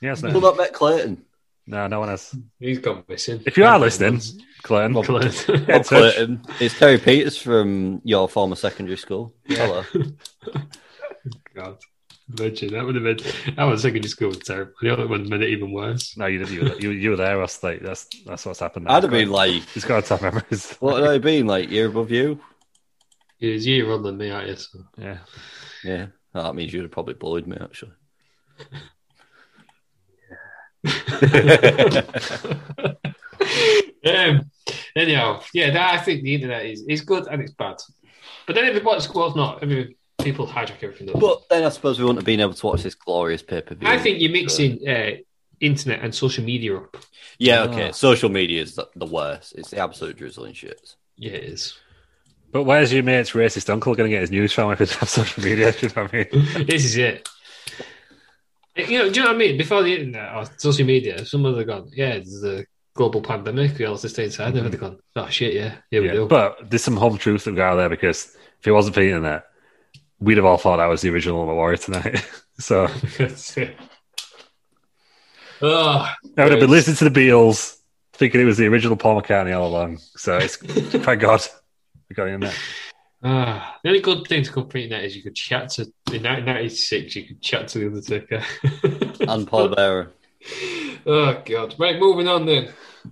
[SPEAKER 1] Yes,
[SPEAKER 3] Still
[SPEAKER 1] no,
[SPEAKER 3] not met Clayton.
[SPEAKER 1] no, no one has.
[SPEAKER 2] He's gone missing.
[SPEAKER 1] If you are listening, Glenn,
[SPEAKER 2] Clayton.
[SPEAKER 1] get in touch.
[SPEAKER 3] Clayton. It's Terry Peters from your former secondary school. Hello.
[SPEAKER 2] God. Imagine that would have been. That was secondary school was terrible. The other one made it even worse.
[SPEAKER 1] No, you didn't. You were, you, you were there. Us like that's that's what's happened. now.
[SPEAKER 3] I'd have been uh, like,
[SPEAKER 1] He's got tough memories.
[SPEAKER 3] what had I been like? Year above you?
[SPEAKER 2] He was a year older than me, aren't you? So.
[SPEAKER 1] Yeah.
[SPEAKER 3] Yeah. Oh, that means you'd have probably bullied me actually.
[SPEAKER 2] um, anyhow, yeah, that, I think the internet is, is good and it's bad. But then if it was well, it's not. I mean, people hijack everything. Up.
[SPEAKER 3] But then I suppose we wouldn't have been able to watch this glorious pay per view.
[SPEAKER 2] I think you're mixing uh, internet and social media up.
[SPEAKER 3] Yeah, okay. Social media is the, the worst. It's the absolute drizzling shit.
[SPEAKER 2] Yeah, it is.
[SPEAKER 1] But where's your mate's racist uncle going to get his news from if it's on social media? Do you know what I mean?
[SPEAKER 2] this is it. You know, do you know what I mean? Before the internet or social media, some of them gone, yeah, there's a global pandemic, we all have to stay inside. They've gone, oh shit, yeah, here we
[SPEAKER 1] Yeah,
[SPEAKER 2] do.
[SPEAKER 1] but there's some home truth that we got there because if it wasn't for the internet, we'd have all thought I was the original Ultimate Warrior tonight. so
[SPEAKER 2] That's it. Oh,
[SPEAKER 1] I would have
[SPEAKER 2] Right.
[SPEAKER 1] been listening to the Beatles, thinking it was the original Paul McCartney all along. So it's thank God we got the internet.
[SPEAKER 2] Ah, the only good thing to come from the internet is you could chat to in 1996. You could chat to the Undertaker
[SPEAKER 3] And Paul Bearer.
[SPEAKER 2] Oh god! Right, moving on then.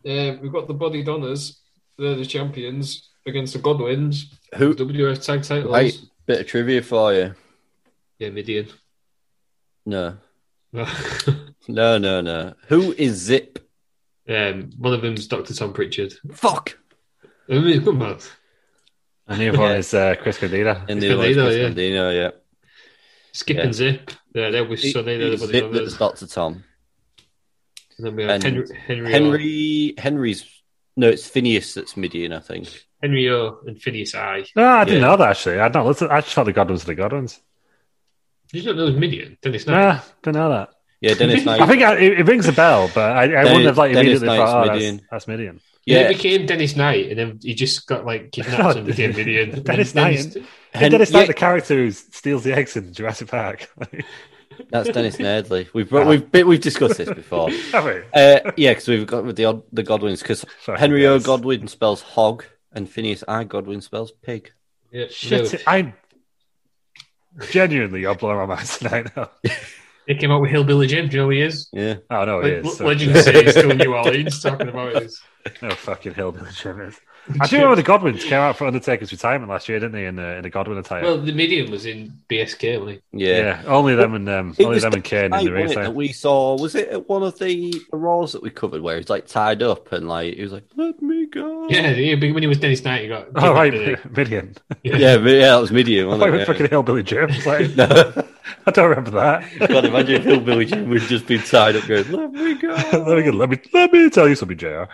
[SPEAKER 2] Um, we've got the Body Donners. They're the champions against the Godwins.
[SPEAKER 3] Who?
[SPEAKER 2] WWF tag titles?
[SPEAKER 3] Right. Bit of trivia for you.
[SPEAKER 2] Yeah, Midian.
[SPEAKER 3] No.
[SPEAKER 2] um,
[SPEAKER 3] No, no, no. Who is Zip?
[SPEAKER 2] one of them's Doctor Tom Pritchard.
[SPEAKER 3] Fuck.
[SPEAKER 2] I mean, come on.
[SPEAKER 1] And the other one is uh, Chris Candida.
[SPEAKER 3] And the other one's
[SPEAKER 2] Escondido,
[SPEAKER 3] Chris
[SPEAKER 2] yeah.
[SPEAKER 3] Escondido, yeah.
[SPEAKER 2] Skip
[SPEAKER 3] Yeah.
[SPEAKER 2] and Zip. Yeah, they're with
[SPEAKER 3] It-
[SPEAKER 2] Sonny. They're the
[SPEAKER 3] it's
[SPEAKER 2] Body
[SPEAKER 3] Zip that's
[SPEAKER 2] Donners.
[SPEAKER 3] Dr. Tom.
[SPEAKER 2] And then we have
[SPEAKER 3] and
[SPEAKER 2] Henry, Henry, O,
[SPEAKER 3] Henry, Henry's, no, it's Phineas that's Midian, I think.
[SPEAKER 2] Henry O, and Phineas I.
[SPEAKER 1] No, I didn't
[SPEAKER 3] Yeah.
[SPEAKER 1] know that actually. I'd not listened. I just thought the God ones were the God ones.
[SPEAKER 2] Did you not know it was Midian? Dennis Knight.
[SPEAKER 1] Nah, didn't know that.
[SPEAKER 3] Yeah, Dennis Knight.
[SPEAKER 1] I think I, it, it rings a bell, but I, I wouldn't have like
[SPEAKER 3] Dennis
[SPEAKER 1] immediately
[SPEAKER 3] Knight's
[SPEAKER 1] thought, oh,
[SPEAKER 3] Midian.
[SPEAKER 1] That's, that's Midian.
[SPEAKER 2] Yeah,
[SPEAKER 3] yeah,
[SPEAKER 2] he became Dennis Knight, and then he just got like kidnapped and became Midian.
[SPEAKER 1] Dennis
[SPEAKER 2] And then-
[SPEAKER 1] Knight.
[SPEAKER 2] then-
[SPEAKER 3] Hen-
[SPEAKER 1] Dennis Knight,
[SPEAKER 3] yeah.
[SPEAKER 1] the character who steals the eggs in Jurassic Park.
[SPEAKER 3] that's Dennis Nedley. We've, bro- we've, been- we've discussed this before.
[SPEAKER 1] Have we?
[SPEAKER 3] Uh, yeah, because we've got the odd, the Godwins. Because
[SPEAKER 1] Fucking
[SPEAKER 3] Henry O.
[SPEAKER 1] guys.
[SPEAKER 3] Godwin spells hog, and Phineas I. Godwin spells pig.
[SPEAKER 2] Yeah,
[SPEAKER 1] Shit,
[SPEAKER 2] no.
[SPEAKER 1] I'm genuinely you're blowing my mind tonight. Now.
[SPEAKER 2] They came out with Hillbilly Jim. Do you know who he is?
[SPEAKER 3] Yeah,
[SPEAKER 1] Oh no, it
[SPEAKER 2] Like,
[SPEAKER 1] is.
[SPEAKER 2] le- Legend says he's still in New Orleans talking about this.
[SPEAKER 1] No fucking hillbilly Jim is. I do remember the Godwins came out for Undertaker's retirement last year, didn't they? In the in the Godwin attire.
[SPEAKER 2] Well, the medium was in BSK, wasn't
[SPEAKER 3] yeah.
[SPEAKER 1] yeah. only them and um,
[SPEAKER 3] It
[SPEAKER 1] only
[SPEAKER 3] was
[SPEAKER 1] them and Kane in
[SPEAKER 3] Hey,
[SPEAKER 1] the
[SPEAKER 3] wasn't
[SPEAKER 1] ring.
[SPEAKER 3] it that we saw was it at one of the roles that we covered where he's like tied up and like he was like, "Let me go."
[SPEAKER 2] he? Yeah, yeah, but when he was Dennis Knight, he got.
[SPEAKER 1] Oh right,
[SPEAKER 2] kidnapped,
[SPEAKER 1] Mi- Midian.
[SPEAKER 3] yeah, but- yeah. That was Midian.
[SPEAKER 1] Why
[SPEAKER 3] Wasn't
[SPEAKER 1] would
[SPEAKER 3] it?
[SPEAKER 1] fucking hillbilly Jim? It's like,
[SPEAKER 3] Yeah.
[SPEAKER 1] I don't remember that.
[SPEAKER 3] God, imagine if Hillbilly Jim would just be tied up going, "Let me go."
[SPEAKER 1] let me let me let me tell you something, Jr.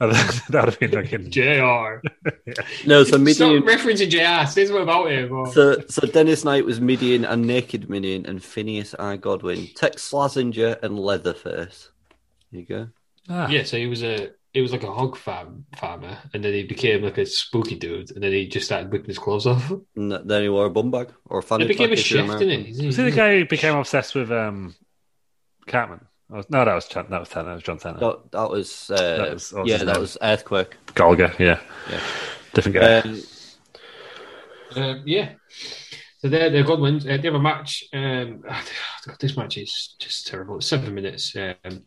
[SPEAKER 1] And then, that would have been fucking.
[SPEAKER 2] didn't he? JR.
[SPEAKER 3] No, so Midian.
[SPEAKER 2] Stop referencing JR. Say something about him. Or...
[SPEAKER 3] So, so Dennis Knight was Midian and Naked Minion and Phineas I. Godwin, Tex Slazenger and Leatherface. There you go.
[SPEAKER 1] Ah.
[SPEAKER 2] Yeah, so he was a. He was like a hog farm farmer, and then he became like a spooky dude, and then he just started whipping his clothes off.
[SPEAKER 3] And th- then he wore a bum bag or a fanny
[SPEAKER 2] He became a
[SPEAKER 3] pack if you're
[SPEAKER 2] chef,
[SPEAKER 3] American.
[SPEAKER 2] didn't he?
[SPEAKER 1] Was he the guy who became obsessed with um, Cartman? Oh, no, that was Chan- that was Tanner. That was John Tanner.
[SPEAKER 3] That, that was, uh,
[SPEAKER 1] That was- what was
[SPEAKER 3] yeah,
[SPEAKER 1] his
[SPEAKER 3] that
[SPEAKER 1] name?
[SPEAKER 3] was Earthquake.
[SPEAKER 1] Golga, yeah.
[SPEAKER 3] Yeah.
[SPEAKER 1] Different guy.
[SPEAKER 3] Um,
[SPEAKER 2] Um, yeah. So they're, they're good ones. Uh, they have a match. Um, God, this match is just terrible. It's seven minutes. Um,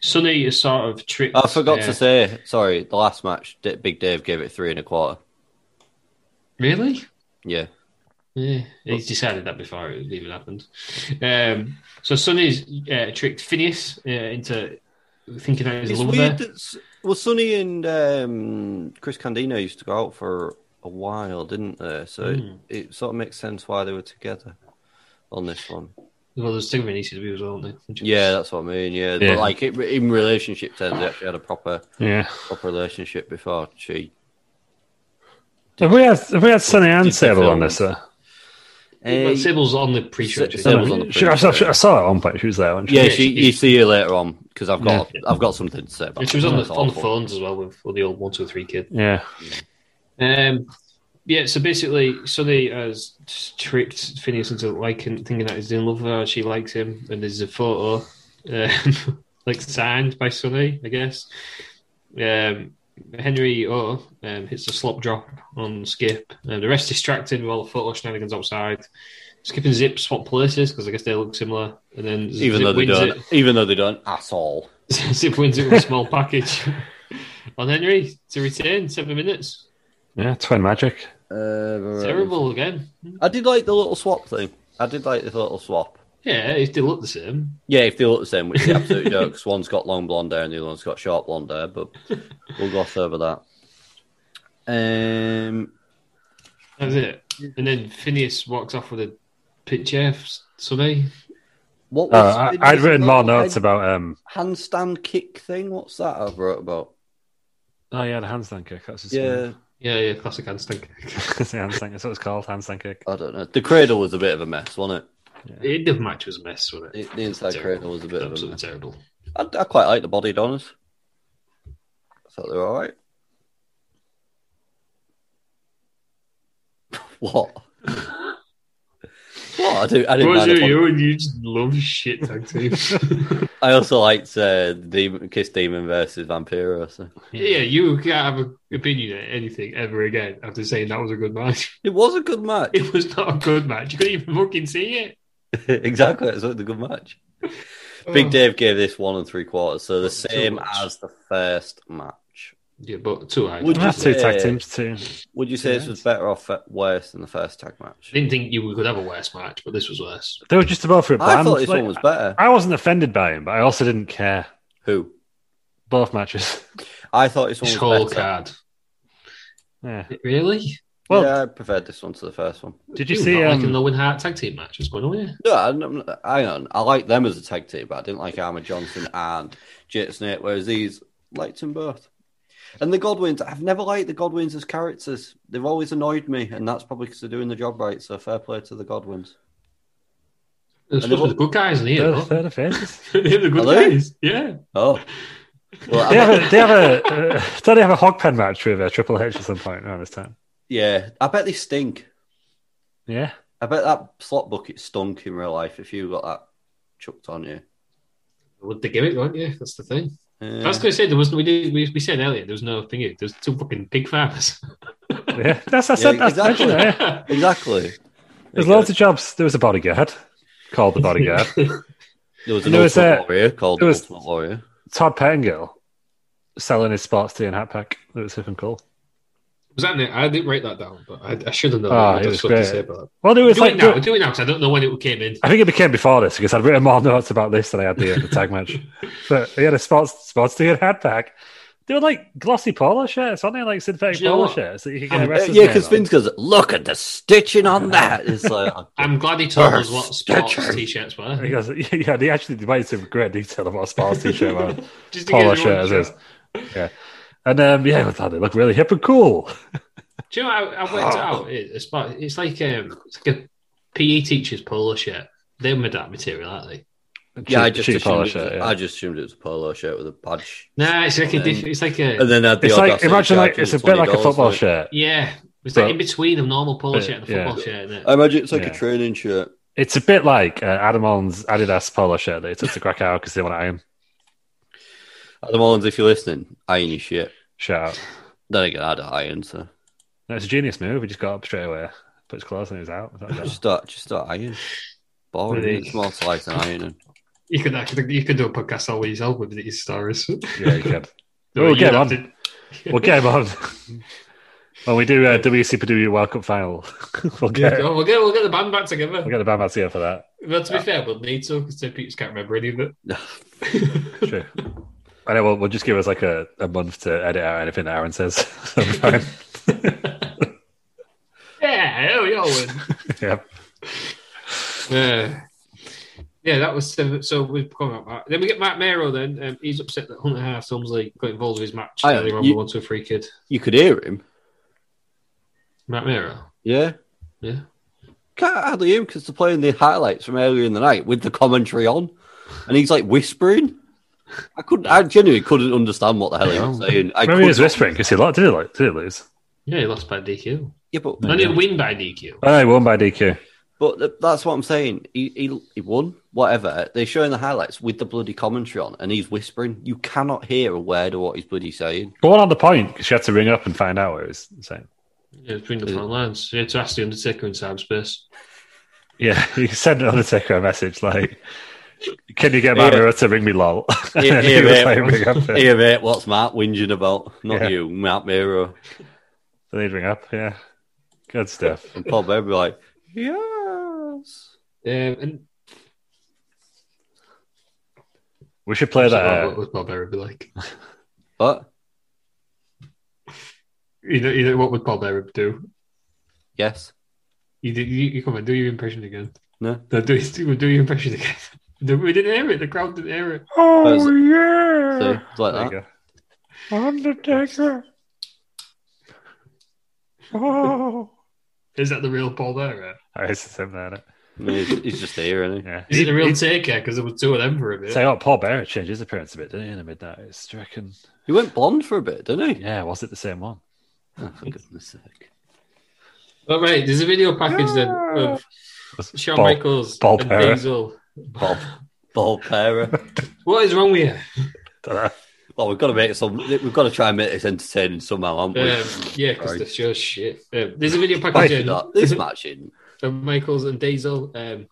[SPEAKER 2] Sonny is sort of tricked.
[SPEAKER 3] I forgot
[SPEAKER 2] uh,
[SPEAKER 3] to say, sorry, the last match, D- Big Dave gave it three and a quarter.
[SPEAKER 2] Really?
[SPEAKER 3] Yeah.
[SPEAKER 2] Yeah, he's decided that before it even happened. Um, so Sonny's uh, tricked Phineas uh, into thinking that he's
[SPEAKER 3] It's
[SPEAKER 2] a lover.
[SPEAKER 3] weird that S- well, Sonny and um, Chris Candino used to go out for a while, didn't they? So
[SPEAKER 1] Hmm.
[SPEAKER 3] it, it sort of makes sense why they were together on this one.
[SPEAKER 2] Well, there's two Vinicius views, aren't there?
[SPEAKER 3] Yeah, that's what I mean. Yeah,
[SPEAKER 1] Yeah.
[SPEAKER 3] but like it, in relationship terms, they actually had a proper
[SPEAKER 1] Yeah.
[SPEAKER 3] proper relationship before she.
[SPEAKER 1] Have we had have we had Sonny and
[SPEAKER 3] Did the
[SPEAKER 1] Sable on
[SPEAKER 3] film.
[SPEAKER 1] this? Uh,
[SPEAKER 3] Eh,
[SPEAKER 2] But Sybil's on the pre-show.
[SPEAKER 3] Sy-
[SPEAKER 2] she's
[SPEAKER 3] Sybil's
[SPEAKER 2] on
[SPEAKER 3] on
[SPEAKER 2] it.
[SPEAKER 3] the-
[SPEAKER 1] she, I, saw, I saw her at one point. She was there. Wasn't she?
[SPEAKER 3] yeah, she, you see her later on because I've got I've got something to say about.
[SPEAKER 2] And she was on
[SPEAKER 3] it.
[SPEAKER 2] the
[SPEAKER 3] It's
[SPEAKER 2] on the
[SPEAKER 3] awful.
[SPEAKER 2] phones as well with, with the old one two three kid.
[SPEAKER 1] Yeah.
[SPEAKER 2] Um, yeah, so basically, Sonny has tricked Phineas into liking, thinking that he's in love with her. She likes him, and there's a photo, um, like signed by Sonny, I guess. Um, Henry O um, hits a slop drop on Skip, and the rest distracted with all the photo shenanigans outside. Skip and Zip swap places because I guess they look similar, and then
[SPEAKER 3] Even
[SPEAKER 2] Zip
[SPEAKER 3] though they
[SPEAKER 2] wins
[SPEAKER 3] don't, even though they don't at all.
[SPEAKER 2] it. Zip wins it with a small package on Henry to retain seven minutes.
[SPEAKER 1] Yeah. Twin magic.
[SPEAKER 2] Terrible again.
[SPEAKER 3] Uh, I did like the little swap thing. I did like the little swap.
[SPEAKER 2] Yeah, if they look the same.
[SPEAKER 3] Yeah, if they look the same, which they absolutely do, because one's got long blonde hair and the other one's got short blonde hair, but we'll gloss over that. Um,
[SPEAKER 2] That's it. And then Phineas walks off with a picture of somebody.
[SPEAKER 3] what
[SPEAKER 1] Oh,
[SPEAKER 3] was
[SPEAKER 1] I, I'd written more notes
[SPEAKER 3] Hand-
[SPEAKER 1] about um.
[SPEAKER 3] handstand kick thing. What's that I wrote about?
[SPEAKER 1] Oh yeah, the handstand kick. That's just
[SPEAKER 3] Yeah,
[SPEAKER 2] Yeah, yeah, classic handstand.
[SPEAKER 1] it's a handstand. That's what it's called. Handstand kick.
[SPEAKER 3] I don't know. The cradle was a bit of a mess, wasn't
[SPEAKER 2] The end of match was a mess, wasn't
[SPEAKER 3] it?
[SPEAKER 2] it?
[SPEAKER 3] The, the inside cradle was a bit of a
[SPEAKER 2] Absolutely
[SPEAKER 3] mess.
[SPEAKER 2] terrible.
[SPEAKER 3] I, I quite like the body donors. I thought they were all right. what? what? I do. I didn't
[SPEAKER 2] Was
[SPEAKER 3] mind.
[SPEAKER 2] it
[SPEAKER 3] the body-
[SPEAKER 2] you and you just love shit tag team?
[SPEAKER 3] I also liked uh, Demon, Kiss Demon versus Vampiro. So.
[SPEAKER 2] yeah, you can't have an opinion on anything ever again after saying that was a good match.
[SPEAKER 3] It was a good match.
[SPEAKER 2] It was not a good match. You couldn't even fucking see it.
[SPEAKER 3] exactly, it was a good match. Big Dave gave this one and three quarters, so the same
[SPEAKER 2] much.
[SPEAKER 3] as the first match.
[SPEAKER 2] Yeah, but too high.
[SPEAKER 3] Would
[SPEAKER 2] I
[SPEAKER 3] you-
[SPEAKER 1] That's two tag
[SPEAKER 3] Yeah.
[SPEAKER 1] teams too.
[SPEAKER 3] Would you say this was better or fe- worse than the first tag match?
[SPEAKER 2] didn't think you could have a worse match, but this was worse.
[SPEAKER 1] They were just above for it.
[SPEAKER 3] I thought this one was better.
[SPEAKER 1] I wasn't offended by him, but I also didn't care.
[SPEAKER 3] Who?
[SPEAKER 1] Both matches.
[SPEAKER 3] I thought this one
[SPEAKER 2] This
[SPEAKER 3] was
[SPEAKER 2] whole
[SPEAKER 3] better.
[SPEAKER 2] card.
[SPEAKER 1] Yeah.
[SPEAKER 2] Really?
[SPEAKER 1] Well-
[SPEAKER 3] yeah, I preferred this one to the first one.
[SPEAKER 1] Did you
[SPEAKER 2] You're
[SPEAKER 1] see?
[SPEAKER 2] not liking
[SPEAKER 1] Um,
[SPEAKER 2] the Win Hart tag team match? What's going on here?
[SPEAKER 3] No, I, don't- I don't. I like them as a tag team, but I didn't like Armour Johnson and Jake Snake. Whereas these liked them both. And the Godwins, I've never liked the Godwins as characters. They've always annoyed me, and that's probably because they're doing the job right. So fair play to the Godwins.
[SPEAKER 2] They're supposed to be the good guys in
[SPEAKER 1] they're,
[SPEAKER 2] here. though.
[SPEAKER 1] they're the faces.
[SPEAKER 2] They're the good
[SPEAKER 3] Are they?
[SPEAKER 2] guys. Yeah.
[SPEAKER 3] Oh, well, I-
[SPEAKER 1] They have a they have a uh, don't they have a hog pen match with uh, Triple H at some point around this time?
[SPEAKER 3] yeah, I bet they stink.
[SPEAKER 1] Yeah,
[SPEAKER 3] I bet that slot bucket stunk in real life if you got that chucked on you.
[SPEAKER 2] With the gimmick, weren't you? That's the thing.
[SPEAKER 3] Yeah.
[SPEAKER 2] I was going to say there was we did we, we said earlier there was no thing. There was two fucking pig farmers.
[SPEAKER 1] yeah. That's that's
[SPEAKER 3] Yeah,
[SPEAKER 1] it. That's actually,
[SPEAKER 3] exactly.
[SPEAKER 1] yeah.
[SPEAKER 3] exactly.
[SPEAKER 1] There's loads of jobs. There was a bodyguard called the bodyguard.
[SPEAKER 3] There
[SPEAKER 1] and
[SPEAKER 3] was an
[SPEAKER 1] there was,
[SPEAKER 3] Ultimate
[SPEAKER 1] uh,
[SPEAKER 3] Warrior called
[SPEAKER 1] there was-
[SPEAKER 3] Ultimate Warrior.
[SPEAKER 1] Todd Pettingill selling his sports tea and hat pack. It was flipping cool.
[SPEAKER 2] Was that it? I didn't write that down, but I, I should have known.
[SPEAKER 1] Ah,
[SPEAKER 2] what
[SPEAKER 1] it
[SPEAKER 2] I
[SPEAKER 1] was
[SPEAKER 2] supposed to
[SPEAKER 1] great.
[SPEAKER 2] say about that.
[SPEAKER 1] Well, it was
[SPEAKER 2] do
[SPEAKER 1] like
[SPEAKER 2] it now. Do it now because I don't know when it came in.
[SPEAKER 1] I think it became before this because I'd written more notes about this than I had the, the tag match. But he had a sports sports tea and hat pack. They were like glossy polo shirts, weren't they? Like synthetic
[SPEAKER 2] Do you know
[SPEAKER 1] polo
[SPEAKER 2] what?
[SPEAKER 1] shirts that you could get
[SPEAKER 2] Um,
[SPEAKER 1] a wrestler's
[SPEAKER 3] Uh, yeah,
[SPEAKER 1] name
[SPEAKER 3] because
[SPEAKER 1] on.
[SPEAKER 3] Vince goes, "Look at the stitching on that." It's like, "Oh,
[SPEAKER 2] I'm glad he told us
[SPEAKER 3] First
[SPEAKER 2] what sports
[SPEAKER 3] sketcher.
[SPEAKER 2] t-shirts
[SPEAKER 1] He
[SPEAKER 2] were.
[SPEAKER 1] goes, yeah, they actually went into great detail about a sports t-shirt, man.
[SPEAKER 2] Just to
[SPEAKER 1] polo
[SPEAKER 2] get everyone
[SPEAKER 1] shirt,
[SPEAKER 2] to
[SPEAKER 1] it is.
[SPEAKER 2] show.
[SPEAKER 1] Yeah. And um, yeah, I thought they look really hip and cool.
[SPEAKER 2] Do you know what I, I worked it
[SPEAKER 1] Oh.
[SPEAKER 2] out? It- It's, about- it's like um, it's like a PE teacher's polo shirt. They're made that material, aren't they?
[SPEAKER 3] yeah, I just
[SPEAKER 1] cheap polo
[SPEAKER 3] assumed it was-
[SPEAKER 1] shirt, yeah.
[SPEAKER 3] I just assumed it was a polo shirt with a badge,
[SPEAKER 2] Nah, it's like a
[SPEAKER 3] And then-
[SPEAKER 2] diff- it's like a
[SPEAKER 3] and then had the
[SPEAKER 1] it's like
[SPEAKER 3] audacity
[SPEAKER 1] imagine
[SPEAKER 3] to
[SPEAKER 1] like
[SPEAKER 3] charge
[SPEAKER 1] it's a
[SPEAKER 3] us
[SPEAKER 1] bit like a
[SPEAKER 3] $20
[SPEAKER 1] football
[SPEAKER 3] for it.
[SPEAKER 1] shirt.
[SPEAKER 2] yeah. It's like
[SPEAKER 1] But-
[SPEAKER 2] in between of normal polo
[SPEAKER 1] but-
[SPEAKER 2] shirt and a
[SPEAKER 1] yeah. Uh,
[SPEAKER 2] football shirt, isn't it?
[SPEAKER 3] I imagine it's like
[SPEAKER 1] Yeah.
[SPEAKER 3] a training shirt.
[SPEAKER 1] It's a bit like uh, Adam Allen's Adidas polo shirt that he took to Krakow because they want to iron.
[SPEAKER 3] Adam Mullins, if you're listening, iron your shit.
[SPEAKER 1] Shout out.
[SPEAKER 3] Then again, I don't iron, so
[SPEAKER 1] No, it's a genius move. He just got up straight away, put his clothes on, he was out. That was
[SPEAKER 3] just
[SPEAKER 1] it.
[SPEAKER 3] start, just start ironing. Boring,
[SPEAKER 2] Really?
[SPEAKER 3] isn't it? small slice and ironing.
[SPEAKER 2] You could actually you could do a podcast all by yourself with
[SPEAKER 1] Oh,
[SPEAKER 2] these stars.
[SPEAKER 1] yeah, he could.
[SPEAKER 2] No,
[SPEAKER 1] we'll
[SPEAKER 2] you'd
[SPEAKER 1] get him
[SPEAKER 2] have
[SPEAKER 1] on.
[SPEAKER 2] to-
[SPEAKER 1] We'll get him on. When we do uh, WCPW World Cup final, we'll get
[SPEAKER 2] We'll get, we'll get the band back together.
[SPEAKER 1] we'll get the band back together for that.
[SPEAKER 2] But to be fair, we'll need to because Pete's can't remember any of it.
[SPEAKER 1] True. I know. We'll, we'll just give us like a, a month to edit out anything that Aaron says. Sometime.
[SPEAKER 2] Yeah, hell, we all win.
[SPEAKER 1] yeah.
[SPEAKER 2] Yeah. Yeah, that was so. so we've come up. with that. Then we get Matt Mero. Then um, he's upset that Hunter Half Thumbsley got involved with his match
[SPEAKER 3] Aye,
[SPEAKER 2] earlier on
[SPEAKER 3] you-
[SPEAKER 2] with one two three kid.
[SPEAKER 3] You could hear him.
[SPEAKER 2] Matt Mero.
[SPEAKER 3] Yeah.
[SPEAKER 2] Yeah.
[SPEAKER 3] Can't hardly hear him because they're playing the highlights from earlier in the night with the commentary on, and he's like whispering. I couldn't. I genuinely couldn't understand what the hell he was saying. I
[SPEAKER 1] Remember he was
[SPEAKER 3] couldn't-
[SPEAKER 1] whispering because he lost. Did he, lo- did he lose?
[SPEAKER 2] Yeah, he lost by DQ.
[SPEAKER 3] Yeah, but,
[SPEAKER 2] No, he didn't win by DQ.
[SPEAKER 1] Oh, he won by DQ.
[SPEAKER 3] but th- that's what I'm saying. He, he he won. Whatever. They're showing the highlights with the bloody commentary on, and he's whispering. You cannot hear a word of what he's bloody saying.
[SPEAKER 1] But what on the point? 'Cause she had to ring up and find out what he was saying.
[SPEAKER 2] Yeah, between the front lines. Yeah, to ask the Undertaker in time space.
[SPEAKER 1] Yeah, he sent an Undertaker a message like, "Can you get Matt
[SPEAKER 3] Yeah.
[SPEAKER 1] Miro to ring me lol?" And
[SPEAKER 3] Yeah,
[SPEAKER 1] he
[SPEAKER 3] yeah,
[SPEAKER 1] was
[SPEAKER 3] yeah.
[SPEAKER 1] like, ring up.
[SPEAKER 3] Hey, mate, what's Matt whinging about? Not
[SPEAKER 1] Yeah.
[SPEAKER 3] you, Matt Miro.
[SPEAKER 1] So they'd ring up. Yeah, good stuff.
[SPEAKER 3] And Paul Bear be like, yes.
[SPEAKER 2] Um, and
[SPEAKER 1] We should play that.
[SPEAKER 2] So
[SPEAKER 1] uh,
[SPEAKER 2] what would Paul Bearer be like?
[SPEAKER 3] What?
[SPEAKER 2] You know, you know, what would Paul Bearer do?
[SPEAKER 3] Yes.
[SPEAKER 2] You, do- you, you come on, do your impression again.
[SPEAKER 3] No.
[SPEAKER 2] No, do, do do your impression again. No, we didn't hear it. The crowd didn't hear it.
[SPEAKER 3] Oh,
[SPEAKER 1] yeah.
[SPEAKER 3] So, it's like
[SPEAKER 1] There you
[SPEAKER 3] that.
[SPEAKER 1] go. Undertaker. Oh.
[SPEAKER 2] Is that the real Paul eh? Bearer?
[SPEAKER 1] it's the same there, innit?
[SPEAKER 3] No, He's, he's just here, isn't he?
[SPEAKER 1] Yeah.
[SPEAKER 2] Is it the
[SPEAKER 1] He-
[SPEAKER 2] real
[SPEAKER 1] he-
[SPEAKER 2] taker? Because there were two of them for a bit.
[SPEAKER 1] Say, oh, Paul Barrett changed his appearance a bit, didn't he, in the midnight? Do you reckon?
[SPEAKER 3] He went blonde for a bit, didn't he?
[SPEAKER 1] Yeah, was it the same one?
[SPEAKER 3] Oh, for goodness sake.
[SPEAKER 2] All Oh, right, there's a video package then of
[SPEAKER 1] Was it
[SPEAKER 2] Shawn
[SPEAKER 1] Paul-
[SPEAKER 2] Michaels
[SPEAKER 1] Paul
[SPEAKER 2] and
[SPEAKER 1] Bearer.
[SPEAKER 2] Diesel.
[SPEAKER 3] Bob. Bob Pera.
[SPEAKER 2] What is wrong with
[SPEAKER 1] Dunno.
[SPEAKER 3] Well, we've got to make it some. We've got to try and make this entertaining somehow, haven't
[SPEAKER 2] you?
[SPEAKER 3] we?
[SPEAKER 2] Um, yeah, because
[SPEAKER 3] Sorry.
[SPEAKER 2] the show's shit. Um, there's a video
[SPEAKER 3] Why
[SPEAKER 2] package
[SPEAKER 3] did
[SPEAKER 2] then
[SPEAKER 3] that? This match in
[SPEAKER 2] of Michaels and Diesel. Um,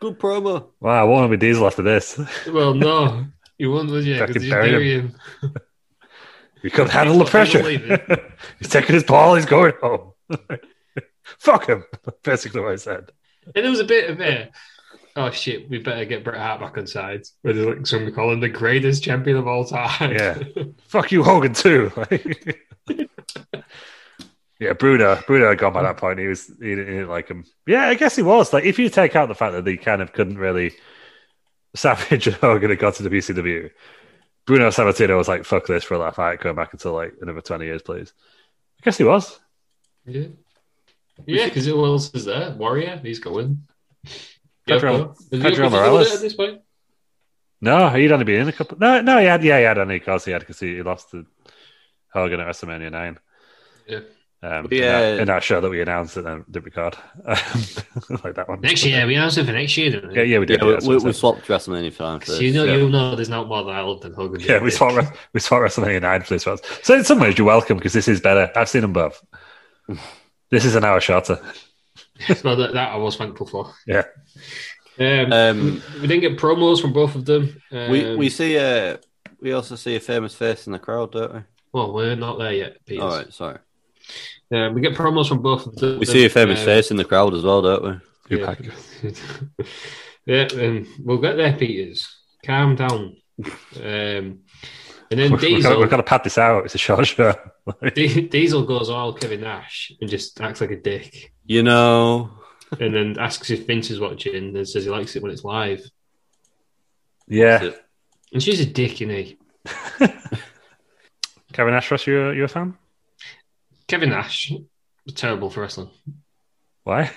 [SPEAKER 3] good promo.
[SPEAKER 1] Wow, I won't be Diesel after this.
[SPEAKER 2] well, no, you won't, would you?
[SPEAKER 1] Fucking
[SPEAKER 2] Because you
[SPEAKER 1] bury
[SPEAKER 2] bury him.
[SPEAKER 1] You could handle the
[SPEAKER 2] He's not
[SPEAKER 1] pressure.
[SPEAKER 2] gonna leave
[SPEAKER 1] he's taking his ball, he's going home. Fuck him. Basically what I said.
[SPEAKER 2] And there was a bit of it. Oh shit! We better get Bret Hart back on side. Where there's like somebody calling him the greatest champion of all time.
[SPEAKER 1] Yeah. Fuck you, Hogan too. yeah, Bruno. Bruno had gone by that point. He was he didn't, he didn't like him. Yeah, I guess he was. Like if you take out the fact that they kind of couldn't really Savage and Hogan had got to the PCW. Bruno Sabatino was like, fuck this for a laugh. I ain't going back until like another 20 years, please. I guess he was.
[SPEAKER 2] yeah, yeah. Because who else is there? Warrior, he's going.
[SPEAKER 1] Pedro-
[SPEAKER 2] Yoko. Is
[SPEAKER 1] Pedro
[SPEAKER 2] Yoko still
[SPEAKER 1] Morales.
[SPEAKER 2] at this point?
[SPEAKER 1] No, he'd only been in a couple. No, no, he had. Yeah, he had only because he had because he, he lost to Hogan at WrestleMania nine.
[SPEAKER 2] Yeah.
[SPEAKER 1] Um, in
[SPEAKER 3] Yeah.
[SPEAKER 1] that- in, that show that we announced and then did record, Um, like that one
[SPEAKER 2] Next year, we announced it for next year, didn't we?
[SPEAKER 1] Yeah, yeah, we
[SPEAKER 3] Yeah,
[SPEAKER 1] did.
[SPEAKER 3] we,
[SPEAKER 1] that's
[SPEAKER 3] we,
[SPEAKER 1] what I
[SPEAKER 3] we
[SPEAKER 1] said.
[SPEAKER 3] swapped WrestleMania for time first.
[SPEAKER 2] So you know,
[SPEAKER 1] Yeah.
[SPEAKER 2] you know, there's not more that I love than Hogan.
[SPEAKER 1] yeah, we saw Wres- we saw WrestleMania nine for this one. So in some ways, you're welcome because this is better. I've seen them both. This is an hour shorter.
[SPEAKER 2] Well, that, that I was thankful for.
[SPEAKER 1] Yeah,
[SPEAKER 2] Um,
[SPEAKER 3] Um,
[SPEAKER 2] we didn't get promos from both of them. Um,
[SPEAKER 3] we we see a. We also see a famous face in the crowd, don't we?
[SPEAKER 2] well, we're not there yet, Peter.
[SPEAKER 3] All right, sorry.
[SPEAKER 2] Um, we get promos from both of them.
[SPEAKER 3] We see a famous
[SPEAKER 2] Um,
[SPEAKER 3] face in the crowd as well, don't we?
[SPEAKER 2] Yeah, yeah um, we'll get there, Peters. Calm down. Um, and then
[SPEAKER 1] we've got,
[SPEAKER 2] Diesel,
[SPEAKER 1] we've got to pad this out. It's a short show.
[SPEAKER 2] D- Diesel goes all Kevin Nash and just acts like a dick,
[SPEAKER 3] You know,
[SPEAKER 2] and then asks if Vince is watching and says he likes it when it's live.
[SPEAKER 1] yeah,
[SPEAKER 2] And she's a dick, you know.
[SPEAKER 1] Kevin Nash, Ross, you you a fan?
[SPEAKER 2] Kevin Nash was terrible for wrestling.
[SPEAKER 1] Why?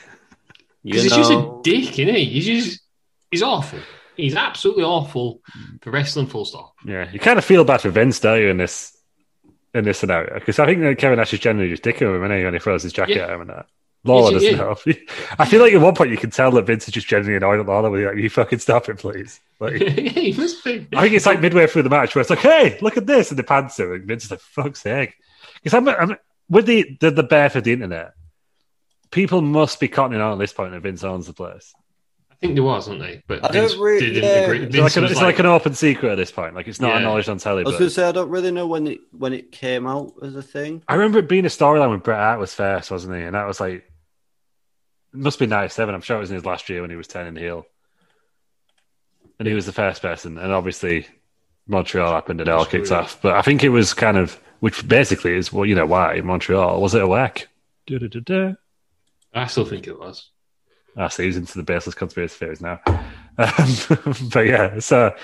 [SPEAKER 3] you
[SPEAKER 2] Because he's just a
[SPEAKER 3] know.
[SPEAKER 2] dick, isn't he? He's just he's awful. He's absolutely awful for wrestling. Full stop.
[SPEAKER 1] Yeah, you kind of feel bad for Vince, don't you, in this in this scenario? Because I think that Kevin Nash is generally just dicking with him, and he only throws his jacket
[SPEAKER 2] Yeah.
[SPEAKER 1] at him and that. Lawler
[SPEAKER 2] Yeah,
[SPEAKER 1] doesn't help. I feel like at one point you can tell that Vince is just generally annoyed at Lawler. With like, you fucking stop it, please. Like,
[SPEAKER 2] he must be.
[SPEAKER 1] I think it's like midway through the match where it's like, hey, look at this, and the pants are. And Vince is like, fuck's sake. Because I'm, I'm with the the, the bear for the internet. People must be cottoning on at this point that Vince owns the place.
[SPEAKER 2] I think there was, wasn't they? But
[SPEAKER 3] I don't
[SPEAKER 2] Vince
[SPEAKER 3] re-
[SPEAKER 2] didn't
[SPEAKER 3] yeah.
[SPEAKER 2] agree.
[SPEAKER 1] It's,
[SPEAKER 2] Vince
[SPEAKER 1] like an,
[SPEAKER 2] was
[SPEAKER 1] it's like, an open secret at this point. Like it's not
[SPEAKER 2] Yeah.
[SPEAKER 1] acknowledged on telly.
[SPEAKER 3] I was
[SPEAKER 1] But
[SPEAKER 3] going to say I don't really know when it when it came out as a thing.
[SPEAKER 1] I remember it being a storyline when Bret Hart was first, wasn't he? And that was like, it must be '97. I'm sure it was in his last year when he was turning heel, and he was the first person. And obviously, Montreal happened and it all
[SPEAKER 2] Screw
[SPEAKER 1] kicked
[SPEAKER 2] it.
[SPEAKER 1] off. But I think it was kind of, which basically is, well, you know, why Montreal was it a whack? Du-du-du-du.
[SPEAKER 2] I still think it was.
[SPEAKER 1] Ah, so he's into the baseless conspiracy theories now. Um, but yeah, so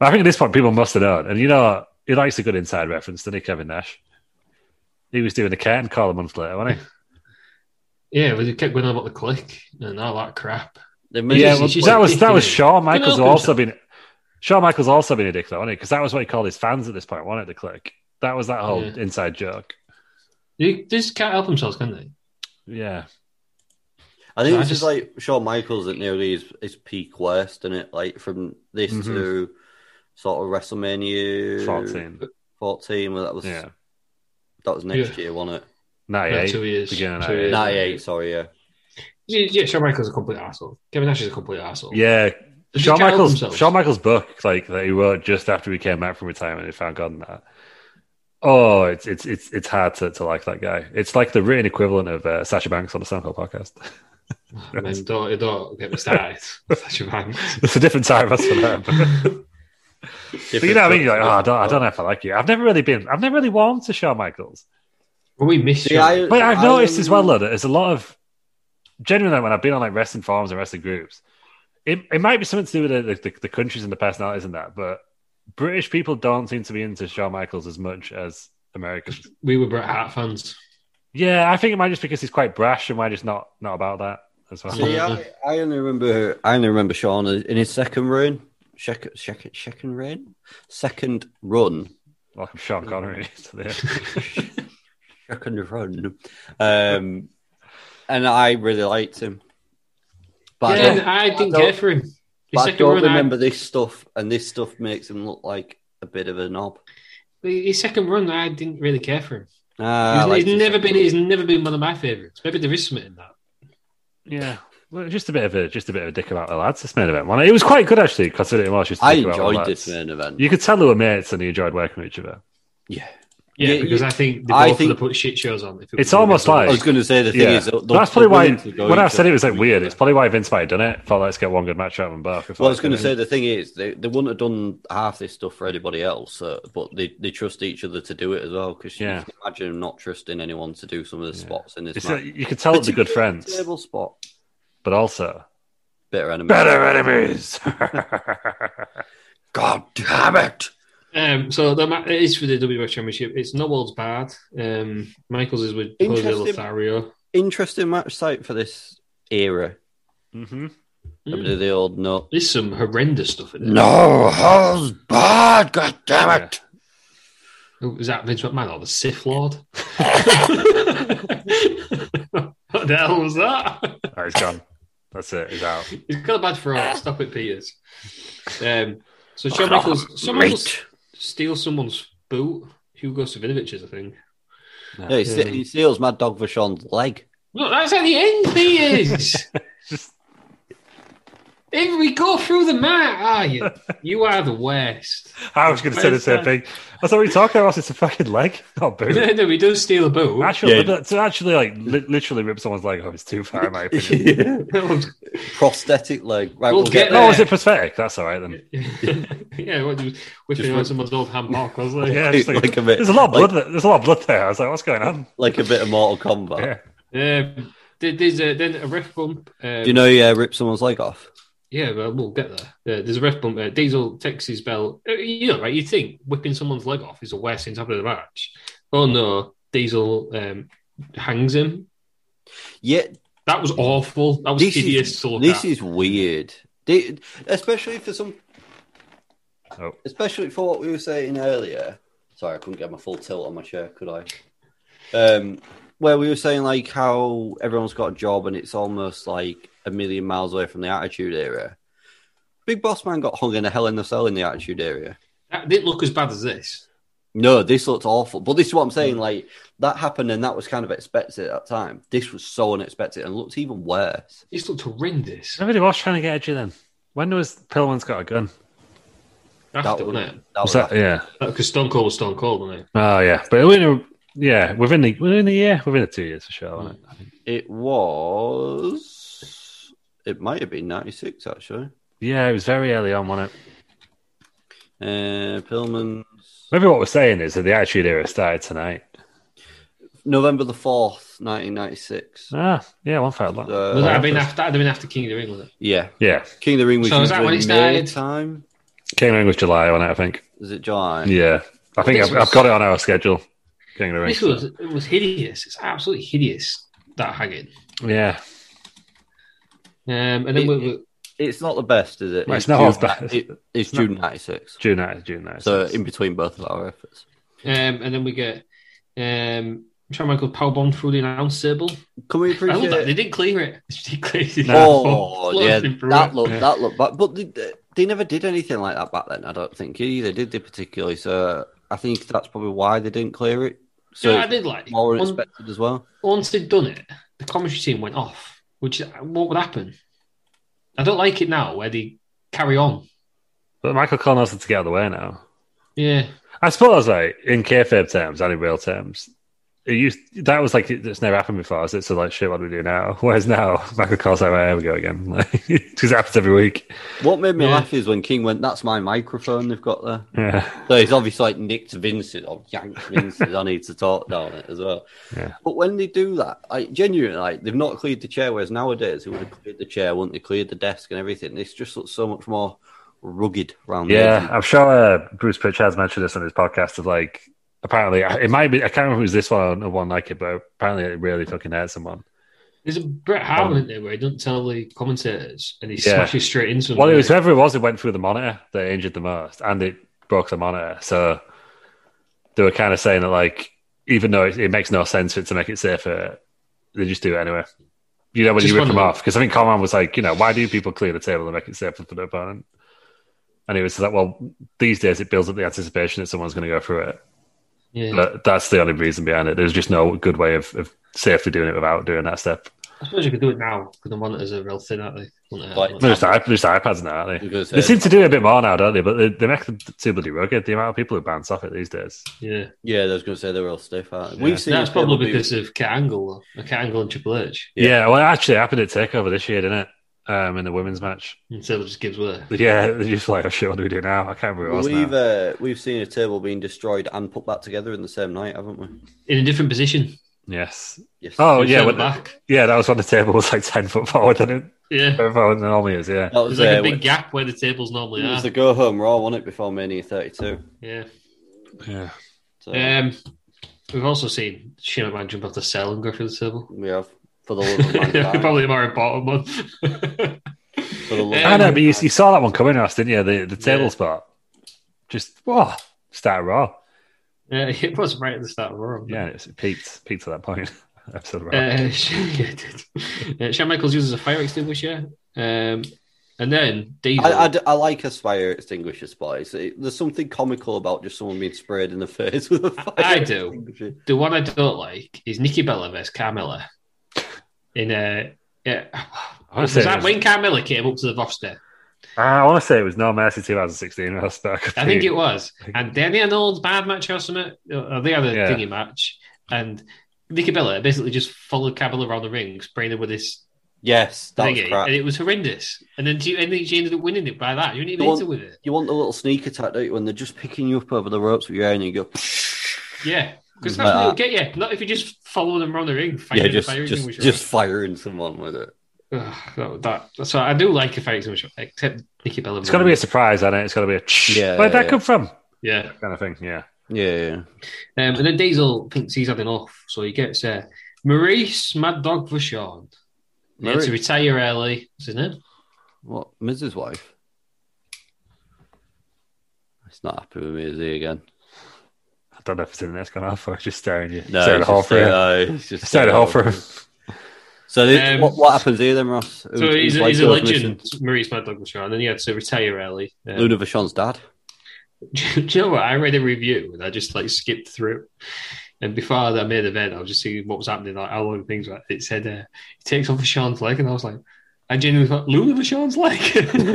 [SPEAKER 1] I think at this point people must have known. And you know, he likes a good inside reference, doesn't he, Kevin Nash? He was doing a curtain call a month later, wasn't he?
[SPEAKER 2] Yeah, but he kept going on about the click and all that crap.
[SPEAKER 3] They made
[SPEAKER 1] yeah,
[SPEAKER 3] it-
[SPEAKER 1] well,
[SPEAKER 2] it's just
[SPEAKER 1] that was that was
[SPEAKER 2] ridiculous.
[SPEAKER 1] Shawn Michaels
[SPEAKER 2] Fucking
[SPEAKER 1] also
[SPEAKER 2] awesome.
[SPEAKER 1] been Shawn Michaels also been a dick though, wasn't he? Because that was what he called his fans at this point, wasn't it? The click. That was that whole
[SPEAKER 2] Yeah.
[SPEAKER 1] inside joke.
[SPEAKER 2] They just can't help themselves, can they?
[SPEAKER 1] Yeah.
[SPEAKER 3] I think
[SPEAKER 2] I
[SPEAKER 3] this
[SPEAKER 2] just-
[SPEAKER 3] is like Shawn Michaels at nearly his, his peak worst, isn't it? Like from this
[SPEAKER 1] Mhm.
[SPEAKER 3] to sort of WrestleMania
[SPEAKER 1] Fourteen.
[SPEAKER 3] 14, well, that was
[SPEAKER 1] Yeah.
[SPEAKER 3] that was next
[SPEAKER 2] Yeah.
[SPEAKER 3] year, wasn't it?
[SPEAKER 1] Ninety eight.
[SPEAKER 2] No, two years.
[SPEAKER 1] Beginning of
[SPEAKER 2] Two
[SPEAKER 1] 98.
[SPEAKER 2] years.
[SPEAKER 3] 98, sorry, yeah.
[SPEAKER 2] Yeah, yeah, Shawn Michaels is a complete asshole. Kevin Nash is a complete asshole.
[SPEAKER 1] Yeah.
[SPEAKER 2] They just
[SPEAKER 1] Shawn
[SPEAKER 2] can't help
[SPEAKER 1] Michaels
[SPEAKER 2] themselves.
[SPEAKER 1] Shawn Michaels book, like that he wrote just after we came back from retirement and found God in that. Oh, it's it's it's it's hard to, to like that guy. It's like the written equivalent of uh, Sasha Banks on the SoundCloud podcast.
[SPEAKER 2] I mean, don't, don't get me started. Such a man.
[SPEAKER 1] it's a different side of us for them. but you know what I mean? You're like, oh, I don't, I don't know if I like you. I've never really been. I've never really warmed to Shawn Michaels.
[SPEAKER 2] But we miss
[SPEAKER 3] See,
[SPEAKER 2] you.
[SPEAKER 3] I-
[SPEAKER 1] But I've noticed
[SPEAKER 3] um,
[SPEAKER 1] as well, though, that there's a lot of genuinely when I've been on like wrestling forums and wrestling groups, it, it might be something to do with the, the, the countries and the personalities and that, but British people don't seem to be into Shawn Michaels as much as Americans.
[SPEAKER 2] We were Bret Hart fans.
[SPEAKER 1] yeah, I think it might just because he's quite brash and we're just not not about that as well.
[SPEAKER 3] See, I, I only remember I only remember Sean in his second run, second second second run, second run,
[SPEAKER 1] Welcome Sean Connery to the
[SPEAKER 3] second run, um, and I really liked him. But
[SPEAKER 2] yeah,
[SPEAKER 3] I
[SPEAKER 2] and
[SPEAKER 3] don't,
[SPEAKER 2] I didn't
[SPEAKER 3] I
[SPEAKER 2] care
[SPEAKER 3] don't-
[SPEAKER 2] for him. His
[SPEAKER 3] but I
[SPEAKER 2] second
[SPEAKER 3] don't
[SPEAKER 2] run, I-
[SPEAKER 3] remember this stuff, and this stuff makes him look like a bit of a knob.
[SPEAKER 2] his second run, I didn't really care for him.
[SPEAKER 3] Ah, I
[SPEAKER 2] he's,
[SPEAKER 3] liked
[SPEAKER 2] he's
[SPEAKER 3] his
[SPEAKER 2] never
[SPEAKER 3] second
[SPEAKER 2] been. He's never been one of my favorites. Maybe there is something in that.
[SPEAKER 1] Yeah. Well, just a bit of a just a bit of a dick about the lads. This main event, wasn't it? It was quite good actually, considering it was just. a
[SPEAKER 3] I
[SPEAKER 1] dick about the
[SPEAKER 3] enjoyed
[SPEAKER 1] lads.
[SPEAKER 3] this main event.
[SPEAKER 1] You could tell they were mates and they enjoyed working with each other.
[SPEAKER 3] yeah,
[SPEAKER 2] Yeah,
[SPEAKER 3] Yeah,
[SPEAKER 2] because
[SPEAKER 3] you-
[SPEAKER 2] I think they
[SPEAKER 3] I
[SPEAKER 2] both would
[SPEAKER 3] think-
[SPEAKER 2] have put shit shows on. If it
[SPEAKER 1] It's
[SPEAKER 2] was a
[SPEAKER 1] almost
[SPEAKER 2] wrestling
[SPEAKER 1] like-
[SPEAKER 3] I was going to say the thing
[SPEAKER 1] yeah.
[SPEAKER 3] is they'll-
[SPEAKER 1] that's probably
[SPEAKER 3] they'll
[SPEAKER 1] why
[SPEAKER 3] willing to go
[SPEAKER 1] when I
[SPEAKER 3] into-
[SPEAKER 1] said it was like weird, it's probably why Vince might have done it. Thought let's get one good match out of them both. before
[SPEAKER 3] Well, I was going to
[SPEAKER 1] they
[SPEAKER 3] say
[SPEAKER 1] get
[SPEAKER 3] the thing is they, they wouldn't have done half this stuff for anybody else, uh, but they, they trust each other to do it as well. Because
[SPEAKER 1] Yeah.
[SPEAKER 3] you can imagine them not trusting anyone to do some of the spots in
[SPEAKER 1] in.
[SPEAKER 3] this
[SPEAKER 1] It's
[SPEAKER 3] match.
[SPEAKER 1] like, you could tell it's a good
[SPEAKER 3] Particularly
[SPEAKER 1] friends,
[SPEAKER 3] Table spot,
[SPEAKER 1] but also
[SPEAKER 3] better enemy.
[SPEAKER 1] better enemies.
[SPEAKER 3] God damn it!
[SPEAKER 2] Um, so the ma- it is for the WWE Championship. It's no holds barred. Um, Michaels is with Jose
[SPEAKER 3] Interesting.
[SPEAKER 2] Lothario.
[SPEAKER 3] Interesting match site for this era.
[SPEAKER 1] hmm
[SPEAKER 3] Remember the old no,
[SPEAKER 2] There's some horrendous stuff in it.
[SPEAKER 3] no holds barred. God damn
[SPEAKER 1] it.
[SPEAKER 2] Who- Is that Vince McMahon or the Sith Lord? what the hell was that?
[SPEAKER 1] Oh, he's gone. That's it. He's out.
[SPEAKER 2] He's got a bad throat. Stop it, Peters. Um, so Shawn Michaels, Shawn Michaels steals someone's boot. Hugo Savinovic's, I think.
[SPEAKER 3] Yeah, he, ste- he steals Mad Dog Vachon's leg.
[SPEAKER 2] No, that's at the end, Peters. If we go through the mat, are you? You are the worst.
[SPEAKER 1] I was going to say the same thing. I thought we were talking about. It's a fucking leg, Oh, not boot.
[SPEAKER 2] no, no, he does steal a boot.
[SPEAKER 1] Actually,
[SPEAKER 3] Yeah.
[SPEAKER 1] but to actually like li- literally rip someone's leg off is too far, in my opinion.
[SPEAKER 3] Prosthetic leg. Right,
[SPEAKER 2] We'll
[SPEAKER 3] we'll,
[SPEAKER 2] get
[SPEAKER 3] get,
[SPEAKER 1] Oh,
[SPEAKER 3] there.
[SPEAKER 1] is it prosthetic? That's all right then.
[SPEAKER 2] yeah, what, you- whipping
[SPEAKER 3] Just
[SPEAKER 2] on
[SPEAKER 3] rip-
[SPEAKER 2] someone's old handbag, was like,
[SPEAKER 1] Yeah, just like,
[SPEAKER 3] Like a bit-
[SPEAKER 1] there's a lot of
[SPEAKER 3] like- Uh.
[SPEAKER 1] blood. there. There's a lot of blood there. I was like, what's going on?
[SPEAKER 3] Like a bit of Mortal Kombat.
[SPEAKER 1] Yeah.
[SPEAKER 2] Um, there- there's a, then a ref bump. Um,
[SPEAKER 3] Do you know he uh, ripped someone's leg off?
[SPEAKER 2] Yeah, well, we'll get there. Uh, there's a ref bump. Uh, Diesel takes his belt. Uh, you know, right? You think whipping someone's leg off is the worst thing to happen in the match? Oh no, Diesel um, hangs him.
[SPEAKER 3] Yeah,
[SPEAKER 2] That was awful. That was
[SPEAKER 3] this
[SPEAKER 2] hideous
[SPEAKER 3] is
[SPEAKER 2] to look at.
[SPEAKER 3] this is weird. They- especially for some,
[SPEAKER 1] Oh.
[SPEAKER 3] especially for what we were saying earlier. Sorry, I couldn't get my full tilt on my chair, could I? Um, where we were saying like how everyone's got a job and it's almost like a million miles away from the Attitude Era. Big Boss Man got hung in a Hell in a Cell in the Attitude Era.
[SPEAKER 2] That didn't look as bad as this.
[SPEAKER 3] No, this looked awful. But this is what I'm
[SPEAKER 2] Mm.
[SPEAKER 3] saying. Like that happened, and that was kind of expected at that time. This was so unexpected, and looked even worse.
[SPEAKER 2] This looked horrendous.
[SPEAKER 1] Nobody was trying to get edgy then. When was Pillman's got a gun?
[SPEAKER 2] After,
[SPEAKER 3] that was,
[SPEAKER 2] wasn't it?
[SPEAKER 3] That was
[SPEAKER 1] Was that yeah?
[SPEAKER 2] Because Stone Cold was Stone Cold, wasn't it?
[SPEAKER 1] Oh yeah, but within a, yeah, within the within the year, within the two years for sure. Wasn't it?
[SPEAKER 3] It was. It might have been '96 actually.
[SPEAKER 1] Yeah, it was very early on, wasn't it?
[SPEAKER 3] Uh, Pillman's
[SPEAKER 1] Maybe what we're saying is that the Attitude Era started tonight.
[SPEAKER 3] November the fourth, 1996.
[SPEAKER 1] Ah, yeah, one fact. That.
[SPEAKER 3] So- uh,
[SPEAKER 2] Well, that'd, been after, that'd been after King of the Ring, wasn't it?
[SPEAKER 3] Yeah,
[SPEAKER 1] yeah,
[SPEAKER 3] King of the Ring was
[SPEAKER 2] So is that when it started?
[SPEAKER 3] time.
[SPEAKER 1] King of the Ring was July on it, I think.
[SPEAKER 3] Is it July?
[SPEAKER 1] Yeah, I think
[SPEAKER 2] This
[SPEAKER 1] I've,
[SPEAKER 2] was-
[SPEAKER 1] I've got it on our schedule. King of the Ring.
[SPEAKER 2] This was, it was hideous. It's absolutely hideous, that hanging.
[SPEAKER 1] Yeah,
[SPEAKER 2] Um, and then we, we,
[SPEAKER 3] It's not the best, is it?
[SPEAKER 1] Well, it's not
[SPEAKER 3] June-
[SPEAKER 1] as bad.
[SPEAKER 3] it- it's
[SPEAKER 1] not-
[SPEAKER 3] June '96.
[SPEAKER 1] June 9th, June 9th.
[SPEAKER 3] So in between both of our efforts,
[SPEAKER 2] um, and then we get um, Shawn Michaels powerbomb through the announce table.
[SPEAKER 3] can we
[SPEAKER 2] I love
[SPEAKER 3] appreciate?
[SPEAKER 2] that. They didn't clear it. They cleared it.
[SPEAKER 3] Oh, yeah,
[SPEAKER 2] Floating through
[SPEAKER 3] that
[SPEAKER 2] it.
[SPEAKER 3] looked that looked bad. But they, they never did anything like that back then. I don't think either did they particularly. So I think that's probably why they didn't clear it. So
[SPEAKER 2] yeah, I
[SPEAKER 3] it's
[SPEAKER 2] did like
[SPEAKER 3] more
[SPEAKER 2] once-
[SPEAKER 3] expected as well.
[SPEAKER 2] once they'd done it, the commentary team went off, which is what would happen. I don't like it now where they carry on.
[SPEAKER 1] but Michael Cole knows how to get out of the way now.
[SPEAKER 2] Yeah.
[SPEAKER 1] I suppose, like in kayfabe terms and in real terms, it used that was like it's never happened before. So it's like shit. What do we do now? Whereas now, Michael Cole's like, "Right, here we go again. Like, because it happens every week.
[SPEAKER 3] What made me
[SPEAKER 2] Yeah.
[SPEAKER 3] laugh is when King went, "That's my microphone they've got there."
[SPEAKER 1] Yeah,
[SPEAKER 3] So he's obviously like nicked Vincent or yanked Vincent. I need to talk down it as well.
[SPEAKER 1] Yeah.
[SPEAKER 3] But when they do that, like genuinely, like they've not cleared the chair. Whereas nowadays, they would have cleared the chair, wouldn't they? Cleared the desk and everything. This just looks so much more rugged round. the
[SPEAKER 1] yeah.
[SPEAKER 3] edges.
[SPEAKER 1] I'm sure uh, Bruce Pritchard's mentioned this on his podcast of like. Apparently, it might be. I can't remember if it was this one or one like it, but apparently it really fucking hurt someone.
[SPEAKER 2] There's a Bret Hart one in there where he doesn't tell the commentators and he
[SPEAKER 1] Um, Yeah.
[SPEAKER 2] smashes straight into them.
[SPEAKER 1] Well, it was whoever it was, it went through the monitor that injured the most, and it broke the monitor. So they were kind of saying that, like, even though it, it makes no sense for it to make it safer, they just do it anyway. You know, when
[SPEAKER 2] Just
[SPEAKER 1] you rip them
[SPEAKER 2] wondering-
[SPEAKER 1] off, because I think Coleman was like, you know, why do people clear the table and make it safer for the opponent? And it was like, well, these days it builds up the anticipation that someone's going to go through it.
[SPEAKER 2] Yeah.
[SPEAKER 1] But that's the only reason behind it. There's just no good way of, of safely doing it without doing that step.
[SPEAKER 2] I suppose you could do it now because the monitors are real thin, aren't they? Wouldn't
[SPEAKER 3] Like-
[SPEAKER 2] it?
[SPEAKER 1] They're just, iP- they're just iPads now, aren't they?
[SPEAKER 3] Because, uh,
[SPEAKER 1] They seem to do it a bit more now, don't they? But they, they make them too bloody rugged. The amount of people who bounce off it these days.
[SPEAKER 2] yeah.
[SPEAKER 3] Yeah, I was going to say they were all stiff. Aren't they?
[SPEAKER 1] Yeah.
[SPEAKER 3] We've seen
[SPEAKER 2] That's
[SPEAKER 3] people
[SPEAKER 2] probably
[SPEAKER 3] do-
[SPEAKER 2] because of Kurt Angle, though. Kurt Angle and Triple H.
[SPEAKER 1] Yeah. well, it actually happened at Takeover this year, didn't it? Um, in the women's match.
[SPEAKER 2] And so it just gives way.
[SPEAKER 1] But yeah, they're just like, oh shit, what do we do now? I can't remember. What it was
[SPEAKER 3] we've
[SPEAKER 1] now.
[SPEAKER 3] uh, we've seen a table being destroyed and put back together in the same night, haven't we?
[SPEAKER 2] In a different position.
[SPEAKER 1] Yes.
[SPEAKER 3] Yes.
[SPEAKER 1] Oh
[SPEAKER 2] Turn
[SPEAKER 1] yeah,
[SPEAKER 2] it
[SPEAKER 1] when,
[SPEAKER 2] back.
[SPEAKER 1] yeah, that was when the table was like ten foot forward, and it
[SPEAKER 2] Yeah.
[SPEAKER 1] ten foot forward than it normally is. Yeah,
[SPEAKER 3] that was,
[SPEAKER 2] There's like
[SPEAKER 3] uh,
[SPEAKER 2] a big
[SPEAKER 3] when-
[SPEAKER 2] gap where the tables normally
[SPEAKER 3] It
[SPEAKER 2] are.
[SPEAKER 3] was the go home raw, wasn't it, before Mania 32?
[SPEAKER 2] Yeah.
[SPEAKER 1] yeah.
[SPEAKER 3] So
[SPEAKER 2] Um, we've also seen Shane McMahon jump off the cell and go through the table.
[SPEAKER 3] we have for the love
[SPEAKER 1] Oh
[SPEAKER 3] of mankind.
[SPEAKER 2] Probably the more important one.
[SPEAKER 3] for the love
[SPEAKER 2] I
[SPEAKER 1] I
[SPEAKER 3] of
[SPEAKER 1] know, but you,
[SPEAKER 3] mankind.
[SPEAKER 1] you saw that one coming, Ross, didn't you? The the table
[SPEAKER 2] Yeah.
[SPEAKER 1] spot. Just whoa, start raw.
[SPEAKER 2] yeah, it was right at the start of Raw. wasn't it?
[SPEAKER 1] Yeah, it's, it peaked peaked at that point. Episode of Raw.
[SPEAKER 2] Uh, yeah, it did. Uh, Shawn Michaels uses a fire extinguisher. Um, and then Diesel.
[SPEAKER 3] I, I d- I like a fire extinguisher spot. It's- it- there's something comical about just someone being sprayed in the face with a fire
[SPEAKER 2] I do.
[SPEAKER 3] extinguisher.
[SPEAKER 2] the one I don't like is Nikki Bella versus Carmella. In a. Yeah.
[SPEAKER 1] I wanna
[SPEAKER 2] Was
[SPEAKER 1] say it
[SPEAKER 2] that
[SPEAKER 1] was-
[SPEAKER 2] when Carmella came up to the roster?
[SPEAKER 1] I want to say it was No Mercy 2016. Ross, but could
[SPEAKER 2] I
[SPEAKER 1] be-
[SPEAKER 2] think it was. And then they had an old bad match or something. Or they had a
[SPEAKER 1] Yeah.
[SPEAKER 2] thingy match. And Nikki Bella basically just followed Cabell around the ring, spraying her with this
[SPEAKER 3] Yes, that was
[SPEAKER 2] thingy.
[SPEAKER 3] crap.
[SPEAKER 2] And it was horrendous. And then she, and then she ended up winning it by that. You didn't even
[SPEAKER 3] The
[SPEAKER 2] hit her
[SPEAKER 3] one-
[SPEAKER 2] with it.
[SPEAKER 3] You want the little sneak attack, don't you, when they're just picking you up over the ropes with your hand and you go,
[SPEAKER 2] Yeah. Because
[SPEAKER 3] Like
[SPEAKER 2] that's what
[SPEAKER 3] that.
[SPEAKER 2] it'll get you. Not if you just follow them around the ring. fighting
[SPEAKER 3] yeah,
[SPEAKER 2] the
[SPEAKER 3] just,
[SPEAKER 2] fire
[SPEAKER 3] just,
[SPEAKER 2] extinguisher.
[SPEAKER 3] just firing someone with it.
[SPEAKER 2] Ugh, that, that, that's why I do like a fire extinguisher, except Nikki Bella.
[SPEAKER 1] It's going to be a surprise, isn't it? It's going to be a
[SPEAKER 3] Yeah,
[SPEAKER 1] Where'd that
[SPEAKER 3] yeah.
[SPEAKER 1] come from?
[SPEAKER 2] Yeah.
[SPEAKER 1] Kind of thing. Yeah.
[SPEAKER 3] Yeah, yeah.
[SPEAKER 2] Um, and then Diesel thinks he's had enough. So he gets uh, Maurice Mad Dog Vachon. He had
[SPEAKER 3] Maurice.
[SPEAKER 2] to retire early. What's his name?
[SPEAKER 3] What? Mrs. Wife? He's not happy with me, is he again?
[SPEAKER 1] I don't know if it's in the next gone off or it's just staring you.
[SPEAKER 3] No,
[SPEAKER 1] staring
[SPEAKER 3] he's
[SPEAKER 1] the hole
[SPEAKER 3] just uh,
[SPEAKER 1] for you.
[SPEAKER 3] there, no, he's just
[SPEAKER 1] Staring the
[SPEAKER 3] there.
[SPEAKER 1] hole for him.
[SPEAKER 3] So, this,
[SPEAKER 2] Um,
[SPEAKER 3] what, what happens here then, Ross?
[SPEAKER 2] So
[SPEAKER 3] Who's-
[SPEAKER 2] he's,
[SPEAKER 3] who's
[SPEAKER 2] a,
[SPEAKER 3] like
[SPEAKER 2] he's a
[SPEAKER 3] Luna Vachon's-
[SPEAKER 2] legend, Maurice Mad Dog Vachon. And then he had to retire early. Um,
[SPEAKER 3] Luna Vachon's dad.
[SPEAKER 2] Do you know what? I read a review and I just like skipped through. And before that main event, I was just seeing what was happening, like how long things were. It said, uh, he takes off Sean's leg. And I was like, I genuinely thought, Lula Sean's leg. Do you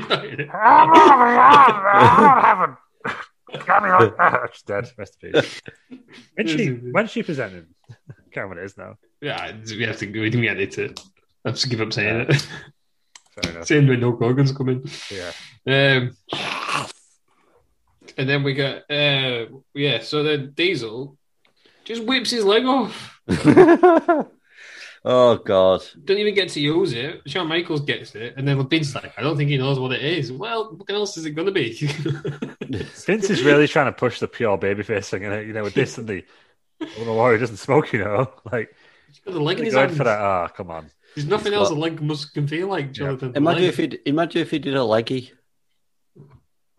[SPEAKER 2] know what I mean?
[SPEAKER 4] heaven.
[SPEAKER 1] She's dead. Rest in peace. when she when she presented, can't remember what it is now.
[SPEAKER 2] Yeah, we have to go we can get into it. I have to give up saying it.
[SPEAKER 1] Fair enough.
[SPEAKER 2] Saying when no Gorgon's coming.
[SPEAKER 1] Yeah.
[SPEAKER 2] Um, and then we got, uh, yeah, so then Diesel just whips his leg off.
[SPEAKER 3] oh God.
[SPEAKER 2] Don't even get to use it. Shawn Michaels gets it, and then Vince like, I don't think he knows what it is. Well, what else is it going to be?
[SPEAKER 1] Vince is really trying to push the pure babyface thing, and you know, with this and the. I don't know why he doesn't smoke. You know, like
[SPEAKER 2] He's got the leg in
[SPEAKER 1] going
[SPEAKER 2] his hand.
[SPEAKER 1] for that. Ah, come on.
[SPEAKER 2] There's nothing else a leg must can feel like, Jonathan.
[SPEAKER 3] Imagine
[SPEAKER 2] Leg.
[SPEAKER 3] if he imagine if he did a leggy.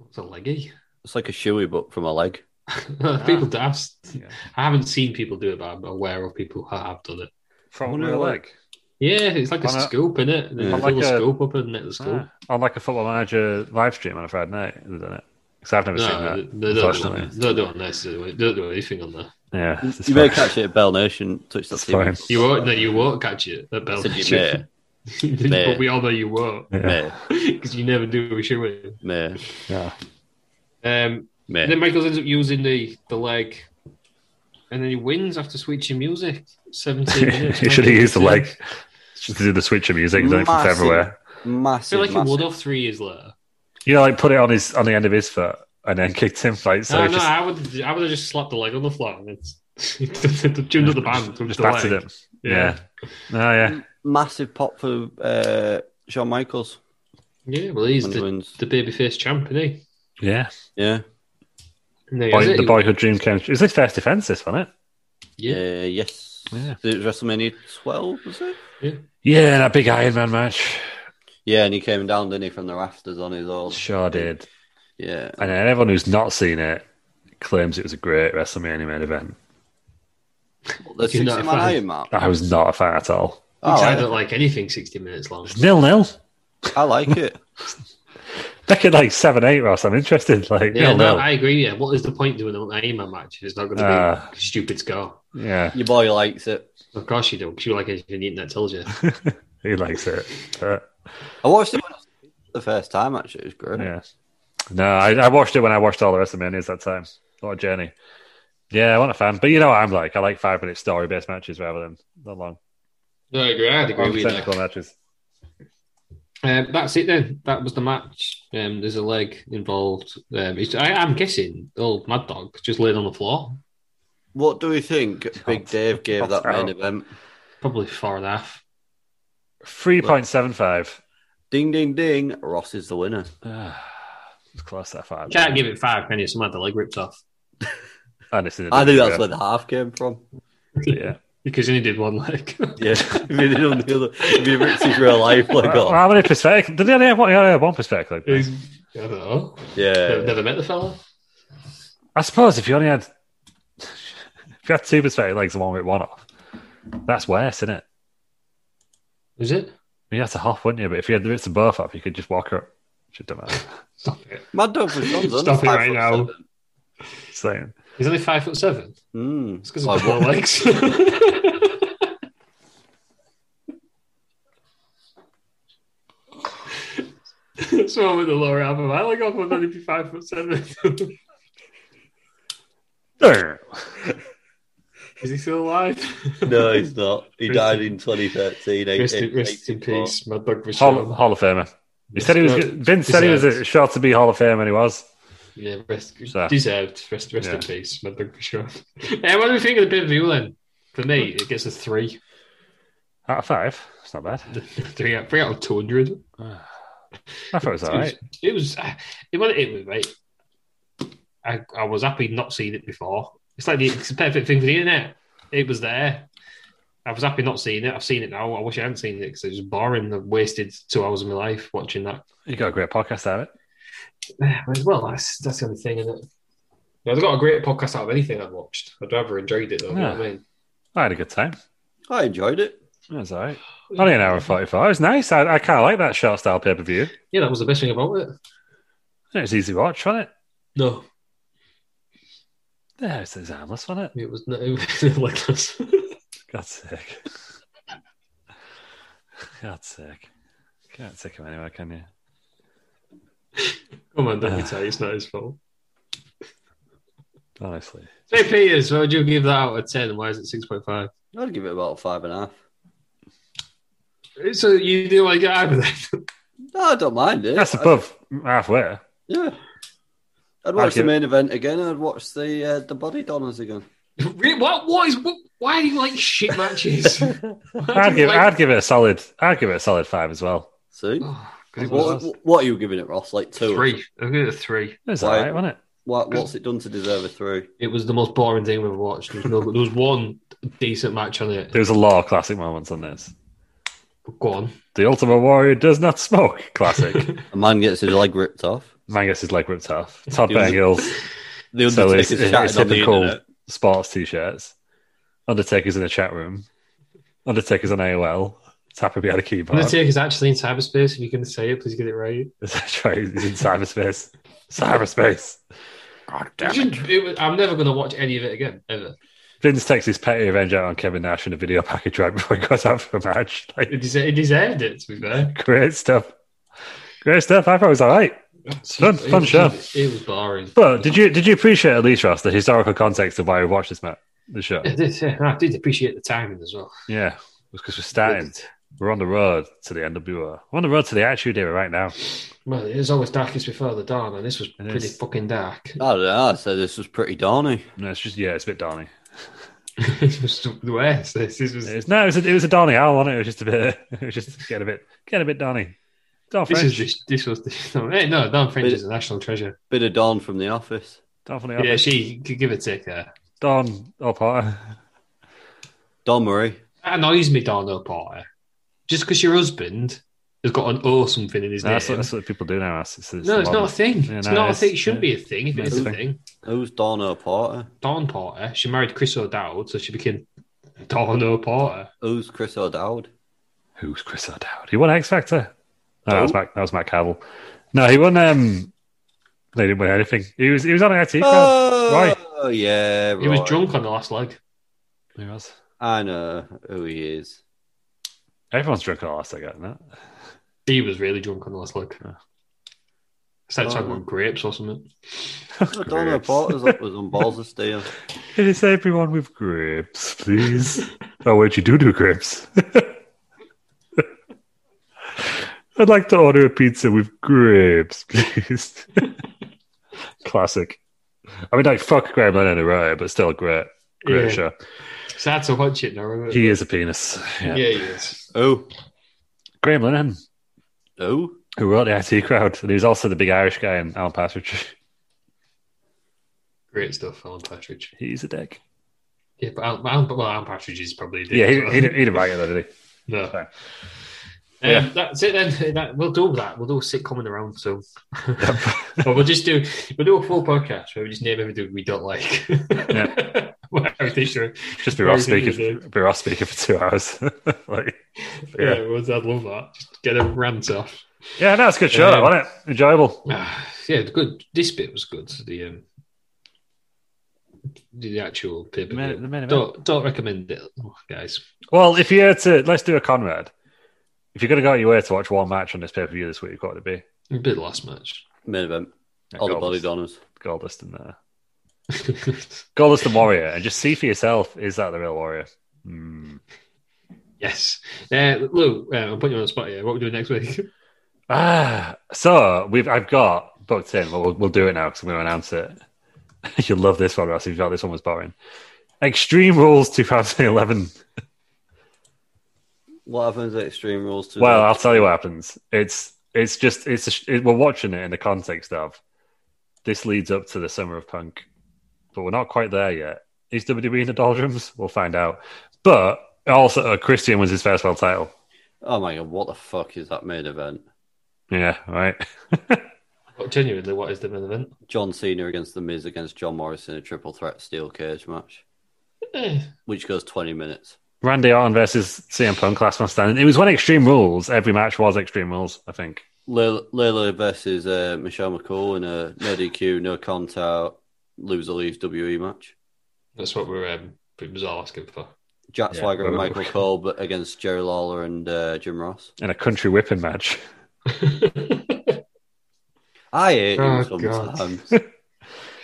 [SPEAKER 2] It's a leggy.
[SPEAKER 3] It's like a shoey, but from a leg.
[SPEAKER 2] people
[SPEAKER 1] Ah.
[SPEAKER 2] do. I've, I haven't seen people do it, but I'm aware of people who have done it.
[SPEAKER 1] From
[SPEAKER 3] Wonder
[SPEAKER 1] real
[SPEAKER 3] why.
[SPEAKER 1] leg.
[SPEAKER 2] Yeah, it's like a
[SPEAKER 1] On a-
[SPEAKER 2] scoop, isn't it? They
[SPEAKER 3] Yeah.
[SPEAKER 2] fill
[SPEAKER 1] Like
[SPEAKER 2] the
[SPEAKER 1] a-
[SPEAKER 2] scoop up and knit the scoop.
[SPEAKER 1] Ah, on like a football manager live stream on a Friday night, isn't it? Because I've never
[SPEAKER 2] No,
[SPEAKER 1] seen that.
[SPEAKER 2] they, they don't do
[SPEAKER 1] unfortunately.
[SPEAKER 2] it. they don't do it necessarily. They don't do anything on there.
[SPEAKER 1] Yeah. it's fine.
[SPEAKER 3] You may catch it at Bell Nation. Touch that
[SPEAKER 1] It's fine.
[SPEAKER 3] TV.
[SPEAKER 2] You won't. No, you won't catch it at
[SPEAKER 3] I
[SPEAKER 2] Bell.
[SPEAKER 3] said you may,
[SPEAKER 2] but we all know you won't
[SPEAKER 1] Yeah.
[SPEAKER 3] may,
[SPEAKER 2] because you never do a shoe.
[SPEAKER 3] may,
[SPEAKER 1] yeah.
[SPEAKER 2] Um,
[SPEAKER 3] may.
[SPEAKER 2] and then Michaels ends up using the the leg, and then he wins after switching music. Seventeen minutes.
[SPEAKER 1] you should have used the leg. Just to do the switch of music, don't from
[SPEAKER 3] Massive.
[SPEAKER 1] everywhere.
[SPEAKER 2] I
[SPEAKER 3] Massive,
[SPEAKER 2] feel like he
[SPEAKER 3] massive.
[SPEAKER 2] would off three years later.
[SPEAKER 1] You know, like put it on his on the end of his foot and then kicked him. Like so,
[SPEAKER 2] no,
[SPEAKER 1] he
[SPEAKER 2] no,
[SPEAKER 1] just,
[SPEAKER 2] I would. I would have just slapped the leg on the floor and then tuned up the band. with
[SPEAKER 1] just
[SPEAKER 2] the leg.
[SPEAKER 1] battered him. Yeah. Oh yeah.
[SPEAKER 3] massive pop for uh, Shawn Michaels
[SPEAKER 2] Yeah, well, he's
[SPEAKER 3] when he
[SPEAKER 2] the,
[SPEAKER 3] wins.
[SPEAKER 2] the babyface champ, isn't he?
[SPEAKER 1] Yeah.
[SPEAKER 3] Yeah,
[SPEAKER 2] And there he
[SPEAKER 1] Boy,
[SPEAKER 2] is,
[SPEAKER 1] the
[SPEAKER 2] he-
[SPEAKER 1] boyhood dream came. It was his first defense, this wasn't it?
[SPEAKER 3] yeah,
[SPEAKER 2] Yeah.
[SPEAKER 3] yes.
[SPEAKER 1] Yeah.
[SPEAKER 3] It was WrestleMania 12, was it?
[SPEAKER 1] Yeah, that big Iron Man match.
[SPEAKER 3] Yeah, and he came down, didn't he, from the rafters on his own.
[SPEAKER 1] Sure did.
[SPEAKER 3] Yeah,
[SPEAKER 1] And then everyone who's not seen it claims it was a great WrestleMania main event.
[SPEAKER 3] the
[SPEAKER 2] You're not
[SPEAKER 3] 60 man
[SPEAKER 2] a fan.
[SPEAKER 3] Iron Man.
[SPEAKER 1] I was not a fan at all.
[SPEAKER 3] Oh,
[SPEAKER 2] I
[SPEAKER 3] I,
[SPEAKER 2] don't like anything 60 minutes long.
[SPEAKER 1] Nil nil.
[SPEAKER 3] I like it.
[SPEAKER 1] Back at like seven eight, Ross. I'm interested. Like
[SPEAKER 2] Yeah,
[SPEAKER 1] nil
[SPEAKER 2] no,
[SPEAKER 1] nil.
[SPEAKER 2] I agree. Yeah, what is the point doing an AIMA match if it's not going to
[SPEAKER 1] Ah.
[SPEAKER 2] be a stupid score?
[SPEAKER 1] Yeah,
[SPEAKER 3] Your boy likes it.
[SPEAKER 2] Of course you do, because you like anything the internet tells you.
[SPEAKER 1] he likes it. But,
[SPEAKER 3] I watched it when I was a kid the first time, actually. It was great.
[SPEAKER 1] yeah. No, I, I watched it when I watched all the WrestleManias that time. What a journey. Yeah, I want a fan, but you know what I'm like. I like five minute story based matches rather than the long,
[SPEAKER 2] No, I agree. I agree
[SPEAKER 1] long
[SPEAKER 2] with you.
[SPEAKER 1] technical matches.
[SPEAKER 2] Um, that's it then. That was the match. Um, there's a leg involved. Um, it's, I, I'm guessing old Mad Dog just laid on the floor.
[SPEAKER 3] What do we think Big Dave gave that main event?
[SPEAKER 2] Probably four and a half.
[SPEAKER 1] Three point seven five.
[SPEAKER 3] Ding, ding, ding. Ross is the winner.
[SPEAKER 1] It's close that five.
[SPEAKER 2] Can't give it five, can you? Someone had the leg ripped off.
[SPEAKER 1] And it's in a
[SPEAKER 3] I think that's
[SPEAKER 1] yeah.
[SPEAKER 3] where the half came from.
[SPEAKER 1] yeah.
[SPEAKER 2] Because he only did one leg.
[SPEAKER 3] Yeah, if he did on the other, if he ripped his real life, like,
[SPEAKER 1] Well,
[SPEAKER 3] oh,
[SPEAKER 1] how many perspectives? Did they only have one, they only had one perspective?
[SPEAKER 2] He's- I don't know. Never,
[SPEAKER 3] yeah.
[SPEAKER 2] never met the fella.
[SPEAKER 1] I suppose if you only had if you had two perspective legs and one with one off, that's worse, isn't it?
[SPEAKER 2] Is it?
[SPEAKER 1] You had to hop, wouldn't you? But if you had the bits of both up, you could just walk up. Should don't matter.
[SPEAKER 2] Stop it.
[SPEAKER 3] Mad Dog was done.
[SPEAKER 2] Stop it right now.
[SPEAKER 1] Same.
[SPEAKER 2] He's only five foot seven.
[SPEAKER 3] Mm.
[SPEAKER 2] It's because
[SPEAKER 3] Like
[SPEAKER 2] of four
[SPEAKER 3] what?
[SPEAKER 2] legs. so I'm with the lower half of my leg off. I'm only be five foot seven. Is he still alive?
[SPEAKER 3] No, he's not. He died in 2013. eight-
[SPEAKER 2] Rest,
[SPEAKER 3] eight-
[SPEAKER 2] in, rest in
[SPEAKER 3] 84.
[SPEAKER 2] peace. My dog was
[SPEAKER 1] Hall,
[SPEAKER 2] shot.
[SPEAKER 1] Hall of Famer. He said he was.
[SPEAKER 2] Yes,
[SPEAKER 1] Vince said he was a
[SPEAKER 2] deserved.
[SPEAKER 1] sure to be Hall of Famer. and He was.
[SPEAKER 2] Yeah, rest,
[SPEAKER 1] So-
[SPEAKER 2] deserved. Rest, rest
[SPEAKER 1] Yeah.
[SPEAKER 2] in peace. My dog was shot. And what do we think of the pay per view then? For me, it gets a three.
[SPEAKER 1] Out of five, it's not bad.
[SPEAKER 2] three, out, three out of 200.
[SPEAKER 1] I thought it was all right.
[SPEAKER 2] It was. It was. It was, it was right. I, I was happy not seeing it before. It's like the it's the perfect thing for the internet. It was there. I was happy not seeing it. I've seen it now. I wish I hadn't seen it because it was boring. I wasted two hours of my life watching that.
[SPEAKER 1] You got a great podcast out of it.
[SPEAKER 2] Well, that's that's the only thing, isn't it? Yeah, I've got a great podcast out of anything I've watched. I'd rather enjoyed it though. You know what I mean?
[SPEAKER 1] I had a good time.
[SPEAKER 3] I enjoyed it.
[SPEAKER 1] It was all right. Only an hour and forty-five. It was nice. I, I kind of like that short style pay per view.
[SPEAKER 2] Yeah, that was the best thing about it.
[SPEAKER 1] It was easy watch, wasn't it?
[SPEAKER 2] No,
[SPEAKER 1] Yeah, it's, it's harmless, wasn't it?
[SPEAKER 2] it was not. It was like this.
[SPEAKER 1] God's sake. God's sake. Can't take him anywhere, can you?
[SPEAKER 2] Come on, don't
[SPEAKER 1] Uh.
[SPEAKER 2] be tight. It's not his fault.
[SPEAKER 1] Honestly.
[SPEAKER 2] Say Peters, why would you give that out a ten? Why is it six point five?
[SPEAKER 3] I'd give it about a five and a half.
[SPEAKER 2] So you do like get out of that?
[SPEAKER 3] No, I don't mind it.
[SPEAKER 1] That's above halfway.
[SPEAKER 3] Yeah. I'd watch the
[SPEAKER 1] give it-
[SPEAKER 3] main event again. I'd watch the uh, the body donors again.
[SPEAKER 2] Really? what? What is? What, why do you like shit matches? Why do
[SPEAKER 1] I'd
[SPEAKER 2] you
[SPEAKER 1] give,
[SPEAKER 2] like-
[SPEAKER 1] I'd give it a solid. I'd give it a solid five as well.
[SPEAKER 3] See?
[SPEAKER 2] Oh, God,
[SPEAKER 3] What, what are you giving it, Ross? Like two?
[SPEAKER 2] three. I'm gonna three.
[SPEAKER 1] It was
[SPEAKER 3] Why-
[SPEAKER 1] alright, wasn't it?
[SPEAKER 3] What, what's it done to deserve a three?
[SPEAKER 2] It was the most boring thing we've watched. There was, no, there was one decent match on it.
[SPEAKER 1] There was a lot of classic moments on this.
[SPEAKER 2] Go on.
[SPEAKER 1] The Ultimate Warrior does not smoke. Classic.
[SPEAKER 3] A man gets his leg ripped off.
[SPEAKER 1] Man gets his leg ripped off. Todd
[SPEAKER 3] He was-
[SPEAKER 1] Bengals.
[SPEAKER 3] The
[SPEAKER 1] So
[SPEAKER 3] Undertaker's
[SPEAKER 1] it's,
[SPEAKER 3] so
[SPEAKER 1] it's,
[SPEAKER 3] on the
[SPEAKER 1] typical
[SPEAKER 3] internet.
[SPEAKER 1] sports t-shirts. Undertaker's in the chat room. Undertaker's on AOL. Tapping behind a keyboard.
[SPEAKER 2] Undertaker's actually in cyberspace. If you're gonna say it, please get it right.
[SPEAKER 1] That's right. He's in cyberspace. Cyberspace. God
[SPEAKER 2] You should- it was- I'm never gonna watch any of it again ever.
[SPEAKER 1] Vince takes his petty revenge out on Kevin Nash in a video package right before he goes out for a match.
[SPEAKER 2] It,
[SPEAKER 1] Like,
[SPEAKER 2] deser- it deserved it. To be fair,
[SPEAKER 1] great stuff. Great stuff. I thought it was all right. Fun,
[SPEAKER 2] It
[SPEAKER 1] fun
[SPEAKER 2] was-
[SPEAKER 1] show.
[SPEAKER 2] It was boring.
[SPEAKER 1] But did you did you appreciate at least Ross the historical context of why we watched this match, the show?
[SPEAKER 2] I did, yeah, I did appreciate the timing as well.
[SPEAKER 1] Yeah, because we're starting. We're on the road to the NWO. We're on the road to the Attitude Era right now.
[SPEAKER 2] Well, it was always darkest before the dawn, and this was pretty
[SPEAKER 1] is.
[SPEAKER 2] fucking dark.
[SPEAKER 3] I don't know. I said this was pretty dawny.
[SPEAKER 1] No, it's just yeah, it's a bit Donny.
[SPEAKER 2] it was the worst. This, this was
[SPEAKER 1] It's, no, it was a, it was a Donny hour, wasn't it? It was just a bit. It was just getting a bit getting a bit Donny. Don
[SPEAKER 2] this
[SPEAKER 1] French.
[SPEAKER 2] is the, this was the no, hey, no Don French
[SPEAKER 3] But-
[SPEAKER 2] is a national treasure.
[SPEAKER 3] Bit of dawn from the office.
[SPEAKER 1] Don from the
[SPEAKER 2] Yeah,
[SPEAKER 1] office.
[SPEAKER 2] she could give a take there.
[SPEAKER 1] Don or Potter.
[SPEAKER 3] Don Murray.
[SPEAKER 2] That annoys me, Don O'Porter. Just because your husband has got an O something in his
[SPEAKER 1] No,
[SPEAKER 2] name.
[SPEAKER 1] that's, what, that's what people do now. It's, it's,
[SPEAKER 2] no, it's not a thing.
[SPEAKER 1] Yeah,
[SPEAKER 2] it's
[SPEAKER 1] no,
[SPEAKER 2] not a
[SPEAKER 1] it's-
[SPEAKER 2] thing. It shouldn't
[SPEAKER 1] yeah.
[SPEAKER 2] be a thing if
[SPEAKER 1] No,
[SPEAKER 2] it's
[SPEAKER 1] it's
[SPEAKER 2] a
[SPEAKER 1] a thing.
[SPEAKER 2] thing.
[SPEAKER 3] Who's Dawn O'Porter?
[SPEAKER 2] Dawn Porter, she married Chris O'Dowd, so she became Dawn O'Porter.
[SPEAKER 3] Who's Chris O'Dowd?
[SPEAKER 1] Who's Chris O'Dowd? He won X Factor. No,
[SPEAKER 2] Oh.
[SPEAKER 1] that was Matt. That was Matt Cavill. No, he won. Um, they didn't win anything. He was he was on an IT crowd. Why?
[SPEAKER 3] Oh, yeah.
[SPEAKER 2] He was
[SPEAKER 3] right.
[SPEAKER 2] drunk on the last leg.
[SPEAKER 1] He was.
[SPEAKER 3] I know who he is.
[SPEAKER 1] Everyone's drunk on the last I got, isn't it?
[SPEAKER 2] He was really drunk on the last leg.
[SPEAKER 1] Yeah.
[SPEAKER 2] Started talking
[SPEAKER 3] Oh.
[SPEAKER 2] about grapes or something.
[SPEAKER 3] Oh, Don O'Porter's up was on Balls of Steel.
[SPEAKER 1] It is everyone with grapes, please. oh, wait, you do do grapes. I'd like to order a pizza with grapes, please. Classic. I mean, like, fuck Graham Lennon, right? But still, great. Great
[SPEAKER 2] Yeah.
[SPEAKER 1] show.
[SPEAKER 2] Sad to watch it now. isn't it?
[SPEAKER 1] He is a penis. Yeah.
[SPEAKER 2] yeah, he is.
[SPEAKER 3] Oh,
[SPEAKER 1] Graham Lennon,
[SPEAKER 3] oh,
[SPEAKER 1] who wrote the IT crowd, and he was also the big Irish guy in Alan Partridge.
[SPEAKER 2] Great stuff, Alan Partridge.
[SPEAKER 1] He's a dick.
[SPEAKER 2] Yeah, but Alan, but Alan, well, Alan Partridge is probably a dick
[SPEAKER 1] Yeah, he,
[SPEAKER 2] as
[SPEAKER 1] he,
[SPEAKER 2] well.
[SPEAKER 1] didn't, he didn't write it, though, did he?
[SPEAKER 2] No. Um,
[SPEAKER 1] Yeah.
[SPEAKER 2] That's it then. That, we'll do that. We'll do a sit coming around soon. or we'll just do we'll do a full podcast where we just name everything we don't like.
[SPEAKER 1] Yeah.
[SPEAKER 2] Well, everything sure.
[SPEAKER 1] Just be Ross
[SPEAKER 2] Very good,
[SPEAKER 1] speaking.
[SPEAKER 2] yeah.
[SPEAKER 1] Be Ross speaking for two hours. like,
[SPEAKER 2] Yeah, well, I'd love that. Just get a rant off.
[SPEAKER 1] Yeah, no, it's a good show, that, wasn't it? Enjoyable.
[SPEAKER 2] Ah, yeah, good. This bit was good. The um, the actual paper.
[SPEAKER 1] main- the main event.
[SPEAKER 2] Don't don't recommend it, guys.
[SPEAKER 1] Well, if you had to, let's do a Conrad. If you're going to go out your way to watch one match on this pay per view this week, what would it be?
[SPEAKER 2] It'd be the last match.
[SPEAKER 3] main event. All the body donors.
[SPEAKER 1] Goldust in there. Goldust and Warrior. And just see for yourself is that the real Warrior? Hmm.
[SPEAKER 2] yes. Uh, Lou, uh, I'm putting you on the spot here. What are we doing next week?
[SPEAKER 1] Ah, so we've I've got booked in. Well, we'll, we'll do it now because I'm going to announce it. You'll love this one, Ross. If you thought this one was boring, Extreme Rules 2011.
[SPEAKER 3] What happens at Extreme Rules to
[SPEAKER 1] Well, I'll tell you what happens. It's it's just it's a, sh- it, we're watching it in the context of this leads up to the summer of punk, but we're not quite there yet. Is WWE in the doldrums? We'll find out. But also, uh, Christian was his first world title.
[SPEAKER 3] Oh my god, what the fuck is that main event?
[SPEAKER 1] Yeah, right.
[SPEAKER 2] Well, genuinely, what is the main event?
[SPEAKER 3] John Cena against The Miz against John Morris in a triple threat steel cage match,
[SPEAKER 2] Eh,
[SPEAKER 3] which goes 20 minutes.
[SPEAKER 1] Randy Orton versus CM Punk last man standing. It was when Extreme Rules. Every match was Extreme Rules. I think.
[SPEAKER 3] Le- Layla versus uh, Michelle McCool in a no DQ, no count out, loser leaves WE E match.
[SPEAKER 2] That's what we're um, pretty much all asking for.
[SPEAKER 3] Jack
[SPEAKER 1] Yeah,
[SPEAKER 3] Swagger and
[SPEAKER 1] well,
[SPEAKER 3] Michael Cole, but against Jerry Lawler and uh, Jim Ross.
[SPEAKER 1] in a country whipping match.
[SPEAKER 3] I hate him
[SPEAKER 2] Oh, God.
[SPEAKER 3] sometimes.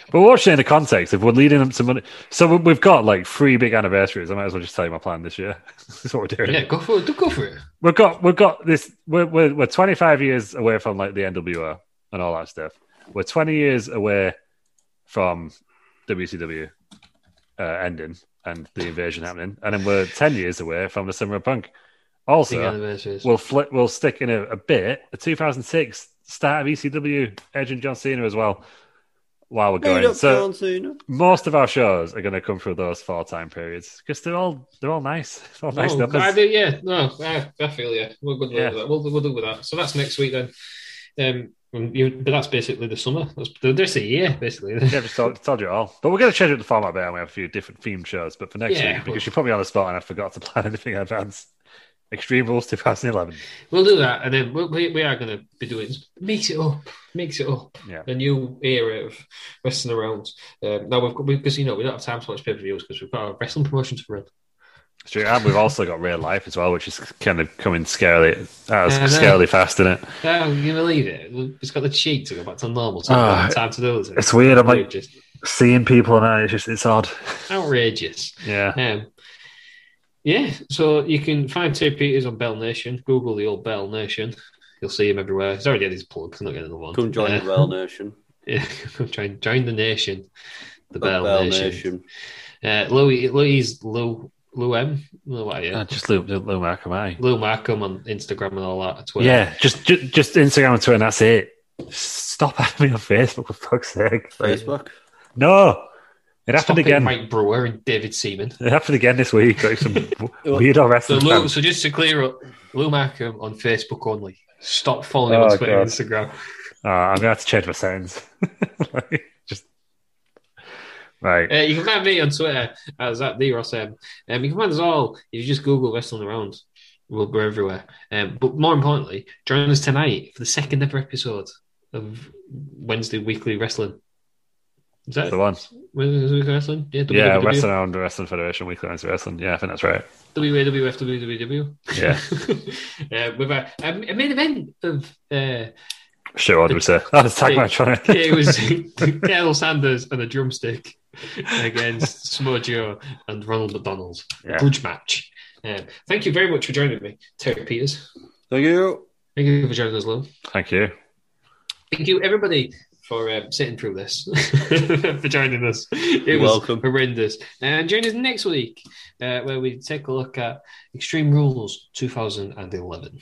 [SPEAKER 1] But we're watching it in the context of we're leading up to money. So we- we've got like three big anniversaries. I might as well just tell you my plan this year. That's what we're doing.
[SPEAKER 2] yeah, go for it. Do go for it.
[SPEAKER 1] We've got we've got this. We're, we're we're 25 years away from like the NWO and all that stuff. We're 20 years away from WCW uh, ending and the invasion happening, and then we're 10 years away from the Summer of Punk. Also,
[SPEAKER 2] Big anniversaries.
[SPEAKER 1] we'll flip. We'll stick in a, a bit. The 2006 start of ECW, Edge and John Cena as well. While we're
[SPEAKER 3] Beat
[SPEAKER 1] going,
[SPEAKER 3] up
[SPEAKER 1] so
[SPEAKER 3] John Cena.
[SPEAKER 1] most of our shows are going to come through those four time periods because they're all they're all nice. They're all nice
[SPEAKER 2] Oh,
[SPEAKER 1] numbers.
[SPEAKER 2] I do, yeah, no, I, I feel you. We'll, we'll,
[SPEAKER 1] Yeah.
[SPEAKER 2] do that. We'll, we'll do with that. So that's next week then. Um, um, you, but that's basically the summer. That's there's a year basically.
[SPEAKER 1] Yeah, just told, told you all. But we're going to change up the format a bit, and we have a few different themed shows. But for next
[SPEAKER 2] Yeah,
[SPEAKER 1] week,
[SPEAKER 2] well-
[SPEAKER 1] because you put me on the spot and I forgot to plan anything in advance, Extreme Rules 2011.
[SPEAKER 2] We'll do that, and then we, we, we are going to be doing mix it up, mix it up.
[SPEAKER 1] Yeah.
[SPEAKER 2] A new era of wrestling around. Um, now we've got because you know we don't have time to watch pay per views because we've got a wrestling promotion to run.
[SPEAKER 1] It's true. And we've also got Real Life as well, which is kind of coming scarily, uh,
[SPEAKER 2] Yeah, I know.
[SPEAKER 1] scarily fast, isn't it?
[SPEAKER 2] Oh, you believe it? It's got the cheek to go back to normal. So
[SPEAKER 1] Ah,
[SPEAKER 2] we've got time to do it.
[SPEAKER 1] It's weird. I'm like
[SPEAKER 2] outrageous.
[SPEAKER 1] seeing people, and it's just it's odd.
[SPEAKER 2] outrageous.
[SPEAKER 1] Yeah.
[SPEAKER 2] Um, yeah, so you can find Terry Peters on Bell Nation. Google the old Bell Nation. You'll see him everywhere. He's already had his plug. He's not getting another one.
[SPEAKER 3] Come join
[SPEAKER 2] Uh,
[SPEAKER 3] the Rail Nation.
[SPEAKER 2] Yeah, come join, join the nation. The
[SPEAKER 3] The
[SPEAKER 2] Bell, Nation. Uh, Louis, Louis, Lou, Lou M. Lou, what are you?
[SPEAKER 1] Uh, just Lou, Lou Markamai.
[SPEAKER 2] Lou Markham on Instagram and all that. Twitter.
[SPEAKER 1] Yeah, just, just just Instagram and Twitter, and that's it. Stop having me on Facebook, for fuck's sake.
[SPEAKER 3] Facebook.
[SPEAKER 1] No. It
[SPEAKER 2] Stop
[SPEAKER 1] happened
[SPEAKER 2] it,
[SPEAKER 1] again.
[SPEAKER 2] Mike Brewer and David Seaman.
[SPEAKER 1] It happened again this week. Like some weirdo
[SPEAKER 2] So,
[SPEAKER 1] wrestling.
[SPEAKER 2] Lou,
[SPEAKER 1] fans.
[SPEAKER 2] so just to clear up, Lou Markham on Facebook only. Stop following him
[SPEAKER 1] Oh,
[SPEAKER 2] on Twitter and
[SPEAKER 1] God.
[SPEAKER 2] Instagram.
[SPEAKER 1] Uh, I'm gonna have to change my settings. Like, just right.
[SPEAKER 2] Uh, you can find me on Twitter as at the Ross M. Um, you can find us all if you just Google Wrestling Around. We'll, we're everywhere. Um, but more importantly, join us tonight for the second ever episode of Wednesday Weekly Wrestling. Is that
[SPEAKER 1] The one.
[SPEAKER 2] Wednesday Weekly Wrestling? Yeah,
[SPEAKER 1] Yeah,
[SPEAKER 2] WWF,
[SPEAKER 1] Wrestling Around the Wrestling Federation Weekly Nights Wrestling. Yeah, I think that's right.
[SPEAKER 2] WWF, WWF.
[SPEAKER 1] Yeah.
[SPEAKER 2] uh, with a, a, a main event of. Uh,
[SPEAKER 1] Sure, what do we say? Oh, it's tag match on it.
[SPEAKER 2] it was Colonel Sanders and a drumstick against Smojo and Ronald McDonald.
[SPEAKER 1] Yeah.
[SPEAKER 2] Grudge match. Um, thank you very much for joining me, Terry Peters.
[SPEAKER 3] Thank you.
[SPEAKER 2] Thank you for joining us, Lou.
[SPEAKER 1] Thank you.
[SPEAKER 2] Thank you, everybody, for um, sitting through this, for joining us. It
[SPEAKER 3] You're
[SPEAKER 2] was
[SPEAKER 3] welcome.
[SPEAKER 2] horrendous. And join us next week, uh, where we take a look at Extreme Rules 2011.